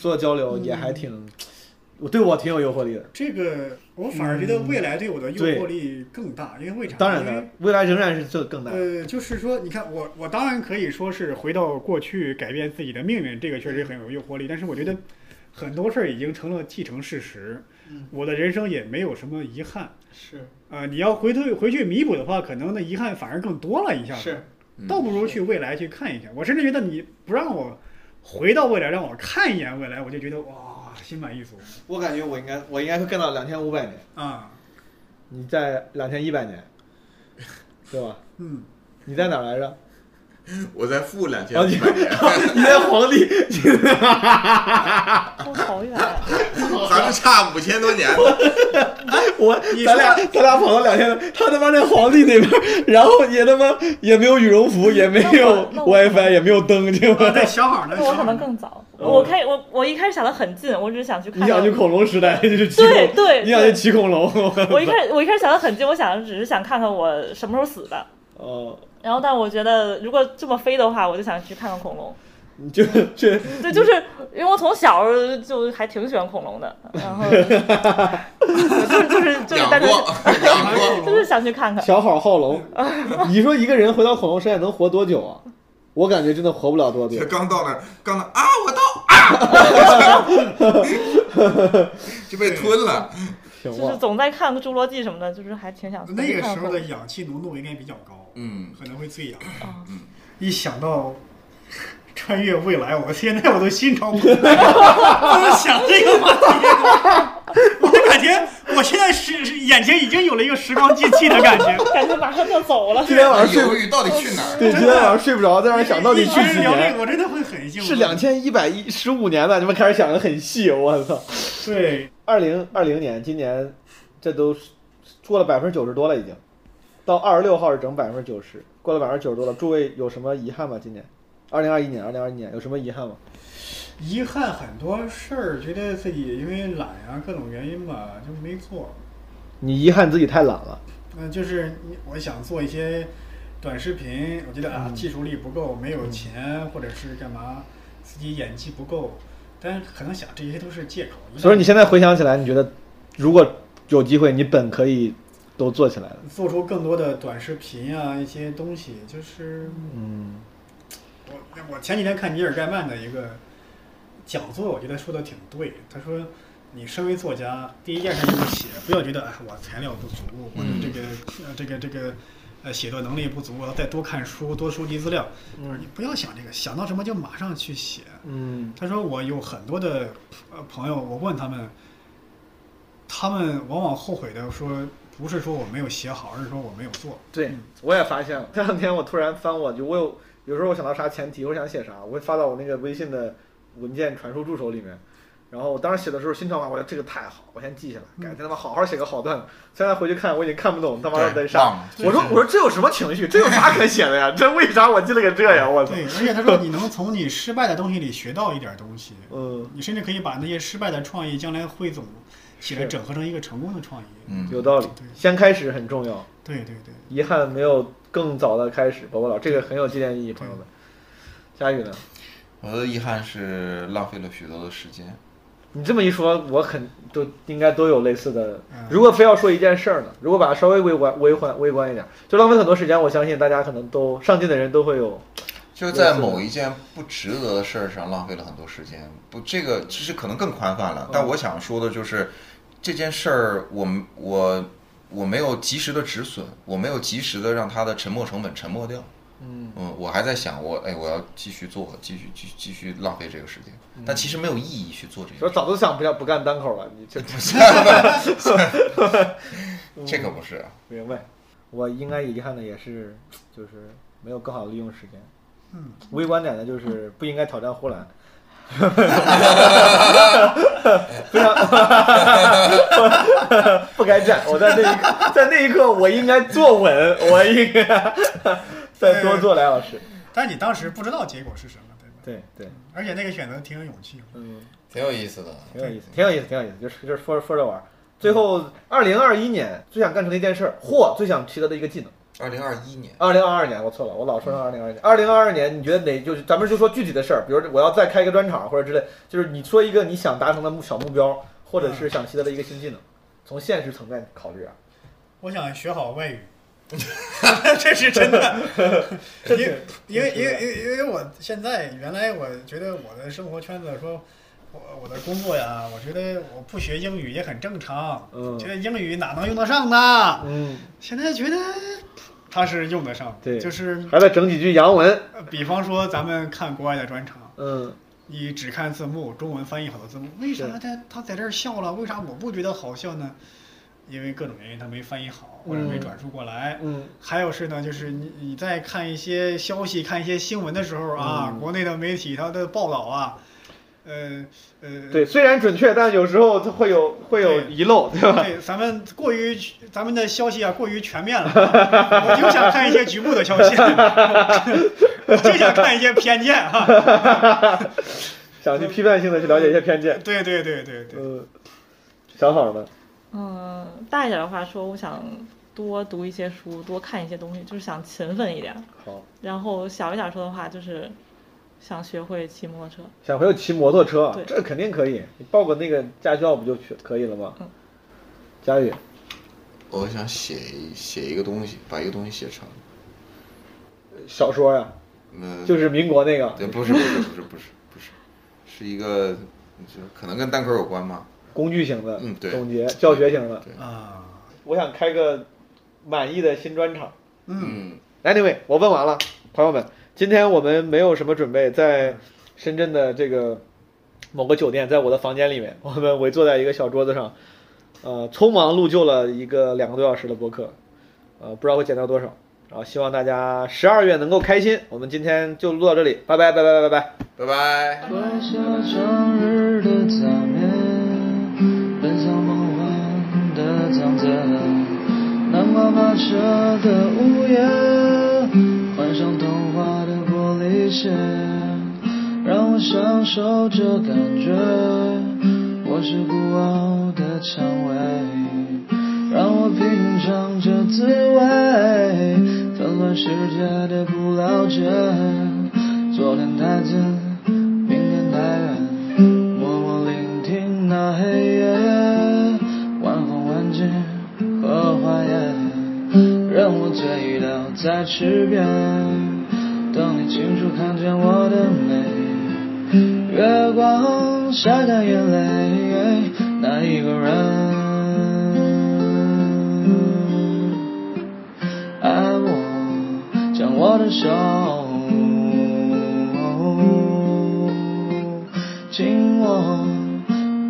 做交流，也还挺，
嗯
我对我挺有诱惑力的。
这个我反而觉得未来对我的诱
对
惑力更大，因为为啥？
当然
因为
嗯
了，未来仍然是这更难。
呃，就是说，你看我，我当然可以说是回到过去改变自己的命运，这个确
嗯
实很有诱惑力。但是我觉得很多事儿已经成了既成事实，
嗯
我的人生也没有什么遗憾。
是
呃，你要回退回去弥补的话，可能那遗憾反而更多了一下子。
是，
倒不如去未来去看一下。我甚至觉得你不让我回到未来，让我看一眼未来，我就觉得哇，心满意足
我感觉我应该我应该会干到两千五百年，
啊，
你在两千一百 年，对吧？
嗯，
你在哪儿来着？
我在负两千
啊
五百年，
你在皇帝，
哦，好远啊，
咱们差五千多年呢。
我咱俩咱俩跑到两千，他他妈在皇帝那边，然后也他妈也没有羽绒服，也没有
那我那我
WiFi，也没有灯，对吧？
在小海呢，
那我可能更早。我开我我一开始想的很近，我只是想去看
你
看。
想去恐龙时代，就是骑
对
恐，
对，
你想去
对
骑恐龙？
我一开始我一开始想的很近，我想只是想看看我什么时候死的。
哦，
然后，但我觉得如果这么飞的话，我就想去看看恐龙。
你就这
对，就是因为我从小就还挺喜欢恐龙的，然后 就是就是就是
养
单纯
过，养过，
就是想去看看。
小好好龙，你说一个人回到恐龙时代能活多久啊？我感觉真的活不了多久。
刚到那儿，刚到啊，我到 啊，就被吞了。
行
就是
吧，
总在看《侏罗纪》什么的，就是还挺想
那个
看
时候
恐
的
龙
氧气浓度应该比较高，
嗯，
可能会最氧。
啊
嗯一想到穿越未来，我现在我都心潮澎湃，不能想这个话题。我就感觉我现在是是眼前已经有了一个时光机器的感觉。
感觉马上就要走了。
今天晚上睡
犹
不
豫到底去哪儿？
对，今天晚上睡不着，在那儿想到底去
一
几
直聊这
年
个，。我真的会很兴奋。
是两千一百一十五年了，你们开始想的很细，我操！
对，
二零二零年，今年这都是过了百分之九十多了，已经到二十六号是整百分之九十，过了百分之九十多了。诸位有什么遗憾吗？今年二零二一年，二零二一年有什么遗憾吗？
遗憾很多事儿，觉得自己因为懒呀、各种原因吧，就没做。
你遗憾自己太懒了，
嗯，就是你我想做一些短视频，我觉得
嗯
啊技术力不够，没有钱，或者是干嘛，自己演技不够，但可能想这些都是借口。一旦
所以你现在回想起来，你觉得如果有机会，你本可以都做起来了。
呃做出更多的短视频啊，一些东西，就是
嗯，
我我前几天看尼尔盖曼的一个讲座，我觉得说的挺对。他说，你身为作家，第一件事就是写，不要觉得哎我材料不足，我的这个、呃这个这个呃写作能力不足，我要再多看书，多收集资料。他说你不要想这个，想到什么就马上去写。
嗯，
他说我有很多的呃朋友，我问他们，他们往往后悔的说，不是说我没有写好，而是说我没有做。
对，我也发现 了。这嗯两天我突然翻我就我有有时候我想到啥前提，我想写啥，我会发到我那个微信的文件传输助手里面。然后我当时写的时候心潮满满，我觉得这个太好，我先记下来，改天他妈好好写个好段子。现在回去看，我已经看不懂他妈在
对
啥
忘了。
我说我说这有什么情绪？这有啥可写的呀？这为啥我记了个这呀？我操！
对，而且他说你能从你失败的东西里学到一点东西，
嗯，
你甚至可以把那些失败的创意将来汇总起来，整合成一个成功的创意。
嗯，
有道理
对，
先开始很重要。
对对对，
遗憾没有更早的开始，宝宝老这个很有纪念意义，朋友们。佳宇呢？
我的遗憾是浪费了许多的时间。
你这么一说，我很都应该都有类似的
嗯。
如果非要说一件事儿呢，如果把它稍微微观、微观、微观一点，就浪费很多时间。我相信大家可能都上进的人都会有。
就是在某一件不值得的事儿上浪费了很多时间，不，这个其实可能更宽泛了。但我想说的就是，这件事儿，我们我我没有及时的止损，我没有及时的让它的沉没成本沉没掉。
嗯
嗯，我还在想，我哎，我要继续做，继续继续继续浪费这个时间，但其实没有意义去做这
嗯
个
说
事。
早都想不要不干单口了，你这嗯
这可不是啊，
明白。我应该遗憾的也是，就是没有更好的利用时间。
嗯，
微观点呢，就是不应该挑战呼兰。 非常不该站，我在那一刻，在那一刻，我应该坐稳，我应该再多做俩小时。
但你当时不知道结果是什么，对吧？
对对，
而且那个选择挺有勇气的。
嗯，
挺有意思的。
挺有意思，挺有意思，挺有意思，就是就是说说着玩儿。最后，二零二一年最想干成的一件事儿，或最想习得的一个技能。
二零二一年，
二零二二年，我错了，我老说成二零二年。二零二二年，你觉得哪就是咱们就说具体的事儿，比如我要再开一个专场或者之类，就是你说一个你想达成的目小目标，或者是想习得的一个新技能，从现实层面考虑啊。
我想学好外语， 这是真 的。因为因为因为因为因为我现在原来我觉得我的生活圈子说，我我的工作呀，我觉得我不学英语也很正常，
嗯
觉得英语哪能用得上呢？
嗯，
现在觉得它是用得上的，
对
就是
还得整几句洋文。
呃比方说咱们看国外的专场，
嗯
你只看字幕，中文翻译很多字幕，为啥他他在这儿笑了？为啥我不觉得好笑呢？因为各种原因，他没翻译好，或者没
嗯
转述过来。
嗯，
还有是呢，就是你你在看一些消息、看一些新闻的时候啊，
嗯
国内的媒体它的报道啊，呃 呃，
对，虽然准确，但有时候它会有会有
对
遗漏，对吧？
对，咱们过于咱们的消息啊过于全面了，啊我就想看一些局部的 消息，我就想看一些偏见啊。
想去批判性的去了解一些偏见。
对对对对对，
嗯，小好呢？
嗯，大一点的话说，我想多读一些书，多看一些东西，就是想勤奋一点。
好，
然后小一点说的话，就是想学会骑摩托车。
想回头骑摩托车啊
对，
这肯定可以。你报个那个驾校不就去可以了吗？佳宇，
我想写一写一个东西，把一个东西写成，
小说呀、
嗯，
就是民国那个
对，不是不是不是不是不是，是一个就可能跟单口有关吗？
工具型的，
嗯对
总结教学型的。
对
啊，
我想开个满意的新专场。
嗯，
Anyway，我问完了，朋友们，今天我们没有什么准备，在深圳的这个某个酒店，在我的房间里面，我 们围坐在一个小桌子上，呃，匆忙录就了一个两个多小时的播客，呃，不知道会剪掉多少，然后希望大家十二月能够开心。我们今天就录到这里，拜拜拜拜拜拜。
拜拜。
摘下整日的假面，奔向梦幻的疆界。南瓜马车的午夜，换上童话的玻璃鞋，让我享受这感觉。我是孤傲的蔷薇，让我品尝这滋味。纷乱世界的不了解，昨天太近，明天太远，默默聆听那黑夜，晚风晚景和花叶，任我醉倒在池边，等你清楚看见我的美。月光晒干眼泪，哎那一个人爱我，将我的手紧握，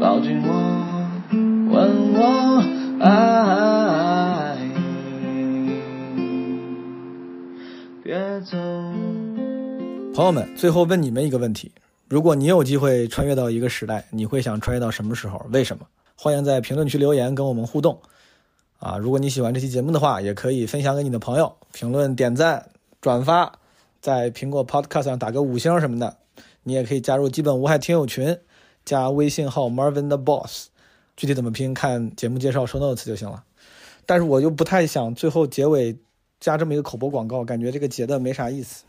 抱紧我，吻我，爱，别走。
朋友们，最后问你们一个问题：如果你有机会穿越到一个时代，你会想穿越到什么时候？为什么？欢迎在评论区留言跟我们互动。啊，如果你喜欢这期节目的话，也可以分享给你的朋友，评论、点赞、转发，在苹果 Podcast 上打个五星什么的。你也可以加入基本无害听友群，加微信号 Marvin the Boss，具体怎么拼看节目介绍 show notes 就行了。但是我又不太想最后结尾加这么一个口播广告，感觉这个节的没啥意思。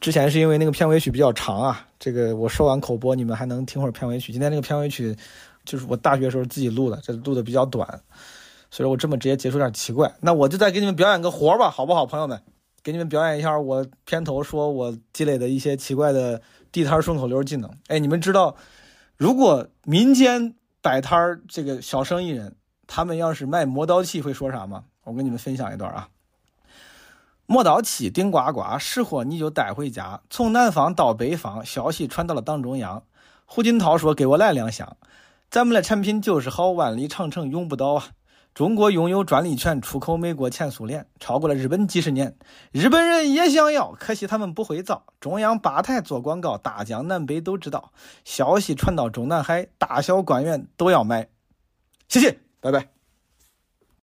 之前是因为那个片尾曲比较长啊，这个我说完口播，你们还能听会儿片尾曲。今天这个片尾曲就是我大学时候自己录的，这录的比较短，所以说我这么直接结束有点奇怪。那我就再给你们表演个活儿吧，好不好，朋友们？ 给你们表演一下我片头说我积累的一些奇怪的地摊儿顺口溜技能。哎，你们知道，如果民间摆摊儿这个小生意人，他们要是卖磨刀器会说啥吗？我跟你们分享一段啊。磨刀起，钉呱呱，是火你就带回家。从南方到北方，消息传到了党中央。胡锦涛说：“给我来两箱。”咱们的产品就是好，万里长城永不倒啊！中国拥有专利权，出口美国、前苏联，超过了日本几十年。日本人也想要，可惜他们不会造。中央八台做广告，大江南北都知道。消息传到中南海，大小官员都要买。谢谢，拜拜。